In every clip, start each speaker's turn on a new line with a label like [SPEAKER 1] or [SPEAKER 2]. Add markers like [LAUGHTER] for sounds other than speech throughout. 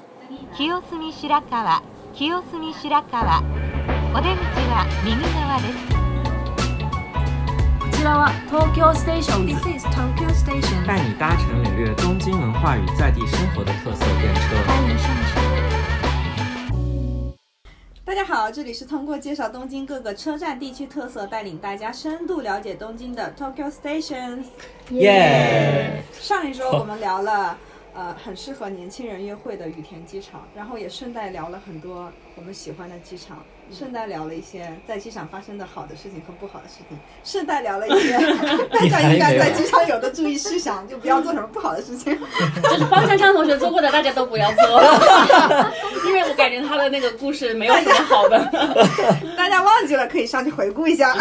[SPEAKER 1] 清澄白河清澄白河お出口は右側です
[SPEAKER 2] こちらは東京ステーションズ [LAUGHS]
[SPEAKER 3] This is Tokyo Station，
[SPEAKER 4] 带你搭乘领略东京文化与在地生活的特色电车。
[SPEAKER 3] 欢迎上车。
[SPEAKER 5] 大家好，这里是通过介绍东京各个车站地区特色，带领大家深度了解东京的 Tokyo Stations。
[SPEAKER 4] 耶！
[SPEAKER 5] [LAUGHS] 上一周我们聊了，呃，很适合年轻人约会的羽田机场，然后也顺带聊了很多我们喜欢的机场，顺带聊了一些在机场发生的好的事情和不好的事情，顺带聊了一些大家应该在机场有的注意事项，就不要做什么不好的事情。
[SPEAKER 2] 就是方向昌同学做过的，大家都不要做，因为我感觉他的那个故事没有什么好的。 [LAUGHS]
[SPEAKER 5] 大家忘记了可以上去回顾一下。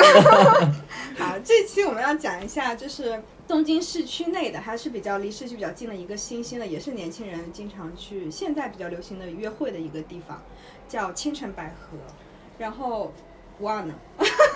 [SPEAKER 5] 好，这期我们要讲一下，就是东京市区内的，还是比较离市区比较近的一个新兴的，也是年轻人经常去，现在比较流行的约会的一个地方，叫青城百合。然后。忘了，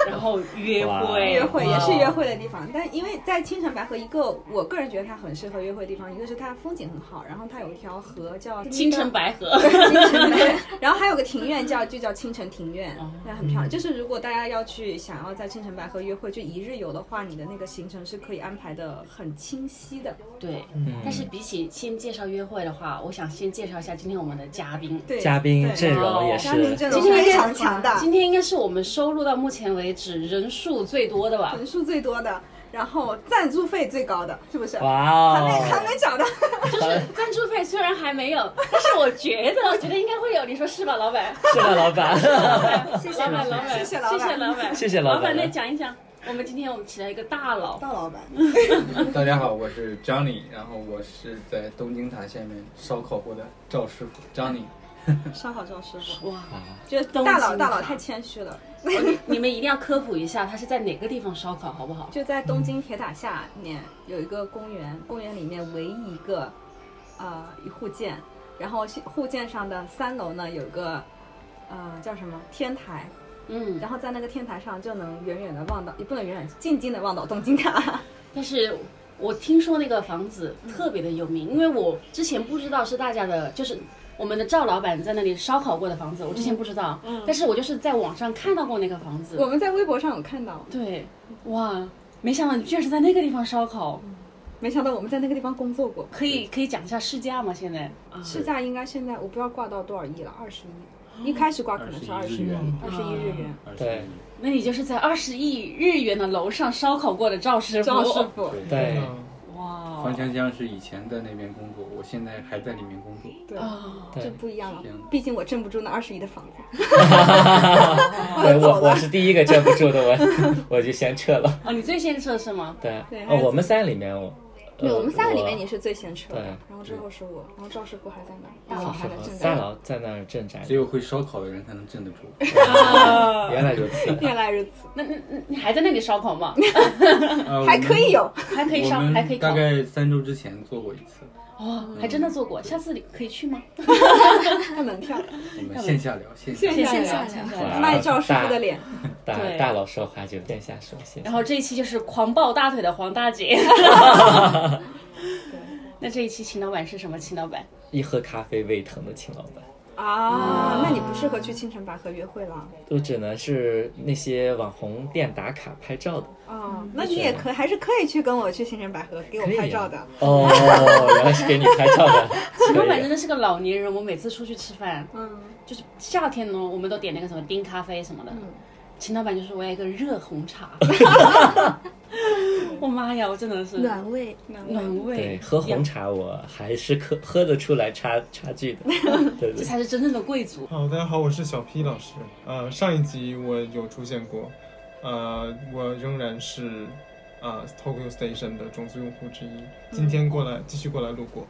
[SPEAKER 2] 然后约
[SPEAKER 4] 哇
[SPEAKER 2] 会，
[SPEAKER 5] 约会也是
[SPEAKER 2] 哇
[SPEAKER 5] 约会的地方，但因为在青城白河，一个我个人觉得它很适合约会的地方，一个是它风景很好，然后它有一条河叫
[SPEAKER 2] 青城白河，
[SPEAKER 5] 青城对，
[SPEAKER 2] [LAUGHS]
[SPEAKER 5] 然后还有个庭院叫就叫青城庭院
[SPEAKER 2] 哦，
[SPEAKER 5] 那很
[SPEAKER 4] 嗯
[SPEAKER 5] 漂亮。就是如果大家要去想要在青城白河约会，就一日游的话，你的那个行程是可以安排的很清晰的。
[SPEAKER 2] 对。
[SPEAKER 4] 嗯
[SPEAKER 2] 但是比起先介绍约会的话，我想先介绍一下今天我们的嘉宾。
[SPEAKER 5] 对，
[SPEAKER 4] 嘉宾
[SPEAKER 5] 对
[SPEAKER 4] 阵容也
[SPEAKER 5] 嘉宾
[SPEAKER 4] 是
[SPEAKER 5] 阵容
[SPEAKER 2] 今天
[SPEAKER 5] 非常强大，
[SPEAKER 2] 今天应该是我们收录到目前为止人数最多的吧？
[SPEAKER 5] 人数最多的，然后赞助费最高的，是不是？
[SPEAKER 4] 哇
[SPEAKER 5] 还没还
[SPEAKER 4] 哦，
[SPEAKER 5] 没找到，
[SPEAKER 2] 就是赞助费虽然还没有，但是我觉得，我觉得应该会有，你说是吧，老板？
[SPEAKER 4] 是吧，老板？
[SPEAKER 2] [LAUGHS]
[SPEAKER 6] [LAUGHS]
[SPEAKER 2] 谢谢老板，老板，
[SPEAKER 5] 谢谢
[SPEAKER 2] 老
[SPEAKER 5] 老
[SPEAKER 2] 板，谢
[SPEAKER 5] 板
[SPEAKER 2] 老板，
[SPEAKER 4] 谢谢老板
[SPEAKER 2] 来讲一讲，我们今天我们请来一个大佬，
[SPEAKER 5] 大老板，
[SPEAKER 6] 大家好，我是 Johnny，然后我是在东京塔下面烧烤锅的赵师傅 Johnny。
[SPEAKER 5] 烧烤赵师傅，
[SPEAKER 2] 哇！
[SPEAKER 5] 觉得大佬大佬太谦虚了。
[SPEAKER 2] 哦你们一定要科普一下，他是在哪个地方烧烤，好不好？
[SPEAKER 5] 就在东京铁塔下面有一个公园，公园里面唯一一个，呃，一户建，然后是户建上的三楼呢有个，呃，叫什么天台，
[SPEAKER 2] 嗯，
[SPEAKER 5] 然后在那个天台上就能远远的望到，也不能远远，静静的望到东京塔。
[SPEAKER 2] 但是我听说那个房子
[SPEAKER 5] 嗯
[SPEAKER 2] 特别的有名，因为我之前不知道是大家的，就是我们的赵老板在那里烧烤过的房子，我之前不知道，
[SPEAKER 5] 嗯
[SPEAKER 2] 但是我就是在网上看到过那个房子
[SPEAKER 5] 我，们在微博上有看到，
[SPEAKER 2] 对，哇，没想到你居然是在那个地方烧烤，
[SPEAKER 5] 没想到我们在那个地方工作过。
[SPEAKER 2] 可以可以讲一下市价吗？现在啊，
[SPEAKER 5] 市价应该现在我不知道挂到多少亿了，二十亿，一开始挂可能是二十
[SPEAKER 7] 21日
[SPEAKER 5] 亿
[SPEAKER 7] 元，
[SPEAKER 5] 二十一日元。
[SPEAKER 4] 对
[SPEAKER 2] 那你就是在二十亿日元的楼上烧烤过的赵师傅，
[SPEAKER 5] 赵师傅，
[SPEAKER 4] 对，
[SPEAKER 5] 嗯
[SPEAKER 2] 哇，
[SPEAKER 6] 黄香香是以前在那边工作，我现在还在里面工作。
[SPEAKER 5] 对，
[SPEAKER 2] 啊，
[SPEAKER 5] 这
[SPEAKER 4] 对
[SPEAKER 5] 不一样了
[SPEAKER 6] 是这样的，
[SPEAKER 5] 毕竟我镇不住那二十亿的房子。
[SPEAKER 4] 对我我是第一个镇不住的，我
[SPEAKER 5] [LAUGHS]
[SPEAKER 4] 我就先撤了。
[SPEAKER 2] 哦，你最先吃的是吗？
[SPEAKER 4] 对
[SPEAKER 5] 对，还
[SPEAKER 4] 哦
[SPEAKER 5] 有
[SPEAKER 4] 我们三里面我，
[SPEAKER 5] 对，
[SPEAKER 4] 呃
[SPEAKER 5] 我们三个里面
[SPEAKER 4] 我
[SPEAKER 5] 你是最先撤的
[SPEAKER 4] 对，
[SPEAKER 5] 然后之后是我，然后赵师傅还在那儿，大佬
[SPEAKER 4] 赵
[SPEAKER 5] 还
[SPEAKER 4] 师
[SPEAKER 5] 在
[SPEAKER 4] 傅
[SPEAKER 5] 正
[SPEAKER 4] 三
[SPEAKER 5] 在。
[SPEAKER 4] 楼在那儿镇宅，
[SPEAKER 6] 只有会烧烤的人才能镇
[SPEAKER 4] [LAUGHS]
[SPEAKER 6] 得住。
[SPEAKER 4] 原来如此。
[SPEAKER 5] 原来如此，
[SPEAKER 2] 那那那你还在那里烧烤
[SPEAKER 6] [LAUGHS]
[SPEAKER 2] 吗？
[SPEAKER 6] 呃
[SPEAKER 5] 还可以，有， [LAUGHS]
[SPEAKER 2] 还可以
[SPEAKER 6] 我
[SPEAKER 2] 烧，
[SPEAKER 6] 们
[SPEAKER 2] 还可
[SPEAKER 6] 我
[SPEAKER 2] 以
[SPEAKER 6] 们
[SPEAKER 2] 烤
[SPEAKER 6] 大。概三周之前做过一次，
[SPEAKER 2] 哦，还真的做过，下次你可以去吗？
[SPEAKER 5] 不能跳，
[SPEAKER 6] 我们线下聊，线下
[SPEAKER 5] 线
[SPEAKER 6] 聊。
[SPEAKER 5] 下
[SPEAKER 2] 聊，
[SPEAKER 5] 聊
[SPEAKER 2] 线下
[SPEAKER 4] 哇
[SPEAKER 2] 聊。
[SPEAKER 5] 卖赵师傅的脸，
[SPEAKER 4] [LAUGHS] 啊大
[SPEAKER 2] 对
[SPEAKER 4] 大佬说话就殿下说，谢谢
[SPEAKER 2] 然。后这一期就是狂抱大腿的黄大姐。 [LAUGHS] 那这一期秦老板是什么？秦老板，
[SPEAKER 6] 啊
[SPEAKER 4] 一喝咖啡胃疼的秦老板，
[SPEAKER 5] 啊，那你不适合去青城白河约会了啊
[SPEAKER 4] 都只能是那些网红店打卡拍照的。
[SPEAKER 5] 啊，
[SPEAKER 4] 嗯
[SPEAKER 5] 那你也可还是可以去跟我去青城白河给我
[SPEAKER 4] 可以啊
[SPEAKER 5] 拍照的，
[SPEAKER 4] 哦，原来是给你拍照的。
[SPEAKER 5] [LAUGHS]
[SPEAKER 2] 秦老板
[SPEAKER 4] 可
[SPEAKER 2] 真
[SPEAKER 4] 以
[SPEAKER 2] 的是个老年人。我每次出去吃饭，
[SPEAKER 5] 嗯，
[SPEAKER 2] 就是夏天呢，我们都点那个什么冰咖啡什么的。秦老板就是我要一个热红茶。 [LAUGHS] 我妈呀，我真的是
[SPEAKER 3] 暖胃，
[SPEAKER 2] 暖
[SPEAKER 4] 对，
[SPEAKER 2] 胃，
[SPEAKER 4] 喝红
[SPEAKER 2] 呀，
[SPEAKER 4] 茶我还是可 [LAUGHS] 喝得出来差差距
[SPEAKER 5] [LAUGHS]
[SPEAKER 4] 的，对
[SPEAKER 2] 这
[SPEAKER 4] 不对？
[SPEAKER 2] 才是真正的贵族。
[SPEAKER 7] 哦好，大家好，我是小 P 老师。呃，上一集我有出现过，呃，我仍然是啊、呃 Tokyo Station 的种子用户之一。今天过来继续过来路过，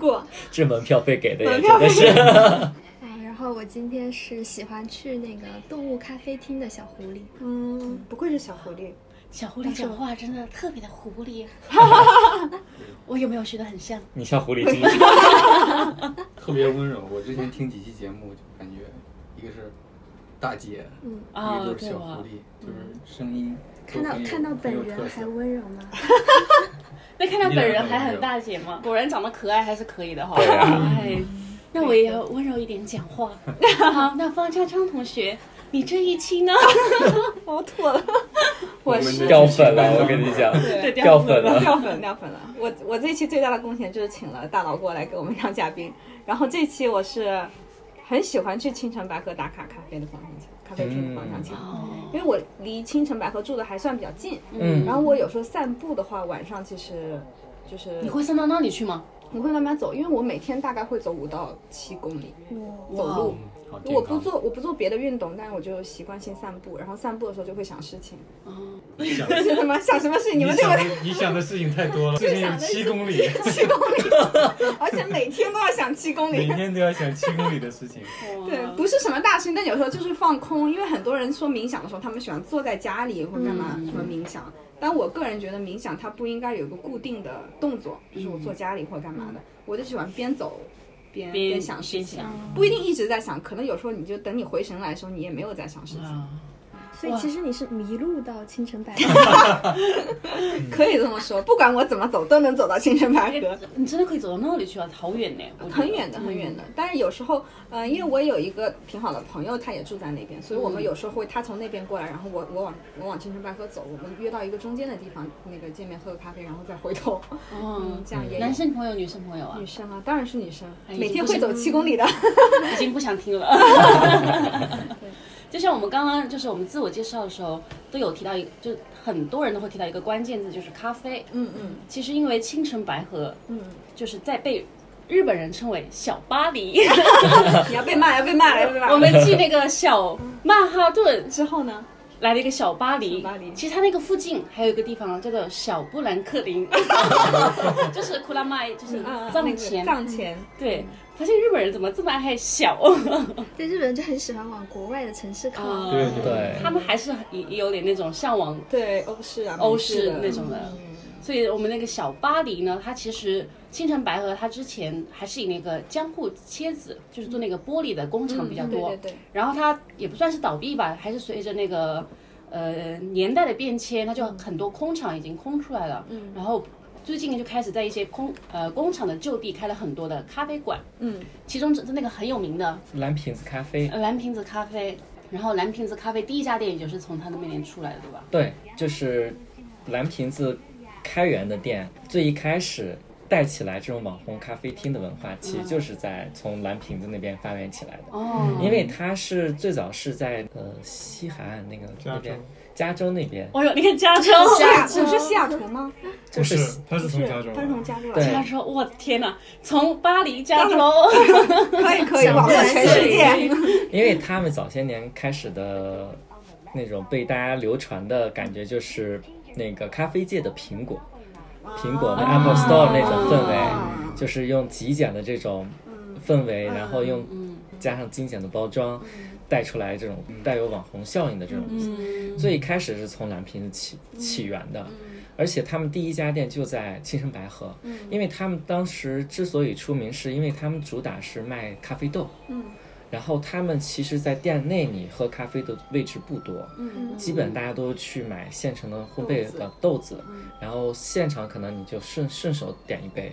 [SPEAKER 5] 过
[SPEAKER 4] 这门票费给的也
[SPEAKER 5] 门票
[SPEAKER 4] 真的是，
[SPEAKER 3] 嗯，然后我今天是喜欢去那个动物咖啡厅的小狐狸，
[SPEAKER 5] 嗯，不愧是小狐狸，
[SPEAKER 2] 小狐狸讲话真的特别的狐
[SPEAKER 5] [LAUGHS]
[SPEAKER 2] 狸，我有没有学得很像？
[SPEAKER 4] [LAUGHS] 你像狐狸精，
[SPEAKER 6] 特别温柔。我之前听几期节目，就感觉一个是大姐，
[SPEAKER 3] 嗯，
[SPEAKER 6] 一
[SPEAKER 2] 啊，
[SPEAKER 6] 个就是
[SPEAKER 2] 对
[SPEAKER 6] 小
[SPEAKER 2] 吧
[SPEAKER 6] 狐？狸，就是声音都
[SPEAKER 3] 看到
[SPEAKER 6] 很有
[SPEAKER 3] 看到
[SPEAKER 6] 很有
[SPEAKER 3] 本
[SPEAKER 6] 特
[SPEAKER 3] 人
[SPEAKER 6] 色
[SPEAKER 3] 还温柔吗？
[SPEAKER 2] 那看到本人还很大姐吗？果然长得可爱还是可以的哈。
[SPEAKER 6] 啊
[SPEAKER 4] 对呀
[SPEAKER 2] 哎， [LAUGHS] 那我也要温柔一点讲
[SPEAKER 5] [LAUGHS]
[SPEAKER 2] 话。好，那方昌昌同学，你这一期呢？
[SPEAKER 5] 我吐了，我是
[SPEAKER 4] 掉粉了，我跟你讲，
[SPEAKER 5] 对
[SPEAKER 4] 掉粉了。
[SPEAKER 5] 掉粉掉粉了。我我这期最大的贡献就是请了大佬过来给我们当嘉宾，然后这期我是很喜欢去青城白河打卡咖啡的方向抢，咖啡厅的方向抢。因为我离青城白河住的还算比较近，
[SPEAKER 4] 嗯
[SPEAKER 5] 然后我有时候散步的话，晚上其实就是
[SPEAKER 2] 你会送到那里去吗？
[SPEAKER 5] 我会慢慢走，因为我每天大概会走五到七公里走路。
[SPEAKER 4] 好嗯健康
[SPEAKER 5] 我不做我不做别的运动，但是我就习惯性散步，然后散步的时候就会想事情，
[SPEAKER 4] 哦
[SPEAKER 7] 想
[SPEAKER 5] 是什么想什么事情？你们这
[SPEAKER 7] 想
[SPEAKER 5] 个
[SPEAKER 7] 的你想的事情太多了，最近有七公里，
[SPEAKER 5] 七
[SPEAKER 4] [LAUGHS]
[SPEAKER 5] 公里， [LAUGHS] 而且每天都要想七公
[SPEAKER 7] 每
[SPEAKER 5] 里。
[SPEAKER 7] 天都要想七公里的事情。
[SPEAKER 5] 对，不是什么大事，但有时候就是放空，因为很多人说冥想的时候，他们喜欢坐在家里或干嘛、
[SPEAKER 2] 嗯
[SPEAKER 5] 什么冥想，但我个人觉得冥想它不应该有一个固定的动作，就是我坐家里或干嘛的，我就喜欢边走边
[SPEAKER 2] 边
[SPEAKER 5] 边想事情
[SPEAKER 2] 边，
[SPEAKER 3] 哦
[SPEAKER 5] 不一定一直在想，可能有时候你就等你回神来的时候，你也没有在想事情，
[SPEAKER 2] 啊，
[SPEAKER 3] 所以其实你是迷路到青城
[SPEAKER 6] [LAUGHS]
[SPEAKER 3] 白河。
[SPEAKER 5] 可以这么说，不管我怎么走都能走到青城白河。
[SPEAKER 2] 你真的可以走到那里去啊，好远呢，我觉得
[SPEAKER 5] 很远的，很
[SPEAKER 2] 嗯
[SPEAKER 5] 远的。但是有时候，呃，因为我有一个挺好的朋友，他也住在那边，所以我
[SPEAKER 2] 嗯
[SPEAKER 5] 们有时候会他从那边过来，然后我我往我往青城白河走，我们约到一个中间的地方，那个见面喝个咖啡，然后再回头。
[SPEAKER 2] 哦 [LAUGHS]
[SPEAKER 5] 嗯，，这样也有
[SPEAKER 2] 男生朋友、女生朋友啊
[SPEAKER 5] 女，生啊，当然是女生，
[SPEAKER 2] 哎
[SPEAKER 5] 每天会走七公
[SPEAKER 2] [LAUGHS]
[SPEAKER 5] 里的。
[SPEAKER 2] 已经不想听
[SPEAKER 5] [LAUGHS]
[SPEAKER 2] 了。就像我们刚刚就是我们自我介绍的时候都有提到一个，就很多人都会提到一个关键字，就是咖啡。
[SPEAKER 5] 嗯嗯
[SPEAKER 2] 其实因为青城白河
[SPEAKER 5] 嗯，
[SPEAKER 2] 就是在被日本人称为小巴
[SPEAKER 5] [LAUGHS]
[SPEAKER 2] 黎，
[SPEAKER 5] 你要被骂，要被骂了，要被骂了。
[SPEAKER 2] 我们去那个小曼哈顿
[SPEAKER 5] 之后呢？
[SPEAKER 2] 来了一个小巴黎。
[SPEAKER 5] 小巴黎
[SPEAKER 2] 其实它那个附近还有一个地方叫做小布兰克
[SPEAKER 5] [LAUGHS]
[SPEAKER 2] 林，就是库拉麦，
[SPEAKER 5] 嗯
[SPEAKER 2] 就是藏嗯前。
[SPEAKER 5] 藏前，
[SPEAKER 2] 对，发现日本人怎么这么爱小？
[SPEAKER 3] 对，日本人就很喜欢往国外的城市靠。
[SPEAKER 6] 哦
[SPEAKER 7] 对
[SPEAKER 4] 对
[SPEAKER 2] 他们还是也也有点那种向往
[SPEAKER 5] 对欧式啊，
[SPEAKER 2] 欧
[SPEAKER 5] 美式
[SPEAKER 2] 式
[SPEAKER 5] 的
[SPEAKER 2] 那种的。
[SPEAKER 5] 嗯
[SPEAKER 2] 所以我们那个小巴黎呢，它其实青城白河它之前还是以那个江户切子，就是做那个玻璃的工厂比较多。
[SPEAKER 5] 嗯对对对，
[SPEAKER 2] 然后它也不算是倒闭吧，还是随着那个呃年代的变迁，它就很多空场已经空出来了。嗯，然后最近就开始在一些空呃工厂的就地开了很多的咖啡馆，
[SPEAKER 5] 嗯，
[SPEAKER 2] 其中那个很有名的
[SPEAKER 4] 蓝瓶子咖啡，
[SPEAKER 2] 呃蓝瓶子咖啡，然后蓝瓶子咖啡第一家店也就是从它那边出来的，对吧？
[SPEAKER 4] 对，就是蓝瓶子开元的店，最一开始带起来这种网红咖啡厅的文化，其实就是在从蓝瓶子那边发源起来的。
[SPEAKER 2] 哦，
[SPEAKER 4] 因为它是最早是在呃西海岸那个
[SPEAKER 7] 加
[SPEAKER 4] 那
[SPEAKER 7] 州
[SPEAKER 4] 边，加州那边，
[SPEAKER 2] 哦哟，你看加州，
[SPEAKER 5] 雅不是西雅图吗？
[SPEAKER 7] 不，
[SPEAKER 4] 就是
[SPEAKER 7] 他是
[SPEAKER 5] 不
[SPEAKER 7] 从
[SPEAKER 5] 是
[SPEAKER 7] 加州，
[SPEAKER 5] 他是从加州来的。
[SPEAKER 4] 对
[SPEAKER 2] 加州，我的天哪，从巴黎加州， [LAUGHS]
[SPEAKER 5] 可以可以，
[SPEAKER 4] 想
[SPEAKER 5] 网络
[SPEAKER 4] 不
[SPEAKER 5] 全
[SPEAKER 4] 起
[SPEAKER 5] 世界。
[SPEAKER 4] [LAUGHS] 因为他们早些年开始的那种被大家流传的感觉，就是那个咖啡界的苹果，苹果的 Apple Store 那种氛围，就是用极简的这种氛围，然后用加上精简的包装，带出来这种带有网红效应的这种。
[SPEAKER 2] 嗯
[SPEAKER 4] 最开始是从蓝瓶子起起源的，而且他们第一家店就在青城白河，因为他们当时之所以出名，是因为他们主打是卖咖啡豆，然后他们其实，在店内你喝咖啡的位置不多，
[SPEAKER 2] 嗯
[SPEAKER 4] 基本大家都去买现成的烘焙的豆子，嗯然后现场可能你就顺顺手点一杯，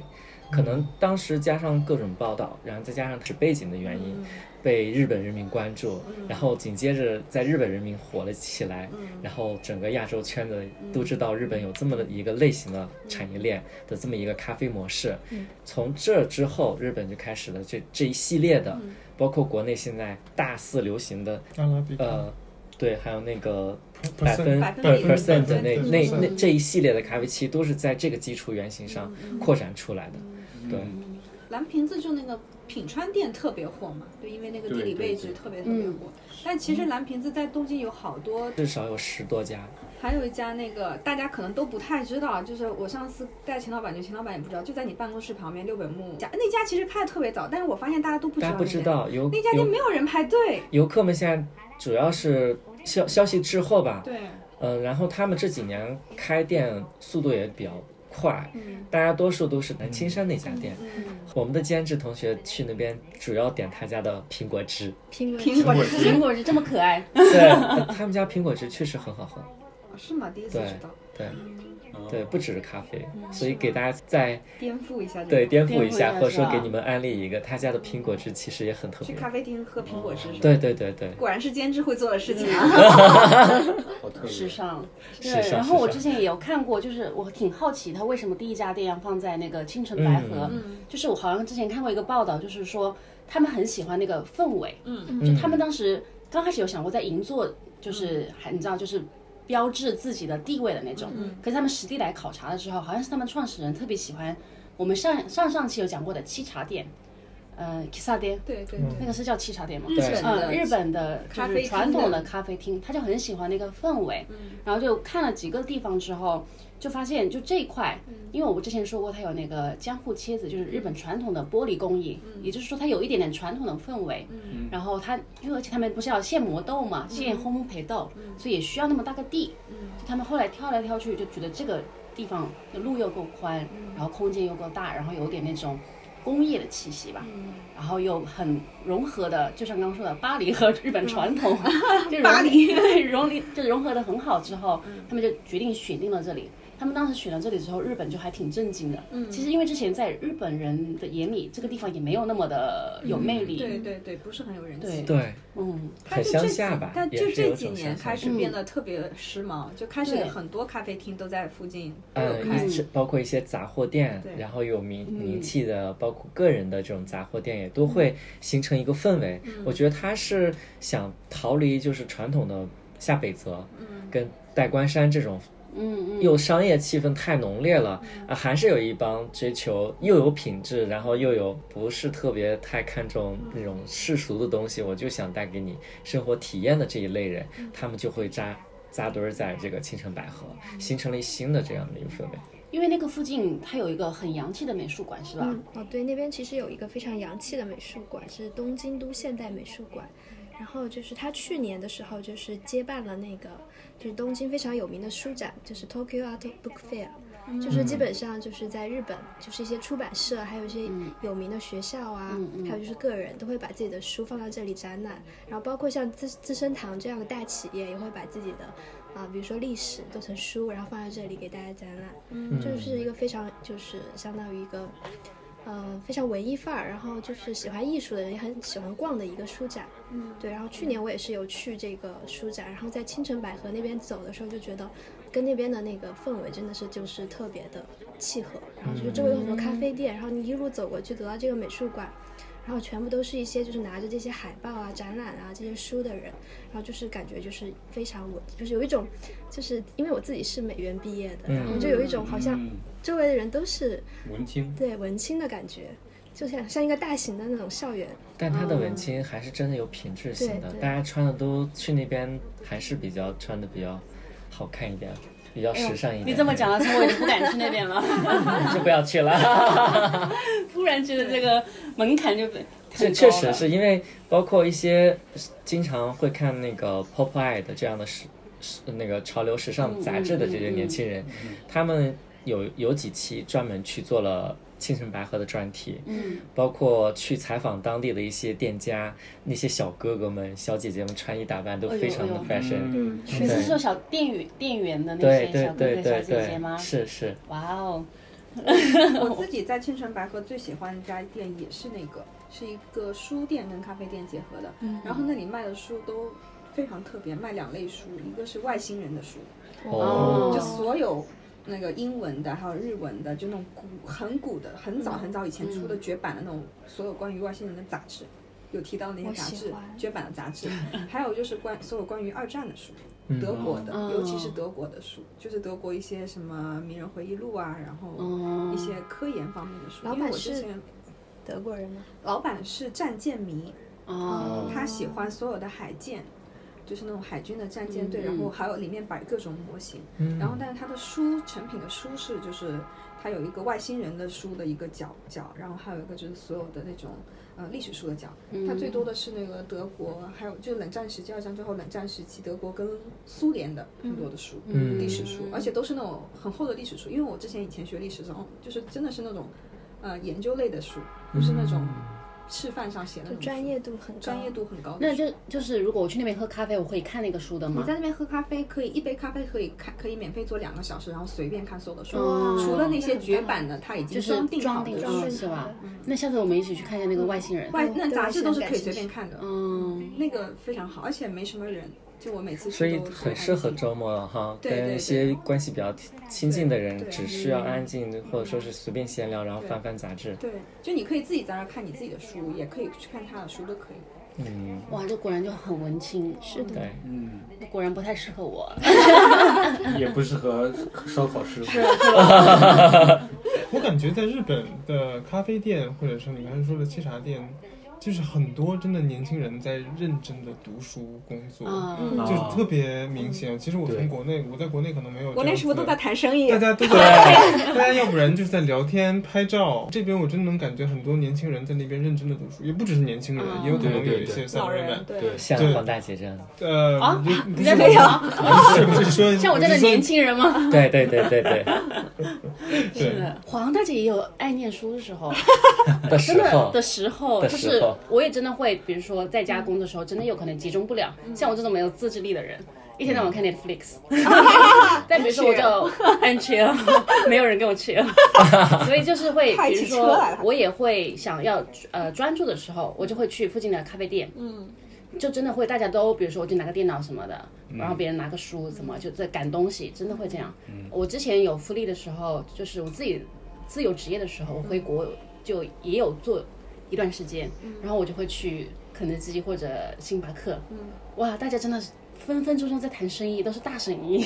[SPEAKER 4] 可能当时加上各种报道，然后再加上是背景的原因，被日本人民关注，
[SPEAKER 5] 嗯
[SPEAKER 4] 然后紧接着在日本人民火了起来，然后整个亚洲圈子都知道日本有这么的一个类型的产业
[SPEAKER 5] 嗯
[SPEAKER 4] 链的这么一个咖啡模式，从这之后，日本就开始了这这一系列的，
[SPEAKER 5] 嗯
[SPEAKER 4] 包括国内现在大肆流行的
[SPEAKER 7] 阿拉比卡，
[SPEAKER 4] 呃，对，还有那个
[SPEAKER 7] 不
[SPEAKER 4] 百分
[SPEAKER 5] 百分
[SPEAKER 4] 对
[SPEAKER 5] 比
[SPEAKER 4] percent
[SPEAKER 7] 百分
[SPEAKER 4] 那
[SPEAKER 7] 比
[SPEAKER 4] 那那这一系列的咖啡期都是在这个基础原型上
[SPEAKER 5] 嗯
[SPEAKER 4] 扩展出来的。
[SPEAKER 6] 嗯
[SPEAKER 4] 对，
[SPEAKER 5] 蓝瓶子就那个品川店特别火嘛，就因为那个地理位置特别特别火。但其实蓝瓶子在东京有好多，
[SPEAKER 4] 至少有十多家。
[SPEAKER 5] 还有一家那个大家可能都不太知道，就是我上次带钱老板去，钱老板也不知道，就在你办公室旁边六本木家那家其实开的特别早，但是我发现大家都不知
[SPEAKER 4] 大
[SPEAKER 5] 道
[SPEAKER 4] 家不知
[SPEAKER 5] 那家
[SPEAKER 4] 道游
[SPEAKER 5] 那家店
[SPEAKER 4] 游
[SPEAKER 5] 没有人排队。
[SPEAKER 4] 游客们现在主要是消消息滞后吧，
[SPEAKER 5] 对，
[SPEAKER 4] 嗯、然后他们这几年开店速度也比较快，
[SPEAKER 5] 嗯
[SPEAKER 4] 大家多数都是南青山那家店。我们的监制同学去那边主要点他家的苹
[SPEAKER 5] [LAUGHS]
[SPEAKER 4] 果汁，呃
[SPEAKER 3] 苹果
[SPEAKER 5] 苹果
[SPEAKER 7] 果
[SPEAKER 5] 汁
[SPEAKER 2] 苹果是这么可爱，
[SPEAKER 4] 对他们家苹果汁确实很好喝。
[SPEAKER 5] 是吗？第一次
[SPEAKER 4] 对
[SPEAKER 5] 知道。
[SPEAKER 4] 对，对，不只是咖啡，
[SPEAKER 5] 嗯
[SPEAKER 4] 所以给大家再
[SPEAKER 5] 颠覆一下这个。
[SPEAKER 4] 对颠覆一
[SPEAKER 2] 颠覆一下
[SPEAKER 4] 下，或者
[SPEAKER 2] 是
[SPEAKER 4] 说
[SPEAKER 2] 吧
[SPEAKER 4] 给你们安利一个，他家的苹果汁其实也很特
[SPEAKER 5] 去
[SPEAKER 4] 别。
[SPEAKER 5] 咖啡厅喝苹果汁是吧？
[SPEAKER 4] 对对对对，
[SPEAKER 5] 果然是监制会做的事情啊。
[SPEAKER 6] 好特别。
[SPEAKER 2] 时尚，对
[SPEAKER 4] 时尚
[SPEAKER 2] 然后我
[SPEAKER 4] 时尚
[SPEAKER 2] 之前也有看过，就是我挺好奇他为什么第一家店要放在那个青城白河，
[SPEAKER 5] 嗯
[SPEAKER 4] 嗯
[SPEAKER 2] 就是我好像之前看过一个报道，就是说他们很喜欢那个氛围，嗯，嗯就他们当时刚开始有想过在银座，就是还你知道就是。标志自己的地位的那种，可是他们实地来考察的时候，好像是他们创始人特别喜欢我们上上上期有讲过的沏茶店，呃，kissa 店，
[SPEAKER 5] [LAUGHS] 对对
[SPEAKER 2] 那个是叫沏茶店吗？
[SPEAKER 5] 日本的
[SPEAKER 2] 嗯，日本的嗯就
[SPEAKER 5] 咖啡
[SPEAKER 2] 是
[SPEAKER 5] 厅
[SPEAKER 2] 传统的
[SPEAKER 5] 的
[SPEAKER 2] 咖啡厅，他就很喜欢那个氛围。然后就看了几个地方之后，就发现就这一块，因为我之前说过，它有那个江户切子，就是日本传统的玻璃工艺，也就是说它有一点点传统的氛围。
[SPEAKER 5] 嗯
[SPEAKER 2] 然后它，因为而且他们不是要现磨豆嘛，现烘焙豆，
[SPEAKER 5] 嗯
[SPEAKER 2] 所以也需要那么大个地。
[SPEAKER 4] 嗯
[SPEAKER 2] 就他们后来挑来挑去，就觉得这个地方的路又够宽，
[SPEAKER 5] 嗯
[SPEAKER 2] 然后空间又够大，然后有点那种工业的气息吧。
[SPEAKER 5] 嗯
[SPEAKER 2] 然后又很融合的，就像刚刚说的，巴黎和日本传统， [LAUGHS] 就融
[SPEAKER 5] 嗯巴黎嗯
[SPEAKER 2] 对融离就融合的很好之后，他们就决定选定了这里。他们当时选了这里之后，日本就还挺震惊的。嗯，其实因为之前在日本人的眼里，这个地方也没有那么的有魅力。
[SPEAKER 5] 嗯对对对，不是很有人气
[SPEAKER 2] 对。
[SPEAKER 4] 对，
[SPEAKER 2] 嗯，
[SPEAKER 5] 它
[SPEAKER 4] 很
[SPEAKER 5] 就
[SPEAKER 4] 乡
[SPEAKER 5] 这
[SPEAKER 4] 下
[SPEAKER 5] 几
[SPEAKER 4] 吧
[SPEAKER 5] 但
[SPEAKER 4] 也
[SPEAKER 5] 就是这
[SPEAKER 4] 有
[SPEAKER 5] 几
[SPEAKER 4] 种
[SPEAKER 5] 年
[SPEAKER 4] 乡下
[SPEAKER 5] 开始
[SPEAKER 2] 嗯
[SPEAKER 5] 变得特别时髦，就开始
[SPEAKER 2] 对
[SPEAKER 5] 很多咖啡厅都在附近都有
[SPEAKER 4] 呃，
[SPEAKER 5] 开。
[SPEAKER 4] 一是包括一些杂货店
[SPEAKER 5] 对，
[SPEAKER 4] 然后有名
[SPEAKER 2] 嗯
[SPEAKER 4] 名气的，包括个人的这种杂货店，也都会形成一个氛围。
[SPEAKER 2] 嗯
[SPEAKER 4] 我觉得他是想逃离就是传统的下北泽，跟代官山这种
[SPEAKER 2] 嗯嗯嗯，嗯
[SPEAKER 4] 又商业气氛太浓烈了啊，还是有一帮追求又有品质，然后又有不是特别太看重
[SPEAKER 2] 嗯
[SPEAKER 4] 那种世俗的东西，我就想带给你生活体验的这一类人，
[SPEAKER 2] 嗯
[SPEAKER 4] 他们就会扎扎堆儿在这个青城白河，
[SPEAKER 2] 嗯
[SPEAKER 4] 形成了一新的这样的一个氛围。
[SPEAKER 2] 因为那个附近它有一个很洋气的美术馆，是吧？
[SPEAKER 3] 嗯，哦，对，那边其实有一个非常洋气的美术馆，是东京都现代美术馆。然后就是他去年的时候，就是接办了那个，就是东京非常有名的书展，就是 Tokyo Art Book Fair，、就是
[SPEAKER 2] 嗯
[SPEAKER 3] 基本上就是在日本，就是一些出版社，还有一些有名的学校啊，
[SPEAKER 2] 嗯嗯
[SPEAKER 3] 还有就是个人都会把自己的书放到这里展览。然后包括像资资生堂这样的大企业，也会把自己的啊、比如说历史做成书，然后放在这里给大家展览。
[SPEAKER 2] 嗯
[SPEAKER 3] 就是一个非常就是相当于一个，呃，非常文艺范儿，然后就是喜欢艺术的人也很喜欢逛的一个书展。嗯，对。然后去年我也是有去这个书展，然后在青城百合那边走的时候，就觉得跟那边的那个氛围真的是就是特别的契合。然后就是周围有很多
[SPEAKER 6] 嗯
[SPEAKER 3] 咖啡店，然后你一路走过去走到这个美术馆。然后全部都是一些就是拿着这些海报啊、展览啊这些书的人，然后就是感觉就是非常文，就是有一种，就是因为我自己是美院毕业的，然后就有一种好像
[SPEAKER 6] 嗯，
[SPEAKER 3] 周围的人都是
[SPEAKER 6] 文青。
[SPEAKER 3] 对文青的感觉，就像像一个大型的那种校园。
[SPEAKER 4] 但它的
[SPEAKER 2] 嗯
[SPEAKER 4] 文青还是真的有品质性的，
[SPEAKER 3] 对对
[SPEAKER 4] 大家穿的都去那边还是比较穿的比较好看一点，比较时尚一点。
[SPEAKER 2] 哎你这么讲了，啊我也不敢去那边了。
[SPEAKER 4] [LAUGHS] 就不要去
[SPEAKER 2] [LAUGHS]
[SPEAKER 4] 了。
[SPEAKER 2] 突然觉得这个门槛就被
[SPEAKER 4] 这
[SPEAKER 2] 很
[SPEAKER 4] 确
[SPEAKER 2] 高
[SPEAKER 4] 实
[SPEAKER 2] 了
[SPEAKER 4] 是因为包括一些经常会看那个 Pop Eye 的这样的时时那个潮流时
[SPEAKER 2] 嗯
[SPEAKER 4] 尚杂志的这些年轻人，他们有有几期专门去做了青城白河的专题，
[SPEAKER 2] 嗯，
[SPEAKER 4] 包括去采访当地的一些店家，那些小哥哥们、小姐姐们穿衣打扮都
[SPEAKER 2] 哎呦
[SPEAKER 4] 非常的
[SPEAKER 2] 哎呦
[SPEAKER 4] fashion，、
[SPEAKER 6] 嗯，
[SPEAKER 2] 你是说小店员店员的那
[SPEAKER 4] 对
[SPEAKER 2] 些
[SPEAKER 4] 对
[SPEAKER 2] 小哥
[SPEAKER 4] 对
[SPEAKER 2] 哥小
[SPEAKER 4] 对
[SPEAKER 2] 姐姐吗
[SPEAKER 4] 对，？是是，
[SPEAKER 2] 哇哦，嗯
[SPEAKER 5] 我自己在青城白河最喜欢的一家店也是那个，是一个书店跟咖啡店结合的。
[SPEAKER 2] 嗯
[SPEAKER 5] 然后那里卖的书都非常特别，卖两类书，一个是外星人的书，
[SPEAKER 4] 哦
[SPEAKER 5] 就所有那个英文的，还有日文的，就那种古很古的，很
[SPEAKER 3] 嗯
[SPEAKER 5] 早很早以前出的绝版的那种，所有关于外星人的杂志，有提到那些
[SPEAKER 3] 我
[SPEAKER 5] 杂
[SPEAKER 3] 喜
[SPEAKER 5] 志
[SPEAKER 3] 欢，
[SPEAKER 5] 绝版的杂
[SPEAKER 3] [LAUGHS]
[SPEAKER 5] 志，还有就是关所有关于二战的书，
[SPEAKER 4] 嗯
[SPEAKER 5] 德国的，
[SPEAKER 3] 哦
[SPEAKER 2] 嗯
[SPEAKER 5] 尤其是德国的书，就是德国一些什么名人回忆录啊，然后
[SPEAKER 2] 嗯
[SPEAKER 5] 一些科研方面的书。
[SPEAKER 3] 哦老
[SPEAKER 5] 因为
[SPEAKER 3] 板
[SPEAKER 5] 我之
[SPEAKER 3] 是
[SPEAKER 5] 前
[SPEAKER 3] 德国人吗？
[SPEAKER 5] 老板是战舰迷，
[SPEAKER 2] 哦，
[SPEAKER 5] 他喜欢所有的海舰，就是那种海军的战舰队，
[SPEAKER 2] 嗯
[SPEAKER 5] 然后还有里面摆各种模型。然后，但是他的书成品的书是就是他有一个外星人的书的一个角角，然后还有一个就是所有的那种呃历史书的角。
[SPEAKER 2] 嗯
[SPEAKER 5] 他最多的是那个德国，还有就冷战时期、二战之后冷战时期德国跟苏联的很多的书，
[SPEAKER 4] 嗯
[SPEAKER 5] 历史书，而且都是那种很厚的历史书。因为我
[SPEAKER 4] 嗯
[SPEAKER 5] 之前以前学历史的时候，就是真的是那种呃研究类的书，不是那种
[SPEAKER 8] 示范上写的
[SPEAKER 3] 就专业度很高，
[SPEAKER 8] 专业度很高的
[SPEAKER 2] 那
[SPEAKER 8] 书。
[SPEAKER 2] 就就是如果我去那边喝咖啡，我可以看那个书的
[SPEAKER 8] 你
[SPEAKER 2] 吗？
[SPEAKER 8] 在那边喝咖啡，可以一杯咖啡可以看，可以免费坐两个小时，然后随便看所有的书，
[SPEAKER 2] 哦
[SPEAKER 8] 除了那
[SPEAKER 3] 那
[SPEAKER 8] 些
[SPEAKER 3] 很
[SPEAKER 8] 绝
[SPEAKER 3] 棒
[SPEAKER 8] 版的，它已
[SPEAKER 2] 就
[SPEAKER 8] 经
[SPEAKER 2] 是
[SPEAKER 8] 装订好
[SPEAKER 2] 装
[SPEAKER 8] 的
[SPEAKER 2] 订
[SPEAKER 8] 书，
[SPEAKER 3] 装
[SPEAKER 2] 啊，
[SPEAKER 3] 订
[SPEAKER 2] 是吧
[SPEAKER 3] 好的？
[SPEAKER 2] 那下次我们一起去看一下那个外星人。
[SPEAKER 8] 外
[SPEAKER 3] 嗯
[SPEAKER 8] 那
[SPEAKER 3] 对
[SPEAKER 8] 杂志都是
[SPEAKER 3] 现在
[SPEAKER 8] 可以随
[SPEAKER 3] 是
[SPEAKER 8] 便看的，
[SPEAKER 2] 嗯，
[SPEAKER 8] 那个非常好，而且没什么人，就我每次去
[SPEAKER 4] 所以
[SPEAKER 8] 都
[SPEAKER 4] 很适合
[SPEAKER 8] 安静
[SPEAKER 4] 周末了哈，
[SPEAKER 8] 对对
[SPEAKER 4] 跟
[SPEAKER 8] 对
[SPEAKER 4] 一些关系比较亲亲近的
[SPEAKER 8] 对
[SPEAKER 4] 人，
[SPEAKER 8] 对
[SPEAKER 4] 只需要安静或者说是随便闲聊，然后翻翻杂志。
[SPEAKER 8] 对，就你可以自己在那儿看你自己的书，也可以去看他的书都可以。
[SPEAKER 4] 嗯，
[SPEAKER 2] 哇，这果然就很文青，
[SPEAKER 3] 是的，
[SPEAKER 4] 对，
[SPEAKER 6] 嗯，
[SPEAKER 2] 果然不太适合我。
[SPEAKER 6] 也不适合烧烤师
[SPEAKER 3] 啊
[SPEAKER 6] 傅。
[SPEAKER 7] 我感觉在日本的咖啡店，或者是你刚才说的沏茶店，就是很多真的年轻人在认真的读书工作，
[SPEAKER 2] 嗯，
[SPEAKER 6] 啊
[SPEAKER 3] 啊
[SPEAKER 7] 就是特别明显。其实我
[SPEAKER 4] 对
[SPEAKER 7] 从国内，我在国内可能没有这样子的，
[SPEAKER 8] 国内是不是都在谈生意
[SPEAKER 7] 大？家都在，大家要不然就是在聊天、拍照。这边我真能感觉很多年轻人在那边认真的读书，也不只是年轻人，
[SPEAKER 2] 嗯
[SPEAKER 7] 也有可能
[SPEAKER 6] 对
[SPEAKER 7] 有
[SPEAKER 6] 对
[SPEAKER 7] 一些
[SPEAKER 6] 对
[SPEAKER 7] 三
[SPEAKER 8] 老
[SPEAKER 7] 位
[SPEAKER 8] 人
[SPEAKER 3] [LAUGHS]
[SPEAKER 7] 们，
[SPEAKER 8] 对，
[SPEAKER 4] 像黄大
[SPEAKER 2] [LAUGHS]
[SPEAKER 4] 姐这样的，
[SPEAKER 7] 呃，
[SPEAKER 2] 啊
[SPEAKER 7] 也不
[SPEAKER 2] 你
[SPEAKER 7] 是
[SPEAKER 2] 在这
[SPEAKER 7] 我，
[SPEAKER 2] 样，
[SPEAKER 7] 不是不是啊说
[SPEAKER 2] 像我这样的年
[SPEAKER 7] 轻，
[SPEAKER 2] 轻人吗？
[SPEAKER 4] 对对对对对
[SPEAKER 7] 对
[SPEAKER 2] 是的， [LAUGHS] 黄大姐也有爱念书的时候，
[SPEAKER 4] 的
[SPEAKER 2] 真
[SPEAKER 4] 时
[SPEAKER 2] 的
[SPEAKER 4] 候
[SPEAKER 2] 的，时候，
[SPEAKER 4] 的
[SPEAKER 2] 就
[SPEAKER 4] 时
[SPEAKER 2] 是
[SPEAKER 4] 候
[SPEAKER 2] 我也真的会，比如说在家工作的时候，真的有可能集中不了。像我这种没有自制力的人，一天到晚看 Netflix，但比如说我就 and chill，没有人跟我 chill，所以就是会，
[SPEAKER 8] 派
[SPEAKER 2] 比
[SPEAKER 8] 起
[SPEAKER 2] 如
[SPEAKER 8] 车
[SPEAKER 2] 说
[SPEAKER 8] 来了
[SPEAKER 2] 我也会想要呃专注的时候，我就会去附近的咖啡店，嗯。就真的会，大家都，比如说我就拿个电脑什么的，然后别人拿个书什么，就在赶东西，真的会这样。我之前有复利的时候，就是我自己自由职业的时候，我回国就也有做一段时间，
[SPEAKER 8] 嗯
[SPEAKER 2] 然后我就会去肯德基或者星巴克，
[SPEAKER 8] 嗯
[SPEAKER 2] 哇，大家真的是分分钟钟在谈生意，都是大生意，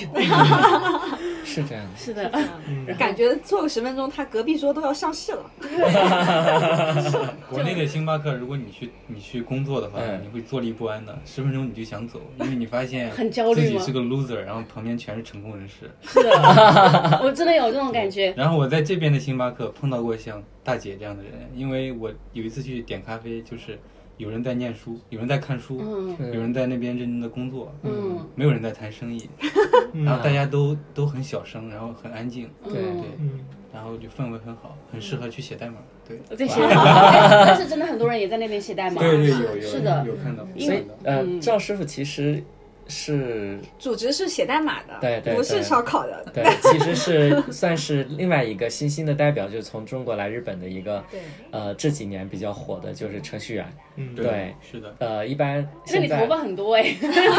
[SPEAKER 4] 是这样的。
[SPEAKER 2] 是的，
[SPEAKER 4] 嗯
[SPEAKER 8] 感觉坐个十分钟，他隔壁桌都要上市了。
[SPEAKER 6] 国内的星巴克，如果你去你去工作的话，
[SPEAKER 4] 嗯
[SPEAKER 6] 你会坐立不安的，十分钟你就想走，因为你发现
[SPEAKER 2] 很焦虑吗
[SPEAKER 6] 自己是个 loser，然后旁边全是成功人士。
[SPEAKER 2] 是的，我真的有这种感 [LAUGHS] 觉，
[SPEAKER 6] 然后我在这边的星巴克碰到过像大姐这样的人，因为我有一次去点咖啡，就是有人在念书，有人在看书，
[SPEAKER 2] 嗯
[SPEAKER 6] 有人在那边认真的工作，
[SPEAKER 2] 嗯
[SPEAKER 6] 没有人在谈生意，然后大家都都很小声，然后很安静，
[SPEAKER 4] 对
[SPEAKER 2] 嗯。
[SPEAKER 7] 嗯，
[SPEAKER 6] 然后就氛围很好，很适合去写代码。对，
[SPEAKER 2] 我在写代码，哎 [LAUGHS] 但是真的很多人也在那边写代码，
[SPEAKER 6] 对对有有
[SPEAKER 2] 是的，
[SPEAKER 6] 有看到，
[SPEAKER 2] 因
[SPEAKER 6] 有
[SPEAKER 2] 为
[SPEAKER 6] 看到。
[SPEAKER 4] 呃
[SPEAKER 2] 嗯，
[SPEAKER 4] 赵师傅其实是
[SPEAKER 8] 组织是写代码的，
[SPEAKER 4] 对对
[SPEAKER 8] 不是
[SPEAKER 4] 对
[SPEAKER 8] 烧烤的。
[SPEAKER 4] 对，其实是
[SPEAKER 2] [LAUGHS]
[SPEAKER 4] 算是另外一个新兴的代表，就是从中国来日本的一个，呃，这几年比较火的就是程序员。
[SPEAKER 7] 嗯
[SPEAKER 4] 对，
[SPEAKER 6] 是的，
[SPEAKER 4] 呃，一般
[SPEAKER 2] 那你
[SPEAKER 4] 现
[SPEAKER 2] 头
[SPEAKER 4] 在
[SPEAKER 2] 发很多哎，
[SPEAKER 8] 羡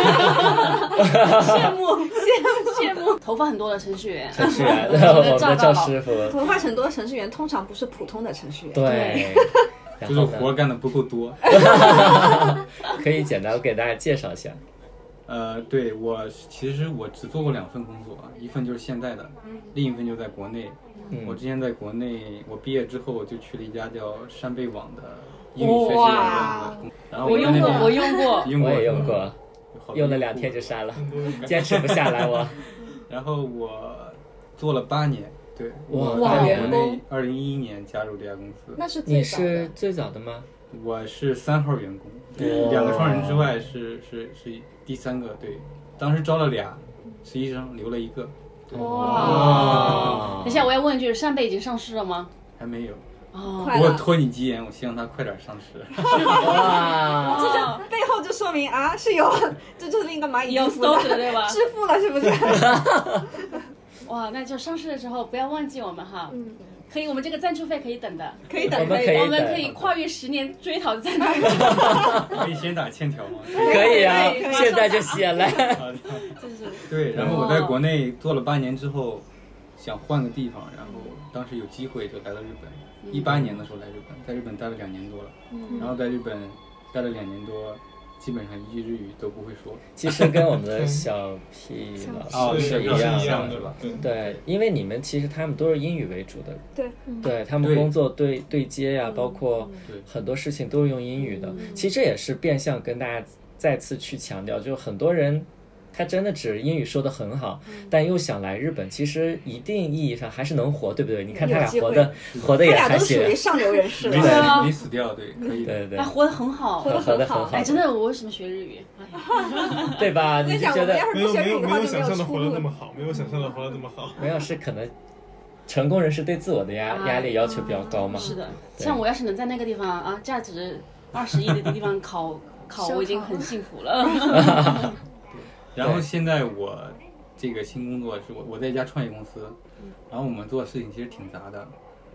[SPEAKER 8] 慕羡慕，
[SPEAKER 2] 羡慕头发很多的程序员，
[SPEAKER 4] [LAUGHS] 程序员，
[SPEAKER 2] 我
[SPEAKER 4] 啊我
[SPEAKER 2] 们
[SPEAKER 4] 们
[SPEAKER 2] 的赵大
[SPEAKER 4] 的赵
[SPEAKER 2] 佬
[SPEAKER 4] 师傅，
[SPEAKER 8] 头发很多程序员通常不是普通的程序员。
[SPEAKER 4] [LAUGHS] 对， [LAUGHS] 然
[SPEAKER 6] 就是
[SPEAKER 4] 后
[SPEAKER 6] 活
[SPEAKER 4] 呢，
[SPEAKER 6] 干的不够多。
[SPEAKER 4] 可以简单给大家介绍一下。
[SPEAKER 6] 呃，对我其实我只做过两份工作，啊，一份就是现在的，另一份就在国内。我
[SPEAKER 4] 嗯
[SPEAKER 6] 之，前在国内，我毕业之后我就去了一家叫扇贝网的英语学习网站的公司，然
[SPEAKER 2] [LAUGHS]
[SPEAKER 6] 后
[SPEAKER 2] 我
[SPEAKER 6] 在
[SPEAKER 2] 用
[SPEAKER 6] 那
[SPEAKER 2] 过，
[SPEAKER 6] 边
[SPEAKER 2] 我用过，
[SPEAKER 6] 用
[SPEAKER 4] 我
[SPEAKER 6] 过，嗯
[SPEAKER 4] 也用过，
[SPEAKER 6] 好多
[SPEAKER 4] 用了两天就删了，坚持不下来
[SPEAKER 6] [LAUGHS]
[SPEAKER 4] 我。
[SPEAKER 6] 然后我做了八年，对，我
[SPEAKER 4] 哇
[SPEAKER 6] 在
[SPEAKER 4] 八
[SPEAKER 6] 国
[SPEAKER 4] 年
[SPEAKER 6] 内二零一一年加入这家公司，
[SPEAKER 8] 那是最
[SPEAKER 4] 你
[SPEAKER 8] 早的
[SPEAKER 4] 是最早的吗？
[SPEAKER 6] 我是三号员工，
[SPEAKER 4] 哇
[SPEAKER 6] 对，两个创始人之外是是是第三个，对，当时招了俩，实际上留了一个，
[SPEAKER 2] 哇！等一下，我要问一句，扇贝已经上市了吗？
[SPEAKER 6] 还没有。
[SPEAKER 5] 啊
[SPEAKER 2] 哦，
[SPEAKER 8] 快
[SPEAKER 6] 我
[SPEAKER 8] 了，
[SPEAKER 6] 托你吉言，我希望它快点上
[SPEAKER 2] [LAUGHS]
[SPEAKER 6] 市。
[SPEAKER 4] 哇，
[SPEAKER 8] 这
[SPEAKER 2] 哦
[SPEAKER 8] 就背后就说明啊是有，这就是另一个蚂蚁
[SPEAKER 2] 有
[SPEAKER 8] 金服的
[SPEAKER 2] stock 的对吧
[SPEAKER 8] [LAUGHS] 致富了是
[SPEAKER 4] [LAUGHS]
[SPEAKER 8] 不是？
[SPEAKER 2] 哇，那就上市了之后不要忘记我们哈，
[SPEAKER 3] 嗯，
[SPEAKER 2] 可以，我们这个赞助费可以等的，
[SPEAKER 8] 可以
[SPEAKER 4] 我
[SPEAKER 8] 等
[SPEAKER 4] 们可以
[SPEAKER 2] 我
[SPEAKER 4] 等
[SPEAKER 2] 们可以跨越十年追讨赞助费，
[SPEAKER 6] 可以先打欠条
[SPEAKER 2] [LAUGHS]
[SPEAKER 6] 吗？
[SPEAKER 4] 可以啊
[SPEAKER 2] 可以可以，
[SPEAKER 4] 现在就写来。
[SPEAKER 6] 好的
[SPEAKER 2] 就是
[SPEAKER 6] 对，然后我在国内做了八年之后，想换个地方，然后当时有机会就来到日
[SPEAKER 2] 嗯
[SPEAKER 6] 本。一八年的时候来日本，在日本待了两年多了，然后在日本待了两年多，基本上一句日语都不会说。
[SPEAKER 4] [LAUGHS] 其实跟我们的小 P 老
[SPEAKER 6] 哦
[SPEAKER 4] 师
[SPEAKER 7] 是
[SPEAKER 4] 是一
[SPEAKER 6] 是
[SPEAKER 4] 样
[SPEAKER 7] 一样
[SPEAKER 4] 的。
[SPEAKER 7] 的
[SPEAKER 6] 是吧
[SPEAKER 7] 对，
[SPEAKER 4] 对，因为你们其实他们都是英语为主的，
[SPEAKER 8] 对，
[SPEAKER 4] 对他们
[SPEAKER 6] 对
[SPEAKER 4] 工作对对接呀、包括
[SPEAKER 6] 对
[SPEAKER 4] 很多事情都是用英语的。
[SPEAKER 8] 嗯
[SPEAKER 4] 其实这也是变相跟大家再次去强调，就是很多人他真的只英语说的很好，
[SPEAKER 8] 嗯
[SPEAKER 4] 但又想来日本，其实一定意义上还是能活，对不对？你看他俩
[SPEAKER 8] 嗯有机会
[SPEAKER 4] 活的活的
[SPEAKER 8] 他
[SPEAKER 4] 也
[SPEAKER 8] 俩
[SPEAKER 4] 还
[SPEAKER 8] 都是属于
[SPEAKER 4] 行，
[SPEAKER 8] 上流人士
[SPEAKER 6] 没
[SPEAKER 8] 了。
[SPEAKER 6] 死
[SPEAKER 2] 啊
[SPEAKER 6] 没死掉，对，可以
[SPEAKER 4] 对
[SPEAKER 6] 的。
[SPEAKER 4] 对对
[SPEAKER 2] 哎，，活得很好
[SPEAKER 8] 活，得
[SPEAKER 4] 活
[SPEAKER 8] 很
[SPEAKER 4] 得很
[SPEAKER 8] 好
[SPEAKER 4] 好，
[SPEAKER 2] 哎，真的，我为什么学日语？哎
[SPEAKER 4] 对吧？
[SPEAKER 8] 我跟
[SPEAKER 4] 你
[SPEAKER 8] 你
[SPEAKER 4] 就
[SPEAKER 8] 讲，我
[SPEAKER 4] 觉
[SPEAKER 8] 们
[SPEAKER 4] 得
[SPEAKER 8] 要是不
[SPEAKER 7] 没有
[SPEAKER 8] 学
[SPEAKER 7] 没
[SPEAKER 8] 日
[SPEAKER 7] 有
[SPEAKER 8] 语的话就
[SPEAKER 7] 没有
[SPEAKER 8] 没
[SPEAKER 7] 想象
[SPEAKER 8] 出
[SPEAKER 7] 的活得那
[SPEAKER 8] 路。
[SPEAKER 7] 么好，没有想象的活得那么好。
[SPEAKER 4] 没有是可能成功人士对自我的压
[SPEAKER 2] 啊
[SPEAKER 4] 压力要求比较高
[SPEAKER 8] 啊
[SPEAKER 4] 嘛。
[SPEAKER 2] 是的，
[SPEAKER 4] 对
[SPEAKER 2] 像我要是能在那个地方啊，价值二十亿的地方考考，我已经很幸福了。
[SPEAKER 6] 然后现在我这个新工作是我我在一家创业公司，然后我们做的事情其实挺杂的，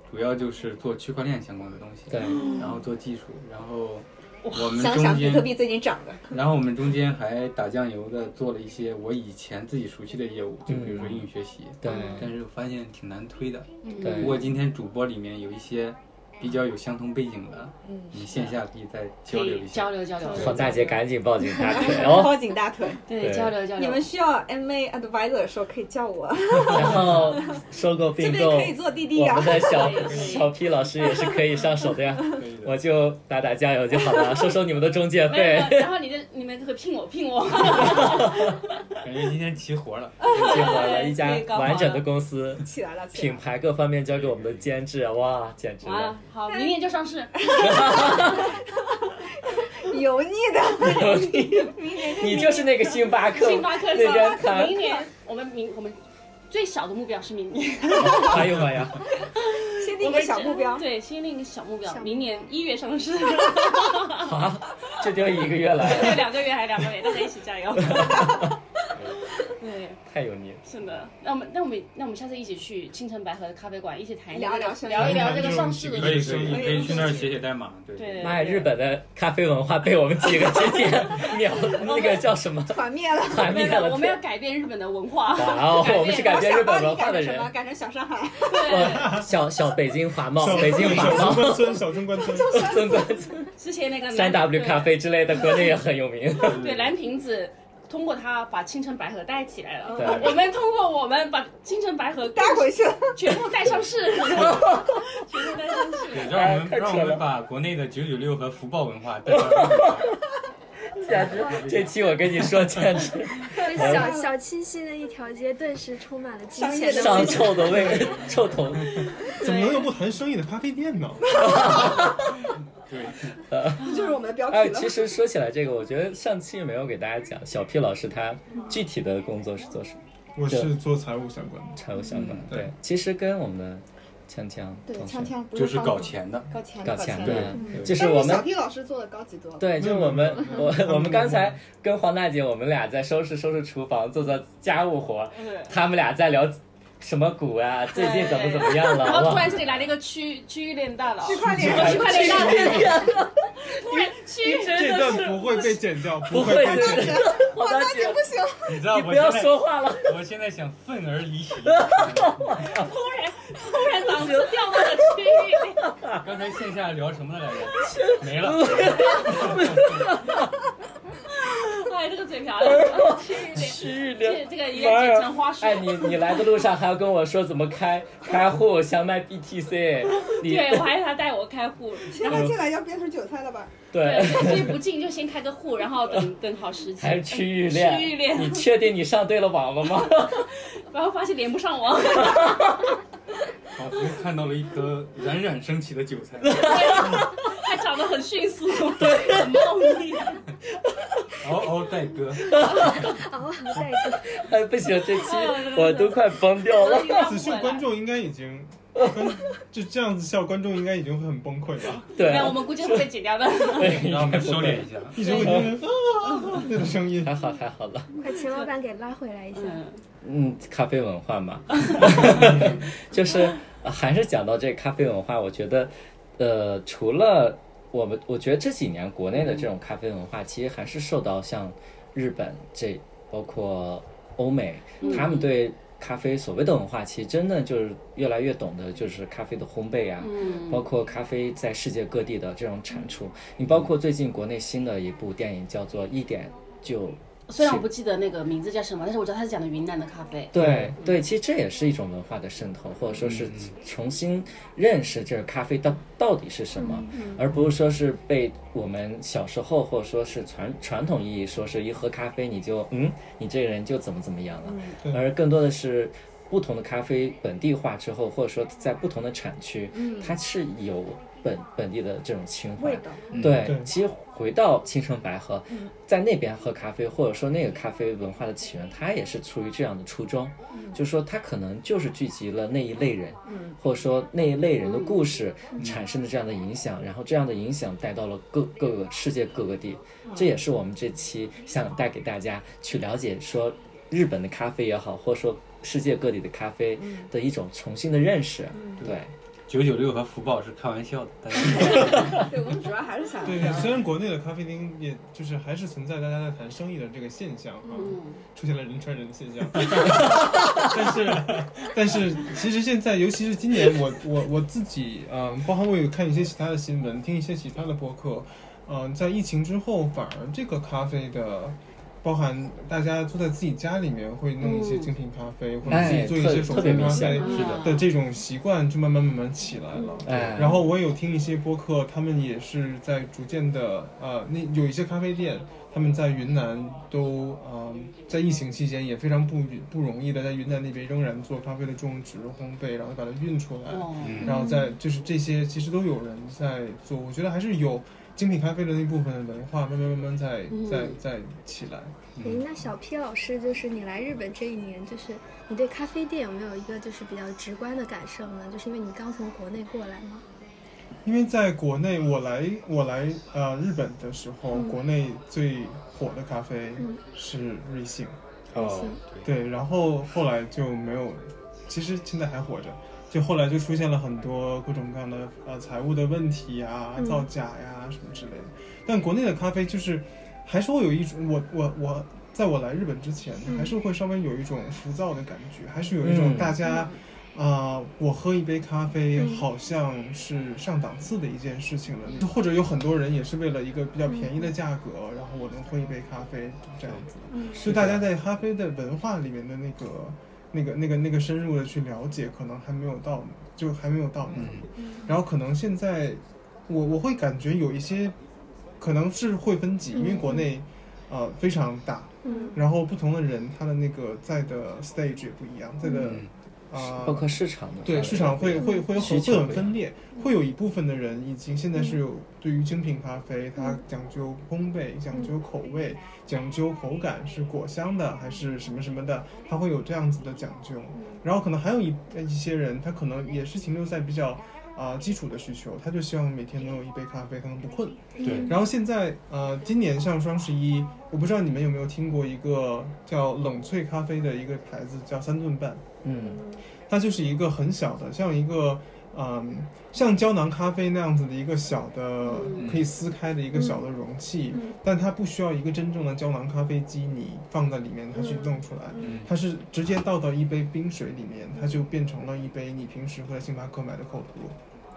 [SPEAKER 6] 主要就是做区块链相关的东西，
[SPEAKER 4] 对，
[SPEAKER 6] 然后做技术，然后我们
[SPEAKER 8] 想
[SPEAKER 6] 中
[SPEAKER 8] 想比
[SPEAKER 6] 间
[SPEAKER 8] 特币最近
[SPEAKER 4] 哦
[SPEAKER 8] 涨的，
[SPEAKER 6] 然后我们中间还打酱油的做了一些我以前自己熟悉的业务，就比如说英语学习，
[SPEAKER 4] 对
[SPEAKER 6] 但是我发现挺难推的。
[SPEAKER 4] 对
[SPEAKER 6] 不过今天主播里面有一些比较有相同背景的，你线下可以再交流一下。
[SPEAKER 2] 交流交流，
[SPEAKER 4] 黄大姐赶紧抱紧大
[SPEAKER 8] [LAUGHS]
[SPEAKER 4] 腿
[SPEAKER 8] 抱
[SPEAKER 4] 哦。
[SPEAKER 8] 紧大腿。
[SPEAKER 2] 对
[SPEAKER 4] 对
[SPEAKER 2] 交流交流。
[SPEAKER 8] 你们需要 MA advisor 的时候可以叫我，
[SPEAKER 4] 然后收购
[SPEAKER 8] 这
[SPEAKER 4] 并
[SPEAKER 8] 边
[SPEAKER 4] 购，
[SPEAKER 8] 可以做滴滴
[SPEAKER 4] [LAUGHS] 我
[SPEAKER 8] 啊
[SPEAKER 4] 们。的小
[SPEAKER 2] 可以可以
[SPEAKER 4] 小 P 老师也是可以上手的呀。
[SPEAKER 6] 可以的
[SPEAKER 4] 我就打打酱油就好了，收收你们的中介
[SPEAKER 2] 没有没
[SPEAKER 4] 费 [LAUGHS]
[SPEAKER 2] 有，。然后你的你们可以聘我聘我，
[SPEAKER 6] 感觉今天齐活了。
[SPEAKER 4] 结果了一家
[SPEAKER 2] 可以搞好
[SPEAKER 4] 完整的公司，
[SPEAKER 8] 起来了，起来
[SPEAKER 4] 品
[SPEAKER 8] 了。
[SPEAKER 4] 牌各方面交给我们的监制，啊哇，简直
[SPEAKER 2] 哇
[SPEAKER 4] 了！，
[SPEAKER 2] 啊好，明年就上市。
[SPEAKER 8] 油腻的，
[SPEAKER 4] 你就是那个星巴克，
[SPEAKER 2] 星巴克
[SPEAKER 4] 那边谈
[SPEAKER 2] 明，年我们明我们最小的目标是明年，
[SPEAKER 4] [LAUGHS] 哎呦妈呀！
[SPEAKER 8] 先定
[SPEAKER 2] 我
[SPEAKER 8] 一
[SPEAKER 2] 们
[SPEAKER 8] 个小目标。
[SPEAKER 2] 对，先定一个小目标
[SPEAKER 3] 小，目标
[SPEAKER 2] 明年一月上市， [LAUGHS]
[SPEAKER 4] 啊，这就一个月了，
[SPEAKER 2] 对，两个月还两个月，大家一起加油。对，
[SPEAKER 4] 太油腻了。
[SPEAKER 2] 是的，那我们那我们那我们下次一起去青城白河的咖啡馆，一起谈
[SPEAKER 8] 聊一聊
[SPEAKER 2] 聊
[SPEAKER 8] 生意
[SPEAKER 2] 聊一聊这个上市的
[SPEAKER 6] 可
[SPEAKER 2] 事
[SPEAKER 6] 以
[SPEAKER 2] 情。
[SPEAKER 6] 可以，
[SPEAKER 8] 可以
[SPEAKER 6] 可以去那儿写写代码。对
[SPEAKER 2] 对
[SPEAKER 4] 妈呀，日本的咖啡文化被我们几个直
[SPEAKER 2] [LAUGHS]
[SPEAKER 4] 接秒，那个叫什么
[SPEAKER 8] 团灭了，
[SPEAKER 4] 团灭
[SPEAKER 2] 没有
[SPEAKER 4] 了
[SPEAKER 2] 我。们要改变日本的文
[SPEAKER 4] [LAUGHS]
[SPEAKER 2] 化。
[SPEAKER 4] 哇哦，我们是改变日本文化的
[SPEAKER 8] 我想把你改成
[SPEAKER 4] 人，
[SPEAKER 8] 什么？改成小上海，
[SPEAKER 4] 哇小小北京华贸
[SPEAKER 7] 小，
[SPEAKER 4] 哦北京华
[SPEAKER 7] 小
[SPEAKER 4] 贸
[SPEAKER 7] 中。关村，小中关村，
[SPEAKER 4] 尊关
[SPEAKER 2] 之前那个
[SPEAKER 4] 三 W 咖啡之类的，国内也很有名。
[SPEAKER 2] 对，对蓝瓶子。通过它把青城白河带起来了，
[SPEAKER 4] 对
[SPEAKER 2] 我们通过我们把青城白河
[SPEAKER 8] 带回去了。
[SPEAKER 2] 全部带 [LAUGHS] 上市，全部带上 [LAUGHS]
[SPEAKER 6] 对，
[SPEAKER 2] 市。
[SPEAKER 6] 让我们
[SPEAKER 4] 哎太扯
[SPEAKER 6] 让我
[SPEAKER 4] 了
[SPEAKER 6] 们把国内的九九六和福报文化带到日本。
[SPEAKER 4] 简直， [LAUGHS] 这期我跟你说，简直
[SPEAKER 3] 就是小小清新的一条街，顿时充满了金
[SPEAKER 8] 商业
[SPEAKER 3] 钱
[SPEAKER 8] 的
[SPEAKER 4] 上
[SPEAKER 3] 味。
[SPEAKER 4] 臭的味，臭头。 [LAUGHS]
[SPEAKER 7] 怎么能有不谈生意的咖啡店呢？
[SPEAKER 6] 对，
[SPEAKER 8] 这就是我们的标
[SPEAKER 4] 哎，
[SPEAKER 8] 题了
[SPEAKER 4] 其。实说起来这个，我觉得上期没有给大家讲，小 P 老师他具体的工作是做什么，
[SPEAKER 7] 我是做财务相关的，
[SPEAKER 4] 财务相关。
[SPEAKER 6] 嗯
[SPEAKER 4] 对，其实跟我们的锵锵同学
[SPEAKER 8] 锵，不
[SPEAKER 6] 就是
[SPEAKER 8] 高
[SPEAKER 6] 搞钱的。
[SPEAKER 8] 搞钱
[SPEAKER 4] 搞
[SPEAKER 8] 钱
[SPEAKER 4] 钱
[SPEAKER 6] 对
[SPEAKER 4] 的，
[SPEAKER 6] 对
[SPEAKER 8] 但
[SPEAKER 4] 就是我们
[SPEAKER 8] 小 P 老师做的高级多了。
[SPEAKER 4] 对，就是我们我我们刚才跟黄大姐，我们俩在收拾收拾厨房，做做家务活儿，
[SPEAKER 2] 对
[SPEAKER 4] 他们俩在聊什么股啊，最近怎么怎么样了，
[SPEAKER 2] 然后突
[SPEAKER 4] 哇
[SPEAKER 2] 然。这里来了一个区区域链大佬，
[SPEAKER 8] 快点，
[SPEAKER 2] 区块链大佬，突然区域真
[SPEAKER 7] 这
[SPEAKER 2] 的
[SPEAKER 7] 段
[SPEAKER 2] 是
[SPEAKER 7] 不会被剪掉，
[SPEAKER 4] 不
[SPEAKER 7] 不
[SPEAKER 4] 会
[SPEAKER 7] 会被剪掉。
[SPEAKER 4] [LAUGHS] 黄大姐，
[SPEAKER 6] 你知道
[SPEAKER 4] 你
[SPEAKER 6] 我
[SPEAKER 4] 不要
[SPEAKER 6] 现在
[SPEAKER 4] 说话了。
[SPEAKER 6] 我现在想愤而离席。
[SPEAKER 2] 突然突然档次掉到了区域链。
[SPEAKER 6] 刚才线下聊什么来着？没
[SPEAKER 4] [LAUGHS]
[SPEAKER 6] 了。
[SPEAKER 2] 哎，这个嘴瓢了，区域链。
[SPEAKER 4] 去
[SPEAKER 2] 这这个一定要剪成花束
[SPEAKER 4] 哎，你你来的路上还要跟我说怎么开开户，想买 BTC，你
[SPEAKER 2] 对，我还让他带我开户，
[SPEAKER 4] 哎
[SPEAKER 8] 现在进来要变成韭菜了吧？
[SPEAKER 4] 对
[SPEAKER 2] 对，所以不进就先开个户，然后等等好时机。
[SPEAKER 4] [LAUGHS] 还是区域链？
[SPEAKER 2] 区域链
[SPEAKER 4] 你确定你上对了网了吗？
[SPEAKER 2] [LAUGHS] 然后发现连不上网，
[SPEAKER 6] 仿佛看到了一颗冉冉升起的韭菜，
[SPEAKER 2] 还长得很迅速，对，很茂密。
[SPEAKER 6] 嗷嗷待
[SPEAKER 4] [LAUGHS]
[SPEAKER 6] 割。
[SPEAKER 3] 哦，下一个，
[SPEAKER 4] 哎，不行，这期
[SPEAKER 2] 哎呦真的
[SPEAKER 4] 我都快崩掉了。
[SPEAKER 7] 此时观众应该已经，观 [LAUGHS] 就这样子笑，观众应该已经会很崩溃吧？
[SPEAKER 4] 对
[SPEAKER 2] 没，有，我们估计会被剪掉的。嗯
[SPEAKER 4] 对，
[SPEAKER 6] 让我们收敛一下。
[SPEAKER 7] 一直会听见啊那个声音
[SPEAKER 4] 还。好还好了。
[SPEAKER 3] 快请老板给拉回来一下。
[SPEAKER 2] 嗯，
[SPEAKER 4] 嗯，咖啡文化嘛，就是呃还是讲到这咖啡文化，我觉得，呃，除了我们，我觉得这几年国内的这种咖啡文化，其实还是受到像日本这，包括欧美，他们对咖啡所谓的文化，其实真的就是越来越懂得就是咖啡的烘焙啊，包括咖啡在世界各地的这种产出。你包括最近国内新的一部电影叫做《一点就》。
[SPEAKER 2] 虽然我不记得那个名字叫什么，但是我知道他是讲的云南的咖啡。
[SPEAKER 8] 嗯
[SPEAKER 4] 对对，其实这也是一种文化的渗透，或者说是重新认识这个咖啡到到底是什么，
[SPEAKER 8] 嗯
[SPEAKER 4] 而不是说是被我们小时候或者说是传传统意义说是一喝咖啡你就嗯，你这个人就怎么怎么样
[SPEAKER 8] 嗯
[SPEAKER 4] 了，
[SPEAKER 7] 对
[SPEAKER 4] 而更多的是。不同的咖啡本地化之后，或者说在不同的产区，它是有本本地的这种情
[SPEAKER 8] 嗯
[SPEAKER 4] 怀
[SPEAKER 8] 味。道，
[SPEAKER 4] 对，
[SPEAKER 7] 对
[SPEAKER 4] 其实回到青城白河，在那边喝咖啡，或者说那个咖啡文化的起源，它也是出于这样的初衷，就是说它可能就是聚集了那一类人，
[SPEAKER 5] 嗯
[SPEAKER 8] 嗯
[SPEAKER 4] 或者说那一类人的故事产生的这样的影响，然后这样的影响带到了各各个世界各个地，这也是我们这期想带给大家去了解说日本的咖啡也好，或者说世界各地的咖啡的一种重新的认识，对。
[SPEAKER 6] 九九六和福报是开玩笑的，
[SPEAKER 4] [LAUGHS]
[SPEAKER 6] 但是。
[SPEAKER 8] 对我们主要还是想
[SPEAKER 7] 对，
[SPEAKER 8] 聊
[SPEAKER 7] 虽然国内的咖啡厅，也就是还是存在大家在谈生意的这个现象啊，出现了人传人的现象， [LAUGHS] 但是但是其实现在，尤其是今年，我我我自己，嗯、包含我有看一些其他的新闻，听一些其他的播客，嗯、在疫情之后，反而这个咖啡的。包含大家坐在自己家里面会弄一些
[SPEAKER 2] 嗯
[SPEAKER 7] 精品咖啡，或者自己
[SPEAKER 4] 哎，
[SPEAKER 7] 做一
[SPEAKER 4] 特
[SPEAKER 7] 些手
[SPEAKER 4] 特
[SPEAKER 7] 工
[SPEAKER 4] 别明
[SPEAKER 7] 咖
[SPEAKER 4] 显，
[SPEAKER 7] 啡
[SPEAKER 4] 是的，
[SPEAKER 7] 的这种习惯，就慢慢慢慢起来了。
[SPEAKER 4] 哎，
[SPEAKER 7] 然后我也有听一些播客，他们也是在逐渐的，呃，那有一些咖啡店，他们在云南都，呃，在疫情期间也非常不不容易的，在云南那边仍然做咖啡的种植、烘焙，然后把它运出来，
[SPEAKER 2] 哦，
[SPEAKER 7] 然后在就是这些其实都有人在做，我觉得还是有精品咖啡的那部分的文化慢慢慢慢在在在起来。
[SPEAKER 3] 诶，那小 P 老师，就是你来日本这一年，就是你对咖啡店有没有一个就是比较直观的感受呢？就是因为你刚从国内过来嘛。
[SPEAKER 7] 因为在国内，我来我来呃日本的时候，国内最火的咖啡是瑞幸。
[SPEAKER 6] 哦，对，
[SPEAKER 7] 对，然后后来就没有，其实现在还活着，就后来就出现了很多各种各样的呃财务的问题呀、造假呀、什么之类的。但国内的咖啡就是还是会有一种我我我。在我来日本之前，还是会稍微有一种浮躁的感觉，还是有一种
[SPEAKER 4] 嗯
[SPEAKER 7] 大家，啊、我喝一杯咖啡好像是上档次的一件事情了，就或者有很多人也是为了一个比较便宜的价格，然后我能喝一杯咖啡这样子。就大家在咖啡的文化里面的那个、那个、那个、那个深入的去了解，可能还没有到，就还没有到那里。然后可能现在我我会感觉有一些，可能是会分级，因为国内呃非常大，
[SPEAKER 3] 嗯
[SPEAKER 7] 然后不同的人他的那个在的 stage 也不一样，在的
[SPEAKER 6] 嗯
[SPEAKER 7] 啊、
[SPEAKER 4] 包括市场的
[SPEAKER 7] 对，
[SPEAKER 4] 话
[SPEAKER 7] 市场会会会
[SPEAKER 4] 需
[SPEAKER 7] 很
[SPEAKER 4] 求
[SPEAKER 7] 会很
[SPEAKER 4] 不一
[SPEAKER 7] 分
[SPEAKER 4] 样
[SPEAKER 7] 裂，会有一部分的人已经现在是有对于精品咖啡，它讲究烘焙、讲究口味、讲究口感，是果香的还是什么什么的，它会有这样子的讲究。然后可能还有一呃一些人，他可能也是停留在比较啊、基础的需求，他就希望每天能有一杯咖啡，他能不困。
[SPEAKER 6] 对，
[SPEAKER 7] 然后现在呃，今年像双十一，我不知道你们有没有听过一个叫冷萃咖啡的一个牌子，叫三顿半。
[SPEAKER 4] 嗯，
[SPEAKER 7] 它就是一个很小的，像一个嗯，像胶囊咖啡那样子的一个小的、
[SPEAKER 6] 嗯
[SPEAKER 7] 可以撕开的一个小的容器，但它不需要一个真正的胶囊咖啡机，你放在里面它去弄出来，
[SPEAKER 6] 嗯
[SPEAKER 7] 它是直接倒到一杯冰水里面，它就变成了一杯你平时会在星巴克买的口图，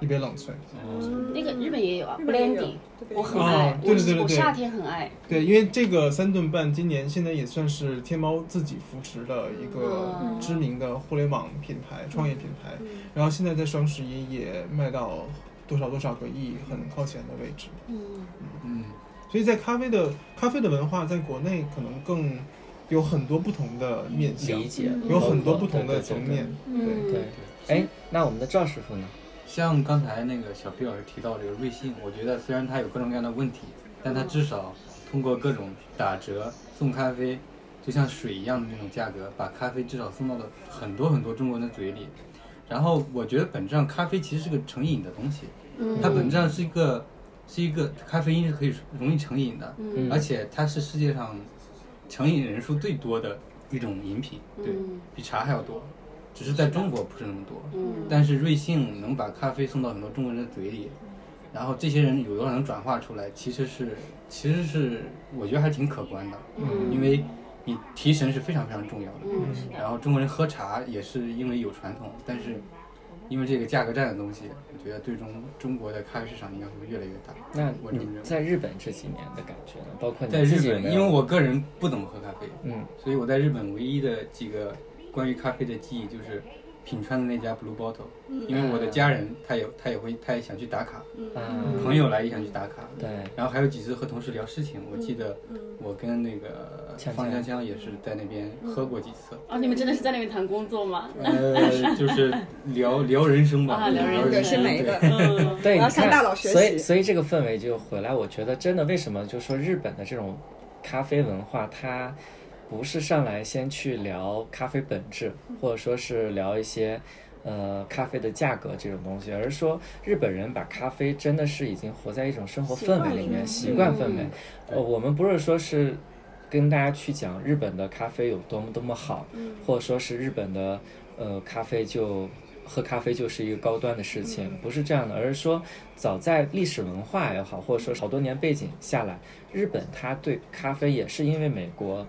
[SPEAKER 7] 一杯冷萃。
[SPEAKER 4] 嗯
[SPEAKER 2] 那个日本也有啊
[SPEAKER 8] 日本也有
[SPEAKER 2] ，blending，
[SPEAKER 8] 对
[SPEAKER 2] 我很爱
[SPEAKER 7] 哦，
[SPEAKER 2] 我
[SPEAKER 7] 对对对对
[SPEAKER 2] 我
[SPEAKER 7] 对
[SPEAKER 2] 夏天很爱，
[SPEAKER 7] 对，因为这个三顿半今年现在也算是天猫自己扶持的一个
[SPEAKER 2] 嗯
[SPEAKER 7] 知名的互联网品牌、创业品牌，
[SPEAKER 8] 嗯
[SPEAKER 7] 然后现在在双十一也卖到多少多少个亿，很靠前的位置。
[SPEAKER 2] 嗯，
[SPEAKER 6] 嗯，
[SPEAKER 7] 所以在咖啡的咖啡的文化，在国内可能更有很多不同的面向
[SPEAKER 4] 理，解
[SPEAKER 7] 有很多不同
[SPEAKER 4] 对
[SPEAKER 7] 的
[SPEAKER 4] 对对
[SPEAKER 7] 层
[SPEAKER 4] 对
[SPEAKER 7] 面。
[SPEAKER 8] 嗯
[SPEAKER 7] 对，
[SPEAKER 4] 嗯对，哎，那我们的赵师傅呢？
[SPEAKER 6] 像刚才那个小 P 老师提到这个瑞幸，我觉得虽然它有各种各样的问题，但它至少通过各种打折送咖啡，就像水一样的那种价格，把咖啡至少送到了很多很多中国人的嘴里。然后我觉得本质上咖啡其实是个成瘾的东西，它本质上是一个是一个咖啡因是可以容易成瘾的，
[SPEAKER 4] 嗯
[SPEAKER 6] 而且它是世界上成瘾人数最多的一种饮品，对、比茶还要多，只是在中国不是那么多。
[SPEAKER 2] 嗯
[SPEAKER 6] 但是瑞幸能把咖啡送到很多中国人的嘴里，然后这些人有多少能转化出来，其实是其实是我觉得还挺可观的，因为你提神是非常非常重要的。
[SPEAKER 2] 嗯是的，
[SPEAKER 6] 然后中国人喝茶也是因为有传统，但是因为这个价格战的东西，我觉得最终中国的咖啡市场应该会越来越大。
[SPEAKER 4] 那
[SPEAKER 6] 我这
[SPEAKER 4] 你
[SPEAKER 6] 么认为
[SPEAKER 4] 在日本这几年的感觉呢？包括
[SPEAKER 6] 在
[SPEAKER 4] 你自
[SPEAKER 6] 日
[SPEAKER 4] 己有
[SPEAKER 6] 本，
[SPEAKER 4] 没
[SPEAKER 6] 因为
[SPEAKER 4] 有？
[SPEAKER 6] 我个人不怎么喝咖啡，
[SPEAKER 4] 嗯，
[SPEAKER 6] 所以我在日本唯一的几个关于咖啡的记忆就是品川的那家 Blue Bottle，、因为我的家人他也他也会他也想去打卡，
[SPEAKER 4] 嗯，
[SPEAKER 6] 朋友来也想去打卡，
[SPEAKER 4] 对，
[SPEAKER 6] 然后还有几次和同事聊事情，我记得我跟那个
[SPEAKER 4] 锵锵
[SPEAKER 6] 方香香也是在那边喝过几次，
[SPEAKER 2] 哦，你们真的是在那边谈工作吗？
[SPEAKER 6] 呃，就是聊聊人生吧，
[SPEAKER 2] 啊聊人
[SPEAKER 6] 人
[SPEAKER 2] 生
[SPEAKER 8] 是每一个
[SPEAKER 6] 对
[SPEAKER 2] 嗯，
[SPEAKER 4] 对，
[SPEAKER 8] 我要
[SPEAKER 4] 你看
[SPEAKER 8] 向大佬学习
[SPEAKER 4] 所以，所以这个氛围就回来。我觉得真的，为什么就说日本的这种咖啡文化，它不是上来先去聊咖啡本质，或者说是聊一些呃咖啡的价格这种东西，而是说日本人把咖啡真的是已经活在一种生活
[SPEAKER 8] 习
[SPEAKER 4] 氛
[SPEAKER 8] 惯
[SPEAKER 4] 围
[SPEAKER 8] 里
[SPEAKER 4] 里面，
[SPEAKER 8] 面
[SPEAKER 4] 习惯氛围
[SPEAKER 2] 嗯。
[SPEAKER 4] 呃，我们不是说是。跟大家去讲日本的咖啡有多么多么好，
[SPEAKER 8] 嗯
[SPEAKER 4] 或者说是日本的呃咖啡就喝咖啡就是一个高端的事情，
[SPEAKER 8] 嗯
[SPEAKER 4] 不是这样的，而是说早在历史文化也好，或者说好多年背景下来，日本它对咖啡也是因为美国。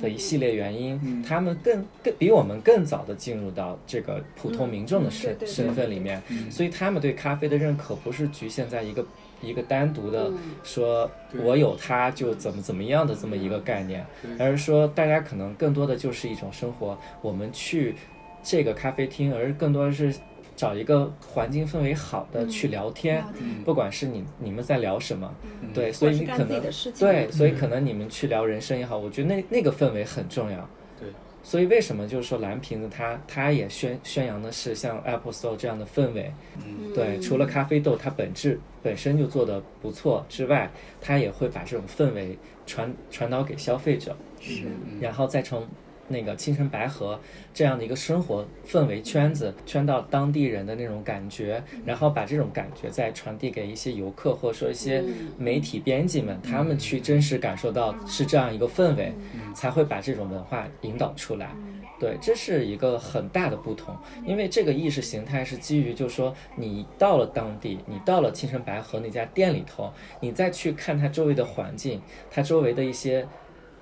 [SPEAKER 4] 的一系列原因，
[SPEAKER 8] 嗯
[SPEAKER 4] 他们更更比我们更早的进入到这个普通民众的身、
[SPEAKER 8] 嗯对对嗯
[SPEAKER 4] 身份里面，所以他们对咖啡的认可不是局限在一个一个单独的
[SPEAKER 8] 嗯
[SPEAKER 4] 说我有它就怎么怎么样的这么一个概念，而是说大家可能更多的就是一种生活，我们去这个咖啡厅，而更多的是找一个环境氛围好的
[SPEAKER 8] 嗯
[SPEAKER 4] 去聊天，
[SPEAKER 6] 嗯
[SPEAKER 4] 不管是你你们在聊什么，对，所以
[SPEAKER 8] 是
[SPEAKER 4] 你
[SPEAKER 8] 干
[SPEAKER 4] 可
[SPEAKER 8] 自己
[SPEAKER 4] 能
[SPEAKER 8] 的事情嗯
[SPEAKER 4] 对，所以可能你们去聊人生也好，我觉得那那个氛围很重要。
[SPEAKER 6] 对，
[SPEAKER 4] 所以为什么就是说蓝瓶子它它也宣宣扬的是像 Apple Store 这样的氛围，
[SPEAKER 2] 嗯
[SPEAKER 4] 对，除了咖啡豆它本质本身就做的不错之外，它也会把这种氛围传传导给消费者，是，然后再从那个青城白河这样的一个生活氛围圈子圈到当地人的那种感觉，然后把这种感觉再传递给一些游客或者说一些媒体编辑们，他们去真实感受到是这样一个氛围，才会把这种文化引导出来。对，这是一个很大的不同，因为这个意识形态是基于，就是说你到了当地，你到了青城白河那家店里头，你再去看它周围的环境，它周围的一些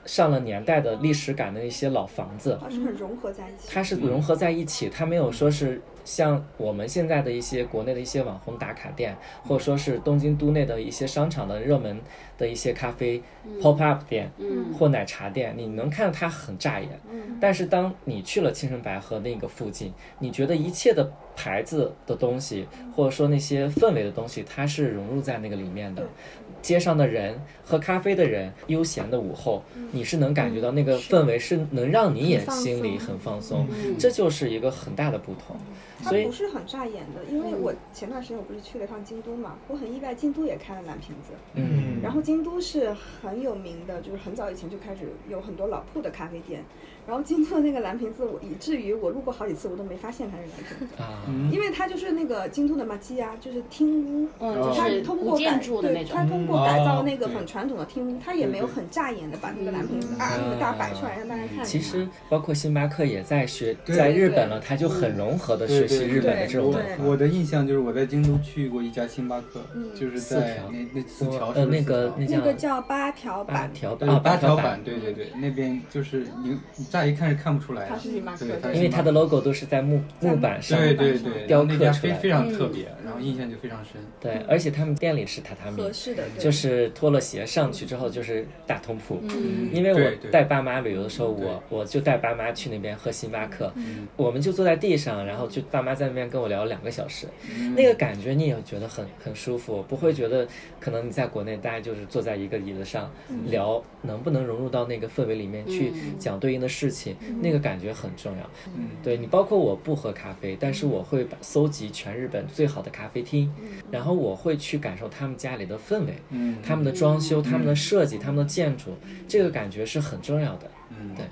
[SPEAKER 4] 上了年代的历史感的一些老房子，
[SPEAKER 8] 它是很融合在一起。
[SPEAKER 4] 它是融合在一起，它没有说是像我们现在的一些国内的一些网红打卡店，或者说是东京都内的一些商场的热门的一些咖啡 pop up 店
[SPEAKER 2] 嗯
[SPEAKER 4] 或奶茶店，你能看到它很扎眼。但是当你去了青城白河那个附近，你觉得一切的牌子的东西，或者说那些氛围的东西，它是融入在那个里面的。街上的人、喝咖啡的人、悠闲的午后，你是能感觉到那个氛围是能让你也
[SPEAKER 3] 很放松
[SPEAKER 4] 心里很放松，这就是一个很大的不同。
[SPEAKER 5] 嗯
[SPEAKER 8] 它
[SPEAKER 4] 所以
[SPEAKER 8] 不是很扎眼的，因为我前段时间我不是去了趟京都嘛，我很意外，京都也开了蓝瓶子。
[SPEAKER 4] 嗯，
[SPEAKER 8] 然后京都是很有名的，就是很早以前就开始有很多老铺的咖啡店。然后京都的那个蓝瓶子，我以至于我路过好几次，我都没发现它是蓝瓶子，
[SPEAKER 4] 啊，
[SPEAKER 6] 嗯
[SPEAKER 8] 因为它就是那个京都的马基啊，就是厅屋，
[SPEAKER 2] 嗯
[SPEAKER 8] 就
[SPEAKER 2] 就是
[SPEAKER 8] 它
[SPEAKER 4] 哦
[SPEAKER 2] 是
[SPEAKER 8] 通
[SPEAKER 2] 古
[SPEAKER 8] 过改
[SPEAKER 2] 建筑的那
[SPEAKER 8] 对，
[SPEAKER 2] 种
[SPEAKER 8] 它通过改造那个
[SPEAKER 6] 嗯哦
[SPEAKER 8] 很传统的厅屋，它也没有很扎眼的把那个蓝瓶子啊那个大摆出来让大家看。
[SPEAKER 4] 嗯其实包括星巴克也在学，
[SPEAKER 6] 对
[SPEAKER 4] 在日本了，它就很融合的学习日本的这种
[SPEAKER 6] 我
[SPEAKER 4] 文
[SPEAKER 6] 我
[SPEAKER 4] 化。
[SPEAKER 6] 的印象就是我在京都去过一家星巴克，就是
[SPEAKER 4] 四
[SPEAKER 6] 在
[SPEAKER 4] 条
[SPEAKER 6] 那那四条
[SPEAKER 4] 我
[SPEAKER 6] 是
[SPEAKER 4] 呃
[SPEAKER 6] 不是
[SPEAKER 4] 那个
[SPEAKER 6] 四条
[SPEAKER 4] 那
[SPEAKER 8] 那个
[SPEAKER 4] 叫
[SPEAKER 8] 叫八条
[SPEAKER 4] 八
[SPEAKER 8] 板，
[SPEAKER 4] 条
[SPEAKER 6] 对
[SPEAKER 4] 啊
[SPEAKER 6] 呃八条
[SPEAKER 4] 板
[SPEAKER 6] 板，，对对对，那边就是你你乍一看是看不出来的，
[SPEAKER 8] 它是星巴克
[SPEAKER 6] 对，
[SPEAKER 8] 对
[SPEAKER 4] 因为它
[SPEAKER 6] 它
[SPEAKER 4] 的 logo 都是在木木板上，
[SPEAKER 6] 对对对，
[SPEAKER 4] 雕
[SPEAKER 6] 然后那
[SPEAKER 4] 刻
[SPEAKER 6] 家
[SPEAKER 4] 出
[SPEAKER 6] 非
[SPEAKER 4] 来
[SPEAKER 6] 非常特别，然后印象就非常深。
[SPEAKER 4] 对，而且他们店里是榻榻米
[SPEAKER 8] 合，适的，对
[SPEAKER 4] 就是脱了鞋上去之后就是大通铺。
[SPEAKER 6] 嗯
[SPEAKER 4] 因为
[SPEAKER 6] 对
[SPEAKER 4] 我
[SPEAKER 6] 对
[SPEAKER 4] 带爸妈旅游的时候，我
[SPEAKER 6] 对嗯
[SPEAKER 4] 我就带爸妈去那边喝星巴克，我们就坐在地上，然后就爸妈在那边跟我聊两个小时，
[SPEAKER 6] 嗯
[SPEAKER 4] 那个感觉你也觉得很很舒服，不会觉得可能你在国内大家就是坐在一个椅子上
[SPEAKER 6] 嗯
[SPEAKER 4] 聊，能不能融入到那个氛围里面去讲对应的事情，那个感觉很重要。
[SPEAKER 6] 嗯
[SPEAKER 4] 对你，包括我不喝咖啡，但是我会把搜集全日本最好的咖啡厅，
[SPEAKER 3] 嗯
[SPEAKER 4] 然后我会去感受他们家里的氛围，
[SPEAKER 6] 嗯，
[SPEAKER 4] 他们的装修、他
[SPEAKER 3] 嗯
[SPEAKER 4] 们的设计、他们的建筑，这个感觉是很重要的。
[SPEAKER 6] 嗯
[SPEAKER 4] 对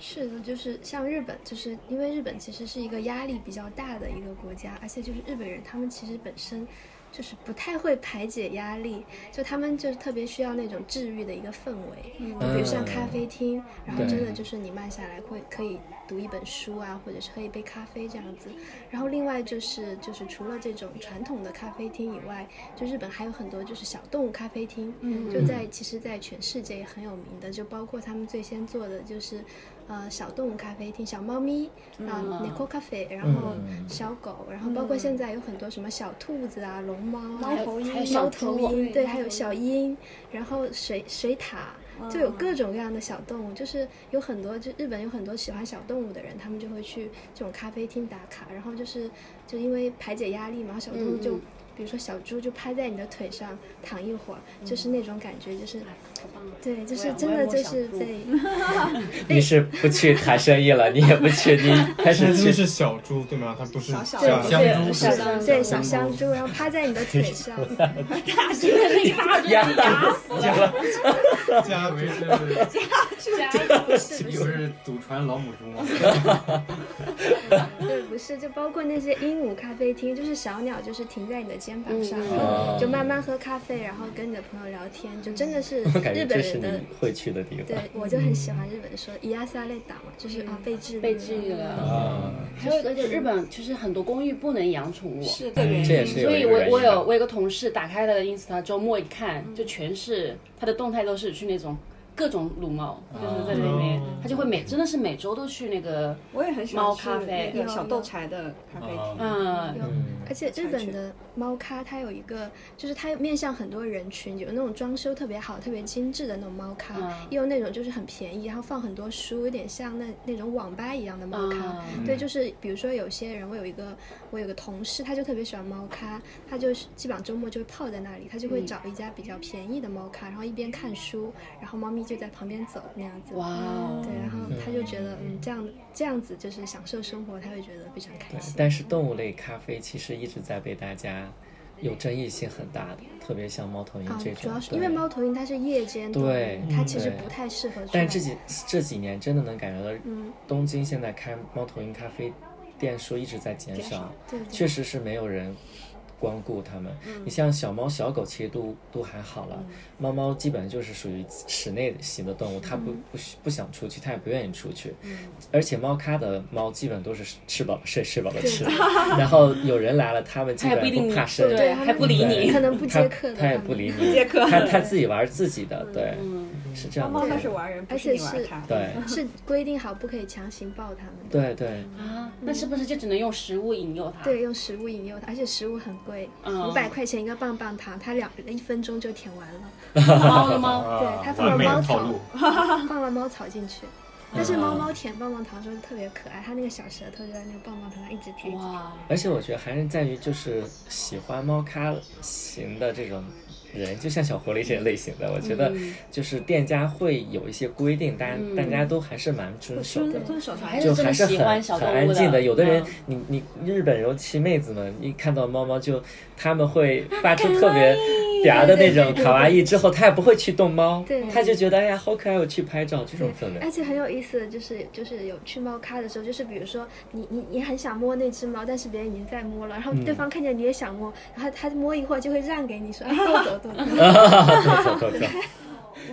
[SPEAKER 3] 是的，就是像日本，就是因为日本其实是一个压力比较大的一个国家，而且就是日本人他们其实本身就是不太会排解压力，就他们就是特别需要那种治愈的一个氛围，嗯、比如像咖啡厅，然后真的就是你慢下来会可以读一本书啊，或者是喝一杯咖啡这样子。然后另外就是就是除了这种传统的咖啡厅以外，就日本还有很多就是小动物咖啡厅，嗯，就在其实，在全世界也很有名的，就包括他们最先做的就是，呃，小动物咖啡厅，小猫咪啊，Nico 咖啡，然后
[SPEAKER 4] 嗯
[SPEAKER 3] 小狗，然后包括现在有很多什么小兔子啊、嗯龙猫啊、
[SPEAKER 2] 还有还有
[SPEAKER 3] 猫
[SPEAKER 2] 小
[SPEAKER 3] 头
[SPEAKER 2] 猪
[SPEAKER 3] 鹰，
[SPEAKER 8] 对
[SPEAKER 3] 对，还有小鹰，然后水水獭，就
[SPEAKER 2] 嗯
[SPEAKER 3] 有各种各样的小动物，就是有很多就日本有很多喜欢小动物的人，他们就会去这种咖啡厅打卡，然后就是就因为排解压力嘛，小动物就。
[SPEAKER 2] 嗯嗯
[SPEAKER 3] 比如说小猪就趴在你的腿上躺一会儿，
[SPEAKER 2] 嗯
[SPEAKER 3] 就是那种感觉，就是，对，就
[SPEAKER 2] 啊我
[SPEAKER 3] 是
[SPEAKER 2] 也
[SPEAKER 3] 真
[SPEAKER 2] 我也
[SPEAKER 3] 的
[SPEAKER 2] 摸
[SPEAKER 3] 就
[SPEAKER 2] 小
[SPEAKER 3] 是
[SPEAKER 2] 猪 [LAUGHS]
[SPEAKER 4] [LAUGHS]
[SPEAKER 3] 在，
[SPEAKER 4] 你是不去谈生意了，你也不去，
[SPEAKER 3] [LAUGHS]
[SPEAKER 4] 你开
[SPEAKER 7] 现在
[SPEAKER 4] 始
[SPEAKER 7] 真
[SPEAKER 4] 去
[SPEAKER 7] 的是小猪对吗？它不是
[SPEAKER 8] 小小
[SPEAKER 7] 大
[SPEAKER 8] 的
[SPEAKER 7] 象
[SPEAKER 2] 对
[SPEAKER 7] 猪，
[SPEAKER 2] 小
[SPEAKER 7] 是
[SPEAKER 2] 香
[SPEAKER 3] 对
[SPEAKER 7] 小
[SPEAKER 3] 小
[SPEAKER 7] 香
[SPEAKER 3] 香猪，然后趴在你的腿
[SPEAKER 2] [LAUGHS]
[SPEAKER 3] 上， [LAUGHS]
[SPEAKER 2] 真的是一个大嘴
[SPEAKER 4] 压 [LAUGHS]
[SPEAKER 2] 牙死了，
[SPEAKER 7] 家
[SPEAKER 6] 以为是
[SPEAKER 3] 是不
[SPEAKER 6] 以
[SPEAKER 3] 是
[SPEAKER 6] 为？是祖传老母猪吗？
[SPEAKER 3] 对，不是，就包括那些鹦鹉咖啡厅，就是小鸟，就是停在你的肩膀上，
[SPEAKER 2] 嗯
[SPEAKER 3] 然后
[SPEAKER 4] 嗯
[SPEAKER 3] 就慢慢喝咖啡，然后跟你的朋友聊天，就真的是
[SPEAKER 4] 我 [LAUGHS] 感
[SPEAKER 3] 日
[SPEAKER 4] 觉
[SPEAKER 3] 本
[SPEAKER 4] 这是
[SPEAKER 3] 人
[SPEAKER 4] 你
[SPEAKER 3] 的。
[SPEAKER 4] 会去的地
[SPEAKER 3] 对
[SPEAKER 4] 方。，
[SPEAKER 3] 我就很喜欢日本说伊亚萨类岛嘛，就是啊被治
[SPEAKER 2] 被治愈了。
[SPEAKER 4] 啊，
[SPEAKER 2] 还有一个就是日本，其实很多公寓不能养宠物，
[SPEAKER 8] 是的原
[SPEAKER 4] 嗯这也
[SPEAKER 8] 因。
[SPEAKER 4] 是
[SPEAKER 2] 所
[SPEAKER 4] 有一
[SPEAKER 2] 以
[SPEAKER 4] 个
[SPEAKER 2] 我
[SPEAKER 4] 原因
[SPEAKER 2] 我
[SPEAKER 4] 的
[SPEAKER 2] 有我有个同事打开他的 Insta，周末一看就全是他的动态都是去那种各种撸猫，
[SPEAKER 4] 啊
[SPEAKER 2] 就是在那边
[SPEAKER 7] 哦，
[SPEAKER 2] 他就会每真的是每周都去那个，
[SPEAKER 8] 我也很喜欢
[SPEAKER 2] 猫
[SPEAKER 8] 吃
[SPEAKER 2] 咖啡
[SPEAKER 8] 那个小豆柴的咖啡
[SPEAKER 4] 哦
[SPEAKER 8] 厅。
[SPEAKER 6] 啊
[SPEAKER 2] 嗯，
[SPEAKER 3] 有
[SPEAKER 4] 嗯，
[SPEAKER 3] 而且日
[SPEAKER 8] 去
[SPEAKER 3] 本的猫咖，它有一个，就是它面向很多人群，有那种装修特别好、特别精致的那种猫咖，
[SPEAKER 2] 嗯
[SPEAKER 3] 也有那种就是很便宜，然后放很多书，有点像那那种网吧一样的猫咖。
[SPEAKER 2] 嗯
[SPEAKER 3] 对，就是比如说有些人，我有一个我有个同事，他就特别喜欢猫咖，他就是基本上周末就会泡在那里，他就会
[SPEAKER 2] 嗯
[SPEAKER 3] 找一家比较便宜的猫咖，然后一边看书，然后猫咪就在旁边走那样子。
[SPEAKER 2] 哇哦，
[SPEAKER 3] 对，然后他就觉得，嗯，这样这样子就是享受生活，他会觉得非常开
[SPEAKER 4] 对
[SPEAKER 3] 心。
[SPEAKER 4] 但是动物类咖啡其实一直在被大家有争议性很大的，特别像猫头鹰
[SPEAKER 3] 啊
[SPEAKER 4] 这种，，
[SPEAKER 3] 主要是
[SPEAKER 4] 对
[SPEAKER 3] 因为猫头鹰它是夜间动物
[SPEAKER 4] 对嗯
[SPEAKER 3] 它其实
[SPEAKER 4] 对
[SPEAKER 3] 不太适合出来。
[SPEAKER 4] 但这几这几年真的能感觉到
[SPEAKER 3] 嗯，
[SPEAKER 4] 东京现在开猫头鹰咖啡店数一直在减
[SPEAKER 8] 减少
[SPEAKER 4] 少，
[SPEAKER 3] 对对
[SPEAKER 4] 确实是没有人光顾它们。
[SPEAKER 2] 嗯
[SPEAKER 4] 你像小猫、小狗其实都都还好了，猫猫基本就是属于室内型的动物，它
[SPEAKER 2] 嗯
[SPEAKER 4] 不不需不想出去，它也不愿意出去。而且猫咖的猫基本都是吃饱了睡，吃饱了吃，然后有人来了，
[SPEAKER 2] [LAUGHS]
[SPEAKER 4] 它们基
[SPEAKER 2] 他也不一
[SPEAKER 4] 本
[SPEAKER 2] 定
[SPEAKER 4] 不怕生。
[SPEAKER 2] 对，
[SPEAKER 3] 他们
[SPEAKER 2] 还不理
[SPEAKER 4] 对
[SPEAKER 2] 你
[SPEAKER 3] 可，
[SPEAKER 4] [LAUGHS]
[SPEAKER 3] 能不接客的
[SPEAKER 4] 它它也
[SPEAKER 3] 他们
[SPEAKER 4] 不
[SPEAKER 3] [LAUGHS]
[SPEAKER 4] 理你，
[SPEAKER 8] 接客
[SPEAKER 2] [LAUGHS]
[SPEAKER 4] 它它自己玩自己的，对，
[SPEAKER 2] 嗯，
[SPEAKER 4] 是这样的
[SPEAKER 8] 猫。它是玩人，不
[SPEAKER 3] 而
[SPEAKER 8] 是你
[SPEAKER 3] 且
[SPEAKER 8] 玩
[SPEAKER 3] 是
[SPEAKER 8] 它。
[SPEAKER 4] 对
[SPEAKER 3] 是规定好不可以强行抱它们的。
[SPEAKER 4] 对对，
[SPEAKER 2] 啊，那是不是就只能用食物引诱它？ [LAUGHS]
[SPEAKER 3] 对，用食物引诱它，而且食物很贵，
[SPEAKER 2] 嗯
[SPEAKER 3] 五百块钱一个棒棒糖，它两一分钟就舔完了。
[SPEAKER 2] 猫的
[SPEAKER 6] 啊
[SPEAKER 2] 吗？
[SPEAKER 3] 对，它放
[SPEAKER 6] 完
[SPEAKER 3] 了
[SPEAKER 6] 美的
[SPEAKER 3] 猫
[SPEAKER 6] 套
[SPEAKER 3] 草
[SPEAKER 6] 路，
[SPEAKER 3] [LAUGHS] 放了猫草进去。但是
[SPEAKER 4] 嗯
[SPEAKER 3] 猫猫舔棒棒糖的时候特别可爱，它那个小舌头就在那个棒棒糖上一直舔。一直舔
[SPEAKER 2] 哇，
[SPEAKER 4] 而且我觉得还是在于就是喜欢猫咖型的这种人，就像小狐狸这类型的，我觉得
[SPEAKER 2] 嗯
[SPEAKER 4] 就是店家会有一些规定，大家大家都还是蛮遵守的
[SPEAKER 8] 遵。遵守它
[SPEAKER 2] 还。
[SPEAKER 4] 就是
[SPEAKER 2] 真
[SPEAKER 4] 还
[SPEAKER 2] 的
[SPEAKER 4] 是
[SPEAKER 2] 喜
[SPEAKER 4] 很
[SPEAKER 2] 欢小
[SPEAKER 4] 很
[SPEAKER 2] 动物
[SPEAKER 4] 安静的，
[SPEAKER 2] 的
[SPEAKER 4] 有的人
[SPEAKER 2] 嗯，
[SPEAKER 4] 你你日本尤其妹子们一看到猫猫就，他们会发出特别嗲的那种卡哇伊，之后他也不会去动猫
[SPEAKER 3] 对，
[SPEAKER 4] 他就觉得哎呀好可爱，我去拍照这种氛 [LAUGHS]
[SPEAKER 3] 而
[SPEAKER 4] 围。
[SPEAKER 3] 且很有意思的就是，就是有去猫咖的时候，就是比如说你你你很想摸那只猫，但是别人已经在摸了，然后
[SPEAKER 4] 嗯
[SPEAKER 3] 对方看见你也想摸，然后他摸一会儿就会让给
[SPEAKER 2] [LAUGHS]
[SPEAKER 3] 你说，哎，多走
[SPEAKER 4] [LAUGHS]
[SPEAKER 3] 多走。
[SPEAKER 4] 走 [LAUGHS] 走走走，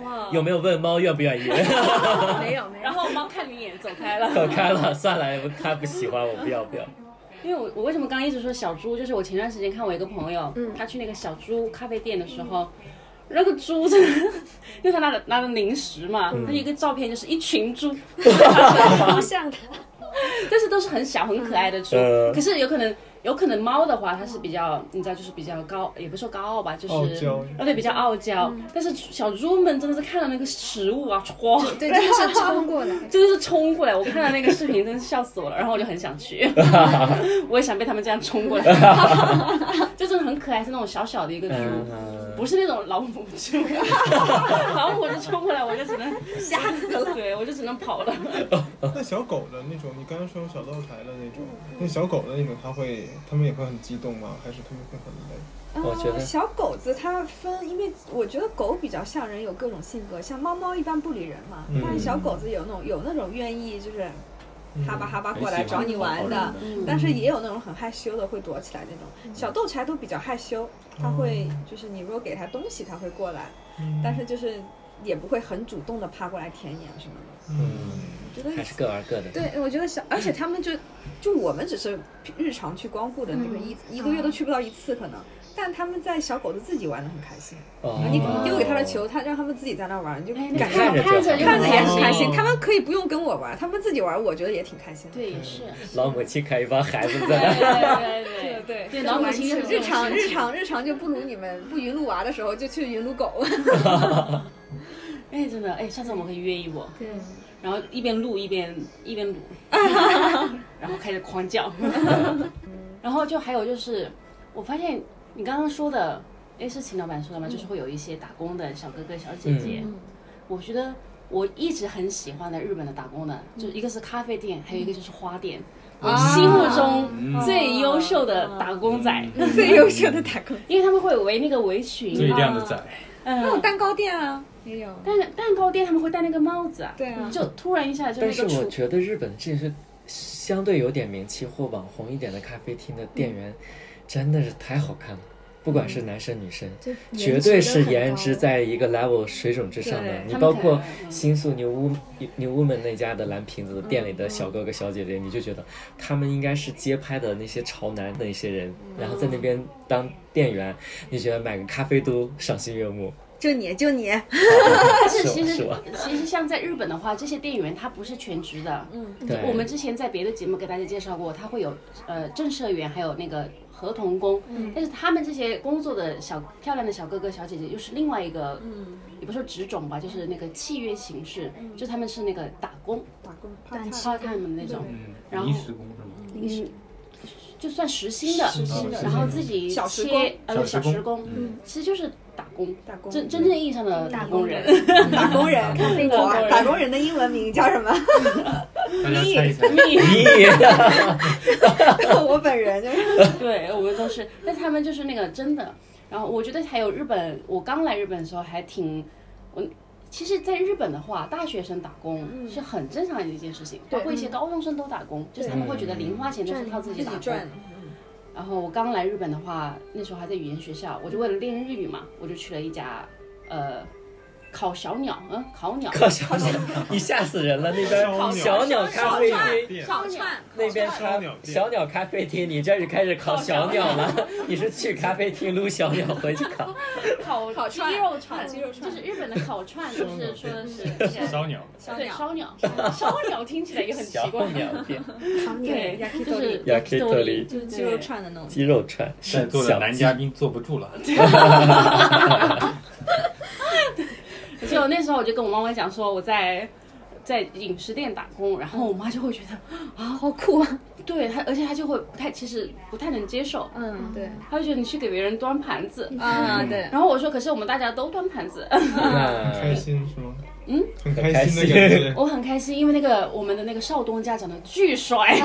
[SPEAKER 2] 哇，
[SPEAKER 4] 有没有问猫愿不愿意？ [LAUGHS]
[SPEAKER 3] 没有没有。
[SPEAKER 2] 然后猫看你一眼走开了，
[SPEAKER 4] 走开了，算了，他不喜欢我，不要不要。
[SPEAKER 2] 因为我我为什么刚刚一直说小猪，就是我前段时间看我一个朋友，他去那个小猪咖啡店的时候，那个猪真的， [LAUGHS] 因为他拿了拿了零食嘛，他一个照片就是一群猪， [LAUGHS]
[SPEAKER 3] 不像它，
[SPEAKER 2] 但是都是很小很可爱的猪，
[SPEAKER 4] 嗯
[SPEAKER 2] 可是有可能有可能猫的话，它是比较你知道就是比较高，也不是说高傲吧，就
[SPEAKER 7] 傲
[SPEAKER 2] 是
[SPEAKER 7] 娇嗯
[SPEAKER 2] 而且比较傲娇，但是小猪们真的是看到那个食物啊，唰，
[SPEAKER 3] 对，真的是冲过来。
[SPEAKER 2] [LAUGHS] 真的是冲过来，我看到那个视频，真是笑死我了。然后我就很想
[SPEAKER 4] [LAUGHS]
[SPEAKER 2] 去，我也想被他们这样冲过来，就真的很可爱，是那种小小的一个猪，
[SPEAKER 4] 嗯
[SPEAKER 2] 不是那种老母
[SPEAKER 4] [LAUGHS]
[SPEAKER 2] 猪，老母猪冲过来我就只能吓死了，对我就只能跑了。
[SPEAKER 7] 那小狗的那种，你刚刚说小豆柴的那种，那小狗的那种，它会，它们也会很激动吗？还是它们会很累？
[SPEAKER 4] 我觉得
[SPEAKER 8] 呃小狗子它分，因为我觉得狗比较像人，有各种性格，像猫猫一般不理人嘛，
[SPEAKER 7] 嗯
[SPEAKER 8] 但是小狗子有那种有那种愿意就是哈巴哈巴过来
[SPEAKER 6] [LAUGHS] 很喜
[SPEAKER 8] 找
[SPEAKER 6] 欢
[SPEAKER 8] 你玩
[SPEAKER 6] 好好
[SPEAKER 8] 的
[SPEAKER 6] 人的，
[SPEAKER 8] 但是也有那种很害羞的会躲起来那种。小豆柴都比较害羞，它会就是你如果给它东西，它会过来，
[SPEAKER 5] 嗯
[SPEAKER 8] 但是就是也不会很主动的趴过来舔你啊什么的。
[SPEAKER 4] 嗯，
[SPEAKER 8] 我觉得
[SPEAKER 4] 还是各玩各的。
[SPEAKER 8] 对，我觉得小，而且他们就就我们只是日常去光顾的，就是
[SPEAKER 2] 嗯
[SPEAKER 8] 一、一个月都去不到一次可能，但他们在小狗子自己玩的很开心。
[SPEAKER 4] 哦，
[SPEAKER 8] 啊你你丢给他的球，他让他们自己在那玩，你就
[SPEAKER 2] 哎那
[SPEAKER 8] 感
[SPEAKER 4] 看
[SPEAKER 8] 觉
[SPEAKER 4] 着
[SPEAKER 2] 看
[SPEAKER 4] 就
[SPEAKER 2] 着
[SPEAKER 4] 好
[SPEAKER 2] 就
[SPEAKER 8] 看着也很开
[SPEAKER 2] 开
[SPEAKER 8] 心
[SPEAKER 7] 哦。
[SPEAKER 8] 他们可以不用跟我玩，他们自己玩，我觉得也挺开心的。
[SPEAKER 2] 对，也是。
[SPEAKER 4] 老母亲看一帮孩子
[SPEAKER 2] 对
[SPEAKER 4] 在
[SPEAKER 2] 对对
[SPEAKER 8] 对
[SPEAKER 2] 对，老母亲也很
[SPEAKER 8] 日常
[SPEAKER 2] 有
[SPEAKER 8] [LAUGHS]
[SPEAKER 2] 这种
[SPEAKER 8] 日常日常就不如你们不云撸娃的时候就去云撸狗。
[SPEAKER 2] 哎，真的，哎，下次我们可以约一波，
[SPEAKER 3] 对，
[SPEAKER 2] 然后一边录一边一边录，然后开始狂叫，然后就还有就是，我发现你刚刚说的，哎，是秦老板说的吗？就是会有一些打工的小哥哥小姐姐，我觉得我一直很喜欢的日本的打工的，就一个是咖啡店，还有一个就是花店，我心目中最优秀的打工仔，
[SPEAKER 6] 嗯
[SPEAKER 5] 最优秀的打工，
[SPEAKER 2] 因为他们会围那个围裙，
[SPEAKER 6] 最靓的仔，
[SPEAKER 5] 那种
[SPEAKER 2] 嗯，
[SPEAKER 5] 蛋糕店啊，也有。
[SPEAKER 2] 但是蛋糕店他们会戴那个帽子啊，
[SPEAKER 5] 对啊
[SPEAKER 2] 就突然一下就
[SPEAKER 4] [LAUGHS] 但
[SPEAKER 2] 那
[SPEAKER 4] 是
[SPEAKER 2] 个
[SPEAKER 4] 我
[SPEAKER 2] 出
[SPEAKER 4] 觉得日本这是相对有点名气或网红一点的咖啡厅的店员，真的是太好看了，不管
[SPEAKER 8] 嗯
[SPEAKER 4] 是男生女生，
[SPEAKER 3] [LAUGHS] 就
[SPEAKER 4] 绝
[SPEAKER 3] 值
[SPEAKER 4] 对
[SPEAKER 3] 都
[SPEAKER 4] 是
[SPEAKER 3] 很
[SPEAKER 4] 颜
[SPEAKER 3] 高
[SPEAKER 4] 值在一个 level 水准之上的
[SPEAKER 2] 对。
[SPEAKER 4] 你
[SPEAKER 2] 他们
[SPEAKER 4] 包
[SPEAKER 2] 可
[SPEAKER 4] 括
[SPEAKER 2] 嗯
[SPEAKER 4] 新宿牛屋牛屋门那家的蓝瓶子的店里的小哥哥小姐姐，你就觉得他们应该是街拍的那些潮男的一些人，然后在那边当店员，你觉得买个咖啡都赏心悦目。
[SPEAKER 5] 就你就你，
[SPEAKER 2] 但
[SPEAKER 4] 是
[SPEAKER 2] 是其
[SPEAKER 4] 我是
[SPEAKER 2] 实
[SPEAKER 4] 我
[SPEAKER 2] 其实像在日本的话，这些店员他不是全职的。嗯，
[SPEAKER 4] 对，
[SPEAKER 2] 我们之前在别的节目给大家介绍过，他会有呃正社员，还有那个合同工。嗯，但是他们这些工作的小漂亮的小哥哥小姐姐，又是另外一个，嗯，也不说职种吧，就是那个契约形式，就他们是那个打工
[SPEAKER 5] 打工 part
[SPEAKER 3] 短
[SPEAKER 5] time
[SPEAKER 3] 期
[SPEAKER 2] part time 的那种，
[SPEAKER 6] 嗯，
[SPEAKER 2] 然后
[SPEAKER 6] 临时工是吗？
[SPEAKER 2] 嗯，就算实薪的，
[SPEAKER 6] 实薪的
[SPEAKER 2] 然后自己
[SPEAKER 8] 小时工
[SPEAKER 2] 切呃
[SPEAKER 6] 小
[SPEAKER 2] 小
[SPEAKER 6] 时工
[SPEAKER 2] 时工，
[SPEAKER 6] 嗯
[SPEAKER 2] 其实就是打工，
[SPEAKER 5] 打工
[SPEAKER 2] 真真正意义上的打工人。
[SPEAKER 8] 打工人，
[SPEAKER 3] 非洲
[SPEAKER 8] 哇打工人的英文名叫什么？ [LAUGHS]
[SPEAKER 6] 大家猜一猜，
[SPEAKER 8] 我本人就是
[SPEAKER 2] [LAUGHS] 对，我们都是，但他们就是那个真的。然后我觉得还有日本，我刚来日本的时候还挺，我其实，在日本的话，大学生打工是很正常的一件事情，包括一些高中生都打工，就是他们会觉得零花钱都是靠自己打工。然后我刚来日本的话，那时候还在语言学校，我就为了练日语嘛，我就去了一家呃烤小鸟，嗯，烤鸟，
[SPEAKER 4] 靠小鸟，你吓死人了！那边小
[SPEAKER 7] 小
[SPEAKER 4] 鸟咖啡厅。
[SPEAKER 7] 店
[SPEAKER 5] 烤串，
[SPEAKER 4] 那边
[SPEAKER 7] 小
[SPEAKER 4] 咖
[SPEAKER 7] 鸟店
[SPEAKER 4] 小鸟咖啡厅，你这是开始烤小鸟了？ [LAUGHS] 你是去咖啡厅撸小鸟回去烤？
[SPEAKER 2] 烤
[SPEAKER 5] 烤
[SPEAKER 2] 鸡
[SPEAKER 5] 串
[SPEAKER 2] 肉
[SPEAKER 5] 烤
[SPEAKER 2] 串，
[SPEAKER 5] 鸡肉串
[SPEAKER 2] 就是日本的烤串，就是说的是
[SPEAKER 6] 烧鸟，
[SPEAKER 5] 小
[SPEAKER 2] 对，
[SPEAKER 5] 鸟，
[SPEAKER 2] 烧
[SPEAKER 5] [LAUGHS]
[SPEAKER 2] 鸟，烧鸟听起来也很奇
[SPEAKER 4] 小
[SPEAKER 2] 怪。
[SPEAKER 4] 鸟店，
[SPEAKER 3] 好鸟
[SPEAKER 2] 对，
[SPEAKER 5] Yakitori
[SPEAKER 2] 就是
[SPEAKER 4] Yakitori
[SPEAKER 5] 就是鸡肉串的那种。
[SPEAKER 4] 鸡肉串
[SPEAKER 6] 在
[SPEAKER 4] 是
[SPEAKER 6] 座的
[SPEAKER 4] 小
[SPEAKER 6] 男
[SPEAKER 4] 鸡
[SPEAKER 6] 嘉宾坐不住
[SPEAKER 4] [LAUGHS]
[SPEAKER 6] 了，
[SPEAKER 2] 对就那时候我就跟我妈妈讲说我在在饮食店打工，然后我妈就会觉得，
[SPEAKER 5] 好酷啊！
[SPEAKER 2] 对她，而且她就会不太，其实不太能接受，
[SPEAKER 5] 嗯，对，
[SPEAKER 2] 她就觉得你去给别人端盘子。
[SPEAKER 5] 啊对，
[SPEAKER 2] 然后我说，可是我们大家都端盘子， [LAUGHS]
[SPEAKER 4] [LAUGHS] 那
[SPEAKER 7] 开心是吗？
[SPEAKER 2] 嗯，
[SPEAKER 7] 很
[SPEAKER 4] 很
[SPEAKER 7] 开心的
[SPEAKER 4] 开
[SPEAKER 7] 感
[SPEAKER 2] [LAUGHS]
[SPEAKER 4] 心
[SPEAKER 7] 觉。
[SPEAKER 2] 我很开心，因为那个我们的那个少东家长得巨
[SPEAKER 5] [LAUGHS]
[SPEAKER 2] 帅，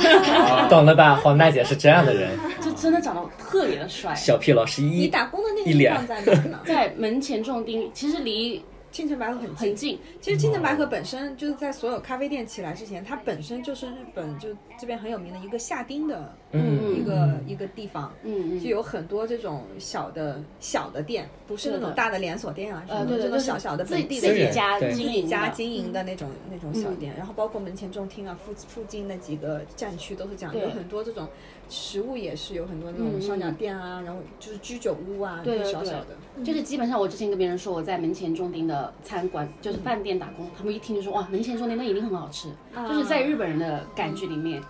[SPEAKER 4] 懂了吧？黄大姐是这样的人，
[SPEAKER 2] 就真的长得特别的帅，
[SPEAKER 4] 小屁老师
[SPEAKER 5] 你
[SPEAKER 4] 一
[SPEAKER 5] 打工的那个地
[SPEAKER 4] 一脸
[SPEAKER 5] 方在哪儿
[SPEAKER 2] [LAUGHS]
[SPEAKER 5] 呢？
[SPEAKER 2] 在门前种丁，其实离
[SPEAKER 5] 青城白河很
[SPEAKER 2] 很
[SPEAKER 5] 近。
[SPEAKER 2] 近，
[SPEAKER 5] 其实青城白河本身就是在所有咖啡店起来之前，它本身就是日本就这边很有名的一个下町的
[SPEAKER 4] 嗯
[SPEAKER 5] 一个一个地方，
[SPEAKER 2] 嗯
[SPEAKER 5] 就
[SPEAKER 2] 嗯，
[SPEAKER 5] 有很多这种小的小的店，不是那
[SPEAKER 2] 对
[SPEAKER 5] 种
[SPEAKER 2] 的
[SPEAKER 5] 大的连锁店啊什么
[SPEAKER 2] 呃，对对，
[SPEAKER 5] 的，这
[SPEAKER 2] 就
[SPEAKER 5] 种
[SPEAKER 2] 是
[SPEAKER 5] 小小的
[SPEAKER 2] 自己
[SPEAKER 5] 本地
[SPEAKER 2] 自
[SPEAKER 5] 的
[SPEAKER 2] 己
[SPEAKER 5] 店。
[SPEAKER 2] 家
[SPEAKER 4] 对
[SPEAKER 2] 经
[SPEAKER 5] 自
[SPEAKER 2] 营
[SPEAKER 5] 己
[SPEAKER 2] 的嗯
[SPEAKER 5] 家经营的那种那种小店，然后包括门前中厅啊，附附近那几个战区都是这样，
[SPEAKER 2] 对
[SPEAKER 5] 有很多这种食物也是有很多那种
[SPEAKER 2] 嗯
[SPEAKER 5] 烧鸟店啊，然后就是居酒屋啊，
[SPEAKER 2] 对
[SPEAKER 5] 就是
[SPEAKER 2] 对
[SPEAKER 5] 小
[SPEAKER 2] 对
[SPEAKER 5] 小的，
[SPEAKER 2] 就是基本上，我之前跟别人说我在门前中町的餐馆，就是饭店打工，他们一听就说哇，门前中町那一定很好吃。就是在日本人的感觉里面，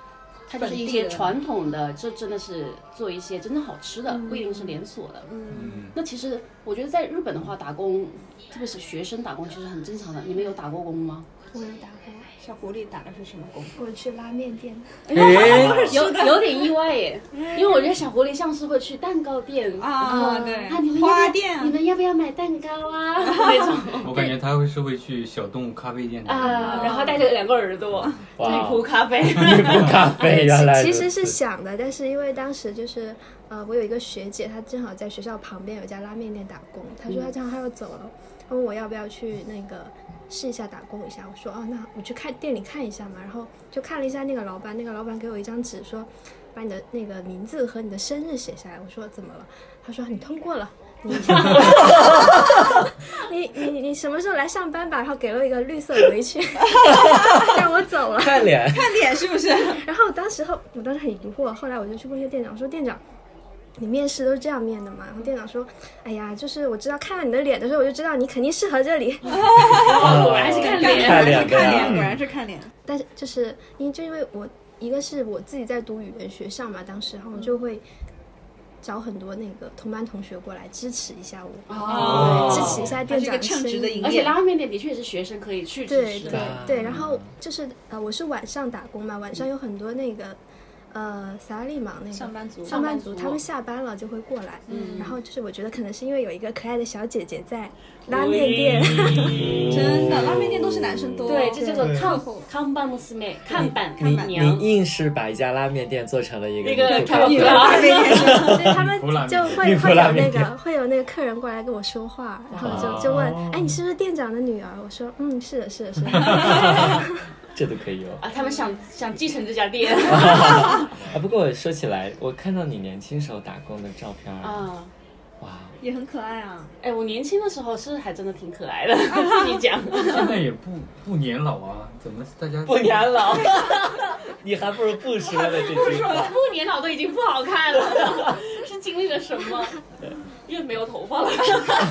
[SPEAKER 2] 它就是一
[SPEAKER 5] 啊本地
[SPEAKER 2] 些
[SPEAKER 5] 人
[SPEAKER 2] 传统的，这真的是做一些真的好吃的，不一定是连锁的。
[SPEAKER 6] 嗯，
[SPEAKER 2] 那其实我觉得在日本的话，打工，特别是学生打工，其实很正常的。你们有打过工
[SPEAKER 5] [LAUGHS]
[SPEAKER 2] 吗？
[SPEAKER 3] 我有打过，
[SPEAKER 5] 小狐狸打的是什么工？
[SPEAKER 3] 我去拉面店，
[SPEAKER 4] 哎
[SPEAKER 2] 有有点意外
[SPEAKER 5] [LAUGHS]
[SPEAKER 2] 耶，因为我觉得小狐狸像是会去蛋糕店
[SPEAKER 5] 啊，对
[SPEAKER 2] 啊，你们要不要
[SPEAKER 5] 花店
[SPEAKER 2] 你们要不要买蛋糕啊那种。
[SPEAKER 6] 我感觉他会是会去小动物咖啡店的
[SPEAKER 2] 啊，然后带着两个耳朵，
[SPEAKER 4] 啊
[SPEAKER 2] 自己铺咖啡。
[SPEAKER 4] 一壶咖啡，原来
[SPEAKER 3] 其实
[SPEAKER 4] 如
[SPEAKER 3] 是
[SPEAKER 4] 此
[SPEAKER 3] 想的，但是因为当时就是呃，我有一个学姐，她正好在学校旁边有一家拉面店打工，她
[SPEAKER 4] 嗯
[SPEAKER 3] 说她正好要走了，她问我要不要去那个试一下打工一下，我说哦，那我去看店里看一下嘛，然后就看了一下那个老板，那个老板给我一张纸说，把你的那个名字和你的生日写下来，我说怎么了？他说你通过了。你 [LAUGHS] 你你你什么时候来上班吧？然后给了我一个绿色围裙， [LAUGHS] 让我走了。
[SPEAKER 4] 看脸，
[SPEAKER 5] [LAUGHS] 看点是不是？
[SPEAKER 3] 然后我当时后，我当时很疑惑，后来我就去问一下店长，我说店长，你面试都是这样面的嘛？然后店长说，哎呀，就是我知道看到你的脸的时候，我就知道你肯定适合这里。 [LAUGHS]
[SPEAKER 2] 果然是看脸
[SPEAKER 4] 哦看
[SPEAKER 5] 是
[SPEAKER 4] 脸啊的
[SPEAKER 5] 看
[SPEAKER 4] 呀
[SPEAKER 5] 脸，果然是看
[SPEAKER 2] 嗯
[SPEAKER 5] 脸。
[SPEAKER 3] 但是就是因为就因为我一个是我自己在读语言学校嘛，当时然后我就会。找很多那个同班同学过来支持一下我，
[SPEAKER 5] 啊
[SPEAKER 2] 哦
[SPEAKER 3] 对支持一下
[SPEAKER 5] 它
[SPEAKER 3] 店
[SPEAKER 5] 是一
[SPEAKER 3] 长
[SPEAKER 5] 个
[SPEAKER 3] 的
[SPEAKER 5] 称
[SPEAKER 3] 生
[SPEAKER 5] 职的
[SPEAKER 3] 意。
[SPEAKER 5] 营
[SPEAKER 2] 而且
[SPEAKER 5] 业，
[SPEAKER 2] 拉面店的确是学生可以去支
[SPEAKER 3] 对
[SPEAKER 2] 持
[SPEAKER 3] 对
[SPEAKER 2] 的，
[SPEAKER 5] 啊
[SPEAKER 3] 对，然后就是呃，我是晚上打工嘛，晚上有很多那个呃萨拉利芒那个
[SPEAKER 5] 上班族
[SPEAKER 3] 上班族，
[SPEAKER 2] 上班族
[SPEAKER 3] 他们下班了就会过来。
[SPEAKER 5] 嗯
[SPEAKER 3] 然后就是我觉得可能是因为有一个可爱的小姐姐在拉面店，
[SPEAKER 4] 嗯
[SPEAKER 5] 真的拉面店都是男生多，
[SPEAKER 2] 对，这叫做
[SPEAKER 7] 对
[SPEAKER 2] 看看板娘，看板
[SPEAKER 4] 你
[SPEAKER 2] 娘，
[SPEAKER 4] 你硬是把一家拉面店做成了一个
[SPEAKER 2] 那个
[SPEAKER 4] 女仆
[SPEAKER 2] 看
[SPEAKER 4] 吧
[SPEAKER 2] 板娘。
[SPEAKER 3] 对他
[SPEAKER 4] [LAUGHS]
[SPEAKER 3] 们
[SPEAKER 6] 女仆拉面
[SPEAKER 3] 就
[SPEAKER 4] 女
[SPEAKER 3] 会
[SPEAKER 4] 仆
[SPEAKER 3] 会
[SPEAKER 4] 拉
[SPEAKER 3] 有
[SPEAKER 4] 面
[SPEAKER 3] 那
[SPEAKER 4] 店
[SPEAKER 3] 个会有那个客人过来跟我说话，然后
[SPEAKER 4] 哦
[SPEAKER 3] 就就问，哎，你是不是店长的女儿？我说，嗯，是的，是的，
[SPEAKER 4] [LAUGHS]
[SPEAKER 3] 是的。
[SPEAKER 4] 这都可以哦。
[SPEAKER 2] 啊，他们想想继承这家
[SPEAKER 4] [LAUGHS]
[SPEAKER 2] 店
[SPEAKER 4] 啊，不过说起来，我看到你年轻时候打工的照片儿，
[SPEAKER 2] 啊。
[SPEAKER 4] 哇，
[SPEAKER 5] 也很可爱啊。
[SPEAKER 2] 哎，我年轻的时候是还真的挺可爱的， [LAUGHS] 自己讲
[SPEAKER 6] 现在也不不年老啊，怎么大家
[SPEAKER 4] 不年老， [LAUGHS] 你还不如不说呢这句话。
[SPEAKER 2] 不年老都已经不好看了， [LAUGHS] 是经历了什么？越没有头发了，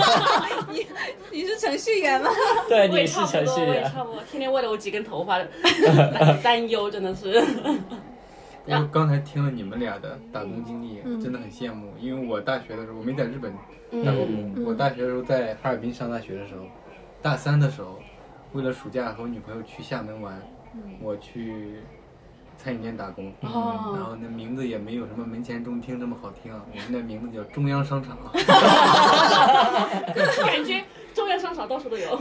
[SPEAKER 2] [LAUGHS]
[SPEAKER 5] 你你是程序员吗？
[SPEAKER 4] 对，
[SPEAKER 2] 我也
[SPEAKER 4] 哎你是
[SPEAKER 2] 差不
[SPEAKER 4] 程
[SPEAKER 2] 多，
[SPEAKER 4] 序
[SPEAKER 2] 我也
[SPEAKER 4] 员，
[SPEAKER 2] 差不多，天天为了我几根头
[SPEAKER 4] [LAUGHS]
[SPEAKER 2] 发担担忧，真的是。 [LAUGHS]
[SPEAKER 6] 我哎刚才听了你们俩的打工经历，真的很羡慕。因为我大学的时候，我没在日本打过工。
[SPEAKER 4] 嗯
[SPEAKER 6] 我大学的时候在哈尔滨上大学的时候，大三的时候，为了暑假和我女朋友去厦门玩，我去餐饮店打工。然
[SPEAKER 2] 哦，
[SPEAKER 6] 后那名字也没有什么门前中听这么好听 [LAUGHS] 啊，我们那名字叫中央商场。啊
[SPEAKER 2] 感觉中央商场到处都有。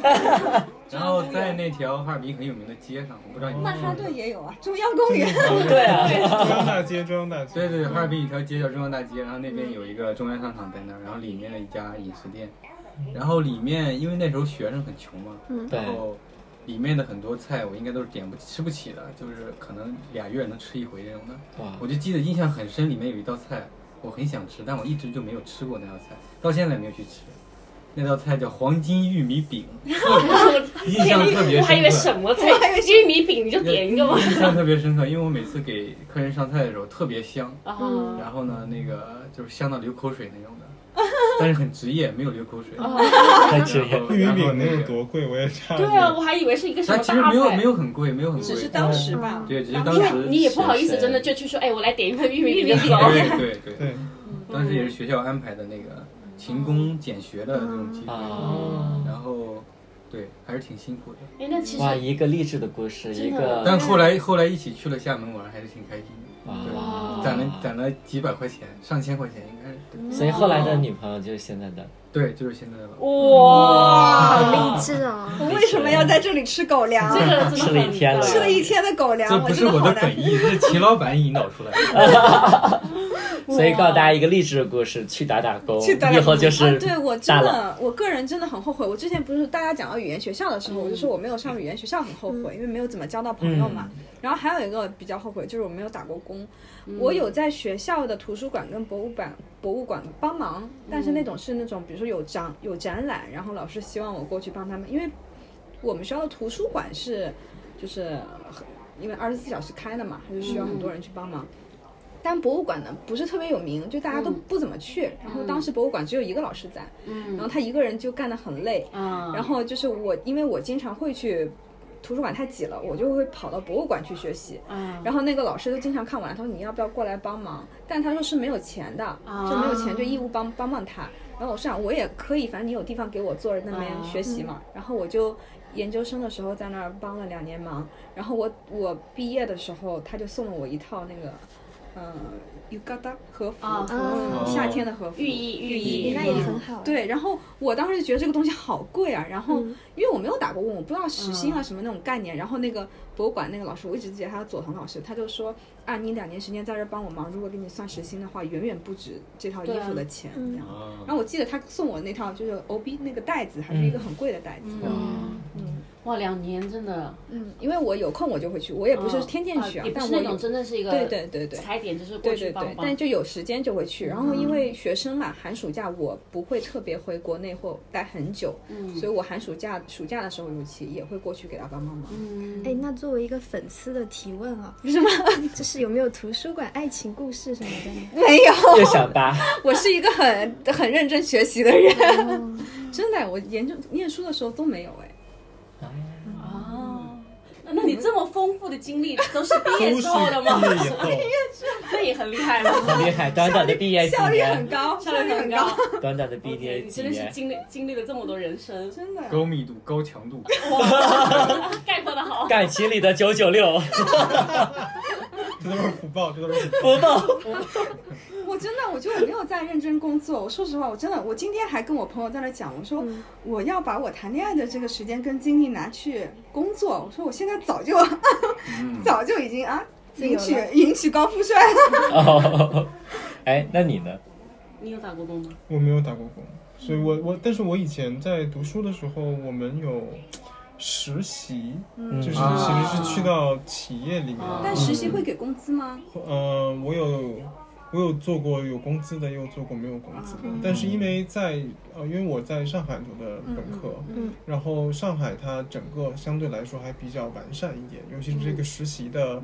[SPEAKER 6] 然后在那条哈尔滨很有名的街上，我不知道你们
[SPEAKER 5] 曼哈顿也有啊，中央公园。
[SPEAKER 4] 对啊，
[SPEAKER 7] 中央大街，中央大街，
[SPEAKER 6] 对对，
[SPEAKER 2] 嗯
[SPEAKER 6] 哈尔滨有条街叫中央大街，然后那边有一个中央商场在那儿，然后里面的一家饮食店，
[SPEAKER 2] 嗯
[SPEAKER 6] 然后里面因为那时候学生很穷嘛，
[SPEAKER 4] 对
[SPEAKER 6] 然后里面的很多菜我应该都是点不吃不起的，就是可能俩月能吃一回这种的。
[SPEAKER 2] 嗯
[SPEAKER 4] 哇，
[SPEAKER 6] 我就记得印象很深，里面有一道菜我很想吃，但我一直就没有吃过那道菜，到现在也没有去吃。那道菜叫黄金玉米
[SPEAKER 2] [LAUGHS]
[SPEAKER 6] 饼，印象特
[SPEAKER 2] 我
[SPEAKER 6] 别深刻。
[SPEAKER 2] 还以为什么菜，玉米饼你就点一个嘛。
[SPEAKER 6] 印象特别深刻，因为我每次给客人上菜的时候特别香，
[SPEAKER 2] 啊，
[SPEAKER 6] 然后呢，那个就是香到流口水那种的，但是很职业，没有流口水。
[SPEAKER 4] 太职业
[SPEAKER 6] 然，后
[SPEAKER 7] 玉米
[SPEAKER 6] 然后
[SPEAKER 7] 饼能
[SPEAKER 6] 那
[SPEAKER 7] 有
[SPEAKER 6] 个
[SPEAKER 7] 多贵？我也差
[SPEAKER 2] 对啊，我还以为是一个什
[SPEAKER 6] 它
[SPEAKER 2] 么
[SPEAKER 6] 其
[SPEAKER 2] 大
[SPEAKER 6] 实
[SPEAKER 2] 菜。
[SPEAKER 6] 没有没有很贵，没有很贵，
[SPEAKER 5] 只是当时吧，
[SPEAKER 2] 嗯
[SPEAKER 6] 对，只是当
[SPEAKER 5] 当
[SPEAKER 6] 时
[SPEAKER 2] 哎你你也不好意思，真的就去说，哎，我来点一份玉米饼走。
[SPEAKER 6] 对对对，
[SPEAKER 7] 对，
[SPEAKER 6] 当时也是学校安排的那个勤工俭学的这种机会，
[SPEAKER 4] 啊。
[SPEAKER 6] 然后对，还是挺辛苦的。
[SPEAKER 2] 哎，那其实
[SPEAKER 4] 哇，一个励志的故事，一
[SPEAKER 2] 真的
[SPEAKER 4] 个
[SPEAKER 6] 但后来后来一起去了厦门玩，还是挺开心的，
[SPEAKER 4] 哇，
[SPEAKER 6] 攒了攒了几百块钱，上千块钱应该是。对
[SPEAKER 4] 所以后来的女朋友就是现在的，
[SPEAKER 6] 对，就是现在的老婆。
[SPEAKER 2] 哇，
[SPEAKER 3] 好励志哦！
[SPEAKER 5] 我为什么要在这里吃狗粮啊
[SPEAKER 2] 这？个真的
[SPEAKER 4] 吃了一天了
[SPEAKER 5] 吃了一天的狗
[SPEAKER 6] 这
[SPEAKER 5] 粮，
[SPEAKER 6] 不
[SPEAKER 5] 真
[SPEAKER 6] 是
[SPEAKER 5] 的
[SPEAKER 6] 我
[SPEAKER 5] 好
[SPEAKER 6] 的
[SPEAKER 5] 难
[SPEAKER 6] 本意，是齐老板引导出来的。
[SPEAKER 4] 所以告诉大家一个励志的故事，去打打工，
[SPEAKER 5] 去打打
[SPEAKER 4] 以后就是
[SPEAKER 5] 啊、对我真 [LAUGHS]
[SPEAKER 4] 大佬。
[SPEAKER 5] 的，我个人真的很后悔。我之前不是大家讲到语言学校的时候，我就说我没有上语言学校很后悔，因为没有怎么交到朋友嘛。然后还有一个比较后悔就是我没有打过工，我有在学校的图书馆跟博物馆博物馆帮忙，但是那种是那种比如说有展有展览，然后老师希望我过去帮他们，因为我们学校的图书馆是就是很因为二十四小时开的嘛，它就需要很多人去帮忙。但博物馆呢不是特别有名，就大家都不怎么去。然后当时博物馆只有一个老师在，然后他一个人就干得很累。
[SPEAKER 2] 嗯，
[SPEAKER 5] 然后就是我，因为我经常会去图书馆太挤了，我就会跑到博物馆去学习。
[SPEAKER 2] 嗯，
[SPEAKER 5] 然后那个老师就经常看我来，他说你要不要过来帮忙？但他说是没有钱的，
[SPEAKER 2] 啊
[SPEAKER 5] 就没有钱就义务帮帮帮他。然后我想我也可以，反正你有地方给我坐在那边
[SPEAKER 2] 啊
[SPEAKER 5] 学习嘛。然后我就研究生的时候在那儿帮了两年忙。然后我我毕业的时候，他就送了我一套那个，嗯、浴衣的和服，
[SPEAKER 2] 啊
[SPEAKER 5] 嗯
[SPEAKER 3] 和
[SPEAKER 5] 夏天的和服，
[SPEAKER 2] 寓意寓
[SPEAKER 5] 意
[SPEAKER 2] 意，
[SPEAKER 3] 嗯那也很好。，
[SPEAKER 5] 对，然后我当时就觉得这个东西好贵啊，然后
[SPEAKER 3] 嗯
[SPEAKER 5] 因为我没有打过工，我不知道时薪啊
[SPEAKER 2] 嗯
[SPEAKER 5] 什么那种概念。然后那个博物馆那个老师，我一直记得他叫佐藤老师，他就说啊，你两年时间在这儿帮我忙，如果给你算时薪的话，远远不止这套衣
[SPEAKER 2] 对
[SPEAKER 5] 服
[SPEAKER 2] 啊
[SPEAKER 5] 的钱。
[SPEAKER 3] 嗯
[SPEAKER 5] 这样然后我记得他送我那套就是 O B 那个袋子，还是一个很贵的袋子。
[SPEAKER 2] 嗯哇，两年真的，
[SPEAKER 5] 嗯，因为我有空我就会去，我也不是天天去
[SPEAKER 2] 啊
[SPEAKER 5] 啊，
[SPEAKER 2] 也不
[SPEAKER 5] 但
[SPEAKER 2] 是
[SPEAKER 5] 我
[SPEAKER 2] 那
[SPEAKER 5] 有
[SPEAKER 2] 种真的是一个
[SPEAKER 5] 对对对对。
[SPEAKER 2] 踩点，就是过
[SPEAKER 5] 对
[SPEAKER 2] 去
[SPEAKER 5] 对对
[SPEAKER 2] 帮，嗯
[SPEAKER 5] 但
[SPEAKER 2] 帮。
[SPEAKER 5] 就有时间就会去。然后因为学生嘛，寒暑假我不会特别回国内或待很久，
[SPEAKER 2] 嗯
[SPEAKER 5] 所以我寒暑假暑假的时候，尤其也会过去给他帮帮忙。
[SPEAKER 2] 嗯，
[SPEAKER 3] 哎，那作为一个粉丝的提问啊，什么？就是有没有图书馆爱情故事什么的呢？
[SPEAKER 5] 没有，
[SPEAKER 4] 又想搭，
[SPEAKER 5] 我是一个很很认真学习的人，
[SPEAKER 2] 哦
[SPEAKER 5] [LAUGHS] 真的，我研究念书的时候都没有哎。
[SPEAKER 6] 嗯
[SPEAKER 2] 哦，啊那你这么丰富的经历都是毕业之后的
[SPEAKER 6] [LAUGHS]
[SPEAKER 2] 吗？
[SPEAKER 7] 毕业以后
[SPEAKER 2] [LAUGHS] 那也很厉害
[SPEAKER 5] [LAUGHS]
[SPEAKER 2] 了，
[SPEAKER 4] 很厉害，短短的毕业几
[SPEAKER 5] 效率很
[SPEAKER 4] 年，
[SPEAKER 5] 高，
[SPEAKER 2] 效率很高。
[SPEAKER 4] [LAUGHS] 短短的毕业
[SPEAKER 2] 你
[SPEAKER 4] 几
[SPEAKER 2] 真的是
[SPEAKER 4] 年，
[SPEAKER 2] 经历经历了这么多人 [LAUGHS] 生，
[SPEAKER 8] 真的呀。
[SPEAKER 6] 高密度、高强度，
[SPEAKER 2] 概括的好。
[SPEAKER 4] 感情里的九九六， [LAUGHS]
[SPEAKER 7] 这都是福报，这都是福报。
[SPEAKER 4] 不报。 [LAUGHS]
[SPEAKER 5] 我真的，我觉得我没有在认真工作。我说实话，我真的，我今天还跟我朋友在那讲，我说我要把我谈恋爱的这个时间跟精力拿去工作。我说我现在早就
[SPEAKER 6] 嗯，
[SPEAKER 5] 早就已经啊，
[SPEAKER 3] 自由
[SPEAKER 5] 迎
[SPEAKER 3] 了
[SPEAKER 5] 娶迎娶高富帅了。 [LAUGHS]
[SPEAKER 4] 哦，哎，那你呢？
[SPEAKER 2] 你有打过工吗？
[SPEAKER 7] 我没有打过工，所以我我，但是我以前在读书的时候，我们有实习，
[SPEAKER 4] 嗯
[SPEAKER 7] 就是其
[SPEAKER 2] 啊
[SPEAKER 7] 实是去到企业里面。
[SPEAKER 5] 但实习会给工资吗？
[SPEAKER 7] 呃，我有我有做过有工资的，也有做过没有工资的。
[SPEAKER 3] 嗯
[SPEAKER 7] 但是因为在呃，因为我在上海读的本科，
[SPEAKER 3] 嗯
[SPEAKER 7] 然后上海它整个相对来说还比较完善一点，尤其是这
[SPEAKER 3] 嗯
[SPEAKER 7] 个实习的。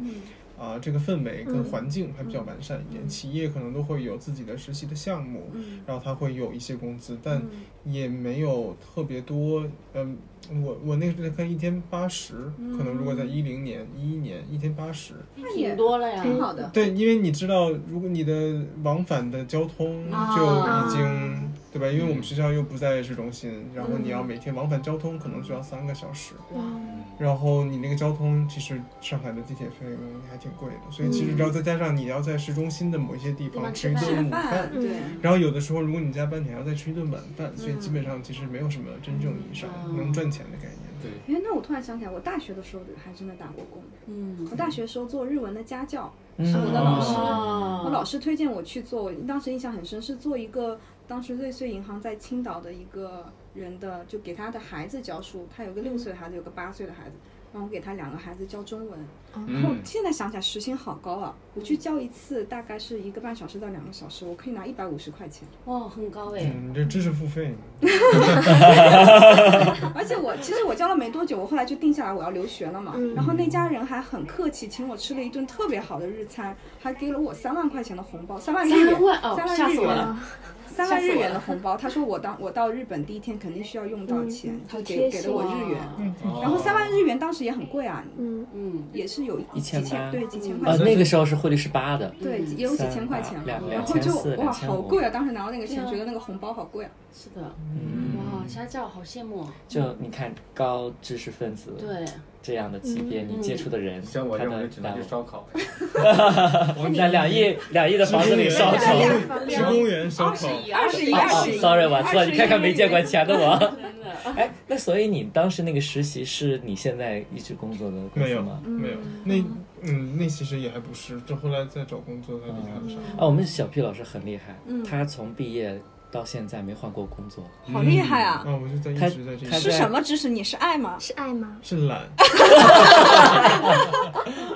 [SPEAKER 7] 啊，这个氛围跟环境还比较完善
[SPEAKER 3] 嗯
[SPEAKER 7] 一点，企业可能都会有自己的实习的项目，然后它会有一些工资，但
[SPEAKER 3] 嗯
[SPEAKER 7] 也没有特别多。嗯，我我那个时候看一天八十，可能如果在
[SPEAKER 3] 嗯
[SPEAKER 7] 一零年、一一年一天八十，
[SPEAKER 2] 挺多了呀，
[SPEAKER 5] 挺好的。
[SPEAKER 7] 对，因为你知道，如果你的往返的交通
[SPEAKER 2] 啊
[SPEAKER 7] 就已经、对吧？因为我们学校又不在市中心，然后你要每天往返交通可能就要三个小时，然后你那个交通其实上海的地铁费用还挺贵的，所以其实只要再加上你要在市中心的某一些地
[SPEAKER 2] 地
[SPEAKER 7] 方
[SPEAKER 2] 方
[SPEAKER 7] 吃一
[SPEAKER 5] 嗯
[SPEAKER 2] 吃
[SPEAKER 7] 顿午
[SPEAKER 5] 饭
[SPEAKER 7] 饭。
[SPEAKER 5] 对，
[SPEAKER 7] 然后有的时候，如果你加班，你还要再吃一顿晚饭，所以基本上其实没有什么真正意义上
[SPEAKER 2] 嗯
[SPEAKER 7] 能赚钱的概念。
[SPEAKER 6] 对，
[SPEAKER 5] 哎，那我突然想起来，我大学的时候还真的打过工。
[SPEAKER 2] 嗯
[SPEAKER 5] 我，大学的时候做日文的家教，
[SPEAKER 4] 嗯，
[SPEAKER 5] 我的老师
[SPEAKER 2] 哦
[SPEAKER 5] 我老师推荐我去做，我当时印象很深，是做一个当时瑞穗银行在青岛的一个人的，就给他的孩子教书，他有个六岁的孩子，有个八岁的孩子，然后我给他两个孩子教中文。然后
[SPEAKER 6] 嗯，
[SPEAKER 5] 现在想起来时薪好高啊，我去教一次大概是一个半小时到两个小时，我可以拿一百五十块钱，
[SPEAKER 2] 哇，很高哎，
[SPEAKER 7] 嗯，你这知识付费，
[SPEAKER 5] 而且我其实我教了没多久，我后来就定下来我要留学了嘛，
[SPEAKER 2] 嗯
[SPEAKER 5] 然后那家人还很客气，请我吃了一顿特别好的日餐，还给了我三万块钱的红包，三万日元，
[SPEAKER 2] 三万哦
[SPEAKER 5] 三
[SPEAKER 2] 吓
[SPEAKER 5] 万日
[SPEAKER 2] 死我
[SPEAKER 5] 元
[SPEAKER 2] 了。
[SPEAKER 5] 三万日元的红包，他说我当我到日本第一天肯定需要用到钱，他就给给了我日元，
[SPEAKER 2] 嗯
[SPEAKER 5] 然后三万日元当时也很贵啊，
[SPEAKER 3] 嗯
[SPEAKER 2] 嗯，
[SPEAKER 5] 也是有
[SPEAKER 4] 一千
[SPEAKER 5] 几千
[SPEAKER 4] 八
[SPEAKER 5] 对几千块
[SPEAKER 4] 呃，
[SPEAKER 5] 钱，
[SPEAKER 4] 那个时候是汇率是八的，
[SPEAKER 5] 对也有几千块钱
[SPEAKER 4] 两
[SPEAKER 5] 然
[SPEAKER 4] 两
[SPEAKER 5] 后
[SPEAKER 4] 千
[SPEAKER 5] 就
[SPEAKER 4] 四、
[SPEAKER 5] 哇
[SPEAKER 4] 两千
[SPEAKER 5] 好
[SPEAKER 4] 五，
[SPEAKER 5] 贵啊！当时拿到那个钱，
[SPEAKER 2] 对啊
[SPEAKER 5] 觉得那个红包好贵啊，
[SPEAKER 2] 是的，
[SPEAKER 4] 嗯，
[SPEAKER 2] 哇，家教好羡慕哦，
[SPEAKER 4] 就你看高知识分子
[SPEAKER 2] 对，
[SPEAKER 4] 这样的级
[SPEAKER 5] 嗯
[SPEAKER 4] 别，你接触的人，
[SPEAKER 6] 像我
[SPEAKER 4] 他
[SPEAKER 6] 这种
[SPEAKER 4] 的
[SPEAKER 6] 就只能去烧烤，
[SPEAKER 4] 我们在两亿
[SPEAKER 2] 嗯
[SPEAKER 4] 两亿的房子里烧
[SPEAKER 7] 两
[SPEAKER 4] 烤。
[SPEAKER 7] [LAUGHS] 职工园烧烤，
[SPEAKER 2] 二十一，
[SPEAKER 4] 哦
[SPEAKER 2] 二
[SPEAKER 4] 哦
[SPEAKER 2] 十一，
[SPEAKER 4] Sorry，我错，了，
[SPEAKER 2] 嗯
[SPEAKER 4] 你看看没见过钱的我。
[SPEAKER 2] 真的，
[SPEAKER 4] 哎，那所以你当时那个实习是你现在一直工作的公
[SPEAKER 7] 没
[SPEAKER 4] 司
[SPEAKER 7] 有
[SPEAKER 4] 吗？
[SPEAKER 7] 没有，那嗯，那其实也还不是，这后来在找工作才离开了上
[SPEAKER 3] 嗯
[SPEAKER 7] 海。
[SPEAKER 4] 啊，我们小 P 老师很厉害，
[SPEAKER 2] 嗯
[SPEAKER 4] 他从毕业到现在没换过工作，
[SPEAKER 5] 好厉害啊！
[SPEAKER 4] 嗯
[SPEAKER 7] 啊，我就在一直在这
[SPEAKER 4] 他
[SPEAKER 7] 里，
[SPEAKER 5] 是什么指使你？是爱吗？
[SPEAKER 3] 是爱吗？
[SPEAKER 7] 是
[SPEAKER 3] [LAUGHS]
[SPEAKER 7] 懒，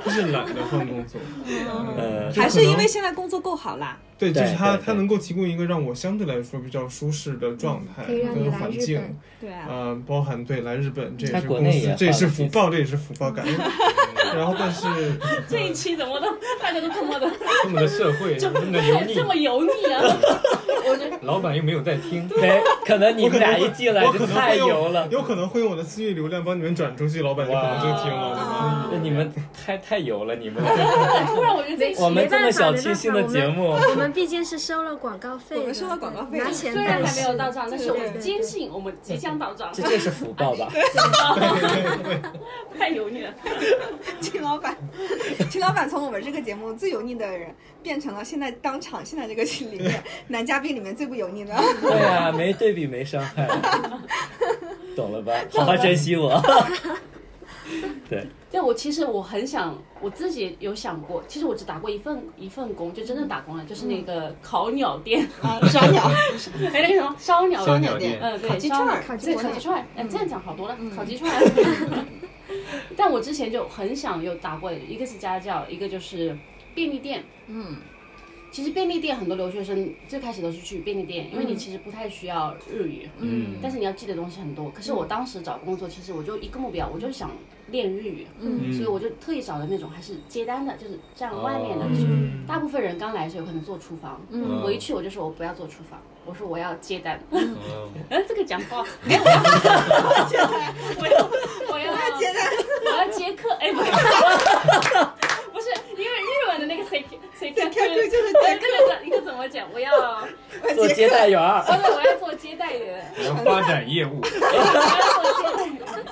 [SPEAKER 7] 是懒得换工作，
[SPEAKER 2] 嗯
[SPEAKER 4] 呃
[SPEAKER 7] 就可能
[SPEAKER 5] 还是因为现在工作够好啦？
[SPEAKER 7] 对，就是
[SPEAKER 4] 对
[SPEAKER 7] 他
[SPEAKER 4] 对
[SPEAKER 7] 他
[SPEAKER 4] 对
[SPEAKER 7] 能够提供一个让我相对来说比较舒适的状态
[SPEAKER 3] 可以让你
[SPEAKER 7] 跟
[SPEAKER 3] 来
[SPEAKER 7] 环
[SPEAKER 3] 日
[SPEAKER 7] 境，
[SPEAKER 3] 本
[SPEAKER 5] 对啊，
[SPEAKER 7] 呃，包含对来日本，这也
[SPEAKER 4] 在
[SPEAKER 7] 是
[SPEAKER 4] 国
[SPEAKER 7] 公
[SPEAKER 4] 内也
[SPEAKER 7] 司，这也是
[SPEAKER 4] 换了
[SPEAKER 7] 福
[SPEAKER 4] 几
[SPEAKER 7] 报，这也是福
[SPEAKER 3] [LAUGHS]
[SPEAKER 7] 报，感恩。然后但是
[SPEAKER 2] 这一期怎么的，大家都这么的，
[SPEAKER 6] 这么的社会，这么的油腻
[SPEAKER 2] 这，么油腻啊，
[SPEAKER 6] 老板又没有在听，
[SPEAKER 4] [LAUGHS] 没，可能你
[SPEAKER 7] 我
[SPEAKER 4] 们
[SPEAKER 7] 可能
[SPEAKER 4] 俩
[SPEAKER 7] 会
[SPEAKER 4] 一进来
[SPEAKER 7] 我
[SPEAKER 4] 就
[SPEAKER 7] 可能
[SPEAKER 4] 太
[SPEAKER 7] 会用
[SPEAKER 4] 油了，
[SPEAKER 7] 有可能会用我的私域流量帮你们转出去，老板就可能就听了。
[SPEAKER 4] 那你们太太油了，你们。
[SPEAKER 2] 突然我觉得这一期
[SPEAKER 4] 我们
[SPEAKER 3] 没
[SPEAKER 4] 这
[SPEAKER 3] 办
[SPEAKER 4] 么
[SPEAKER 3] 法
[SPEAKER 4] 小
[SPEAKER 3] 没
[SPEAKER 4] 清
[SPEAKER 3] 办
[SPEAKER 4] 新
[SPEAKER 3] 法
[SPEAKER 4] 的
[SPEAKER 3] 我
[SPEAKER 4] 节
[SPEAKER 3] 们
[SPEAKER 4] 目，
[SPEAKER 3] 我们毕竟是收了广告费的，
[SPEAKER 5] 我们收了广告费的
[SPEAKER 3] 拿钱
[SPEAKER 2] 虽然
[SPEAKER 3] 办
[SPEAKER 2] 还没
[SPEAKER 3] 事
[SPEAKER 2] 有到账，但是我
[SPEAKER 3] 对
[SPEAKER 2] 们
[SPEAKER 3] 对
[SPEAKER 2] 坚
[SPEAKER 3] 对
[SPEAKER 2] 信我们即将到账
[SPEAKER 4] 这，就是福报吧？
[SPEAKER 2] 太油腻了，
[SPEAKER 5] [LAUGHS] 秦老板， [LAUGHS] 秦老板从我们这个节目最油腻的人，变成了现在当场现在这个群里
[SPEAKER 7] [LAUGHS]
[SPEAKER 5] 面男嘉宾里面最不油腻的。
[SPEAKER 4] 对啊，没对比没伤害，懂了吧？好好
[SPEAKER 2] [LAUGHS]
[SPEAKER 4] 珍惜我。对，
[SPEAKER 2] 对，我其实我很想，我自己有想过，其实我只打过一份一份工，就真正打工了，就是那个烤鸟店， [LAUGHS]
[SPEAKER 5] 啊，傻鸟，
[SPEAKER 2] 哎，那个什么烧鸟
[SPEAKER 6] 烧
[SPEAKER 2] 店。
[SPEAKER 6] 鸟店，
[SPEAKER 2] 嗯，对，
[SPEAKER 5] 烤鸡
[SPEAKER 2] 烧
[SPEAKER 5] 串儿
[SPEAKER 2] 鸟
[SPEAKER 5] 烤鸡
[SPEAKER 2] 对
[SPEAKER 5] 串
[SPEAKER 2] 烤
[SPEAKER 5] 儿
[SPEAKER 2] 鸡串儿，哎，这样讲好多了，烤鸡串儿。但我之前就很想有打过，一个是家教，一个就是便利店。
[SPEAKER 8] 嗯，
[SPEAKER 2] 其实便利店很多留学生最开始都是去便利店，因为你其实不太需要日语，
[SPEAKER 4] 嗯
[SPEAKER 2] 但是你要记的东西很多。可是我当时找工作，其实我就一个目标，我就想练日语，
[SPEAKER 6] 嗯
[SPEAKER 2] 所以我就特意找的那种还是接单的，就是站外面的，
[SPEAKER 6] 哦
[SPEAKER 2] 就是
[SPEAKER 7] 嗯
[SPEAKER 2] 大部分人刚来的时候有可能做厨房，
[SPEAKER 6] 嗯
[SPEAKER 2] 我一去我就说我不要做厨房，我说我要接单，
[SPEAKER 6] 哦
[SPEAKER 2] 哎，这个 [LAUGHS] 讲不好，没有，我要我要我要接单，我要接客， [LAUGHS] 讲，我要，
[SPEAKER 4] 做接待
[SPEAKER 2] [LAUGHS]
[SPEAKER 4] 员儿，
[SPEAKER 2] 不是我要做接待员，
[SPEAKER 6] 我要发展业务，
[SPEAKER 2] 我要做接待员。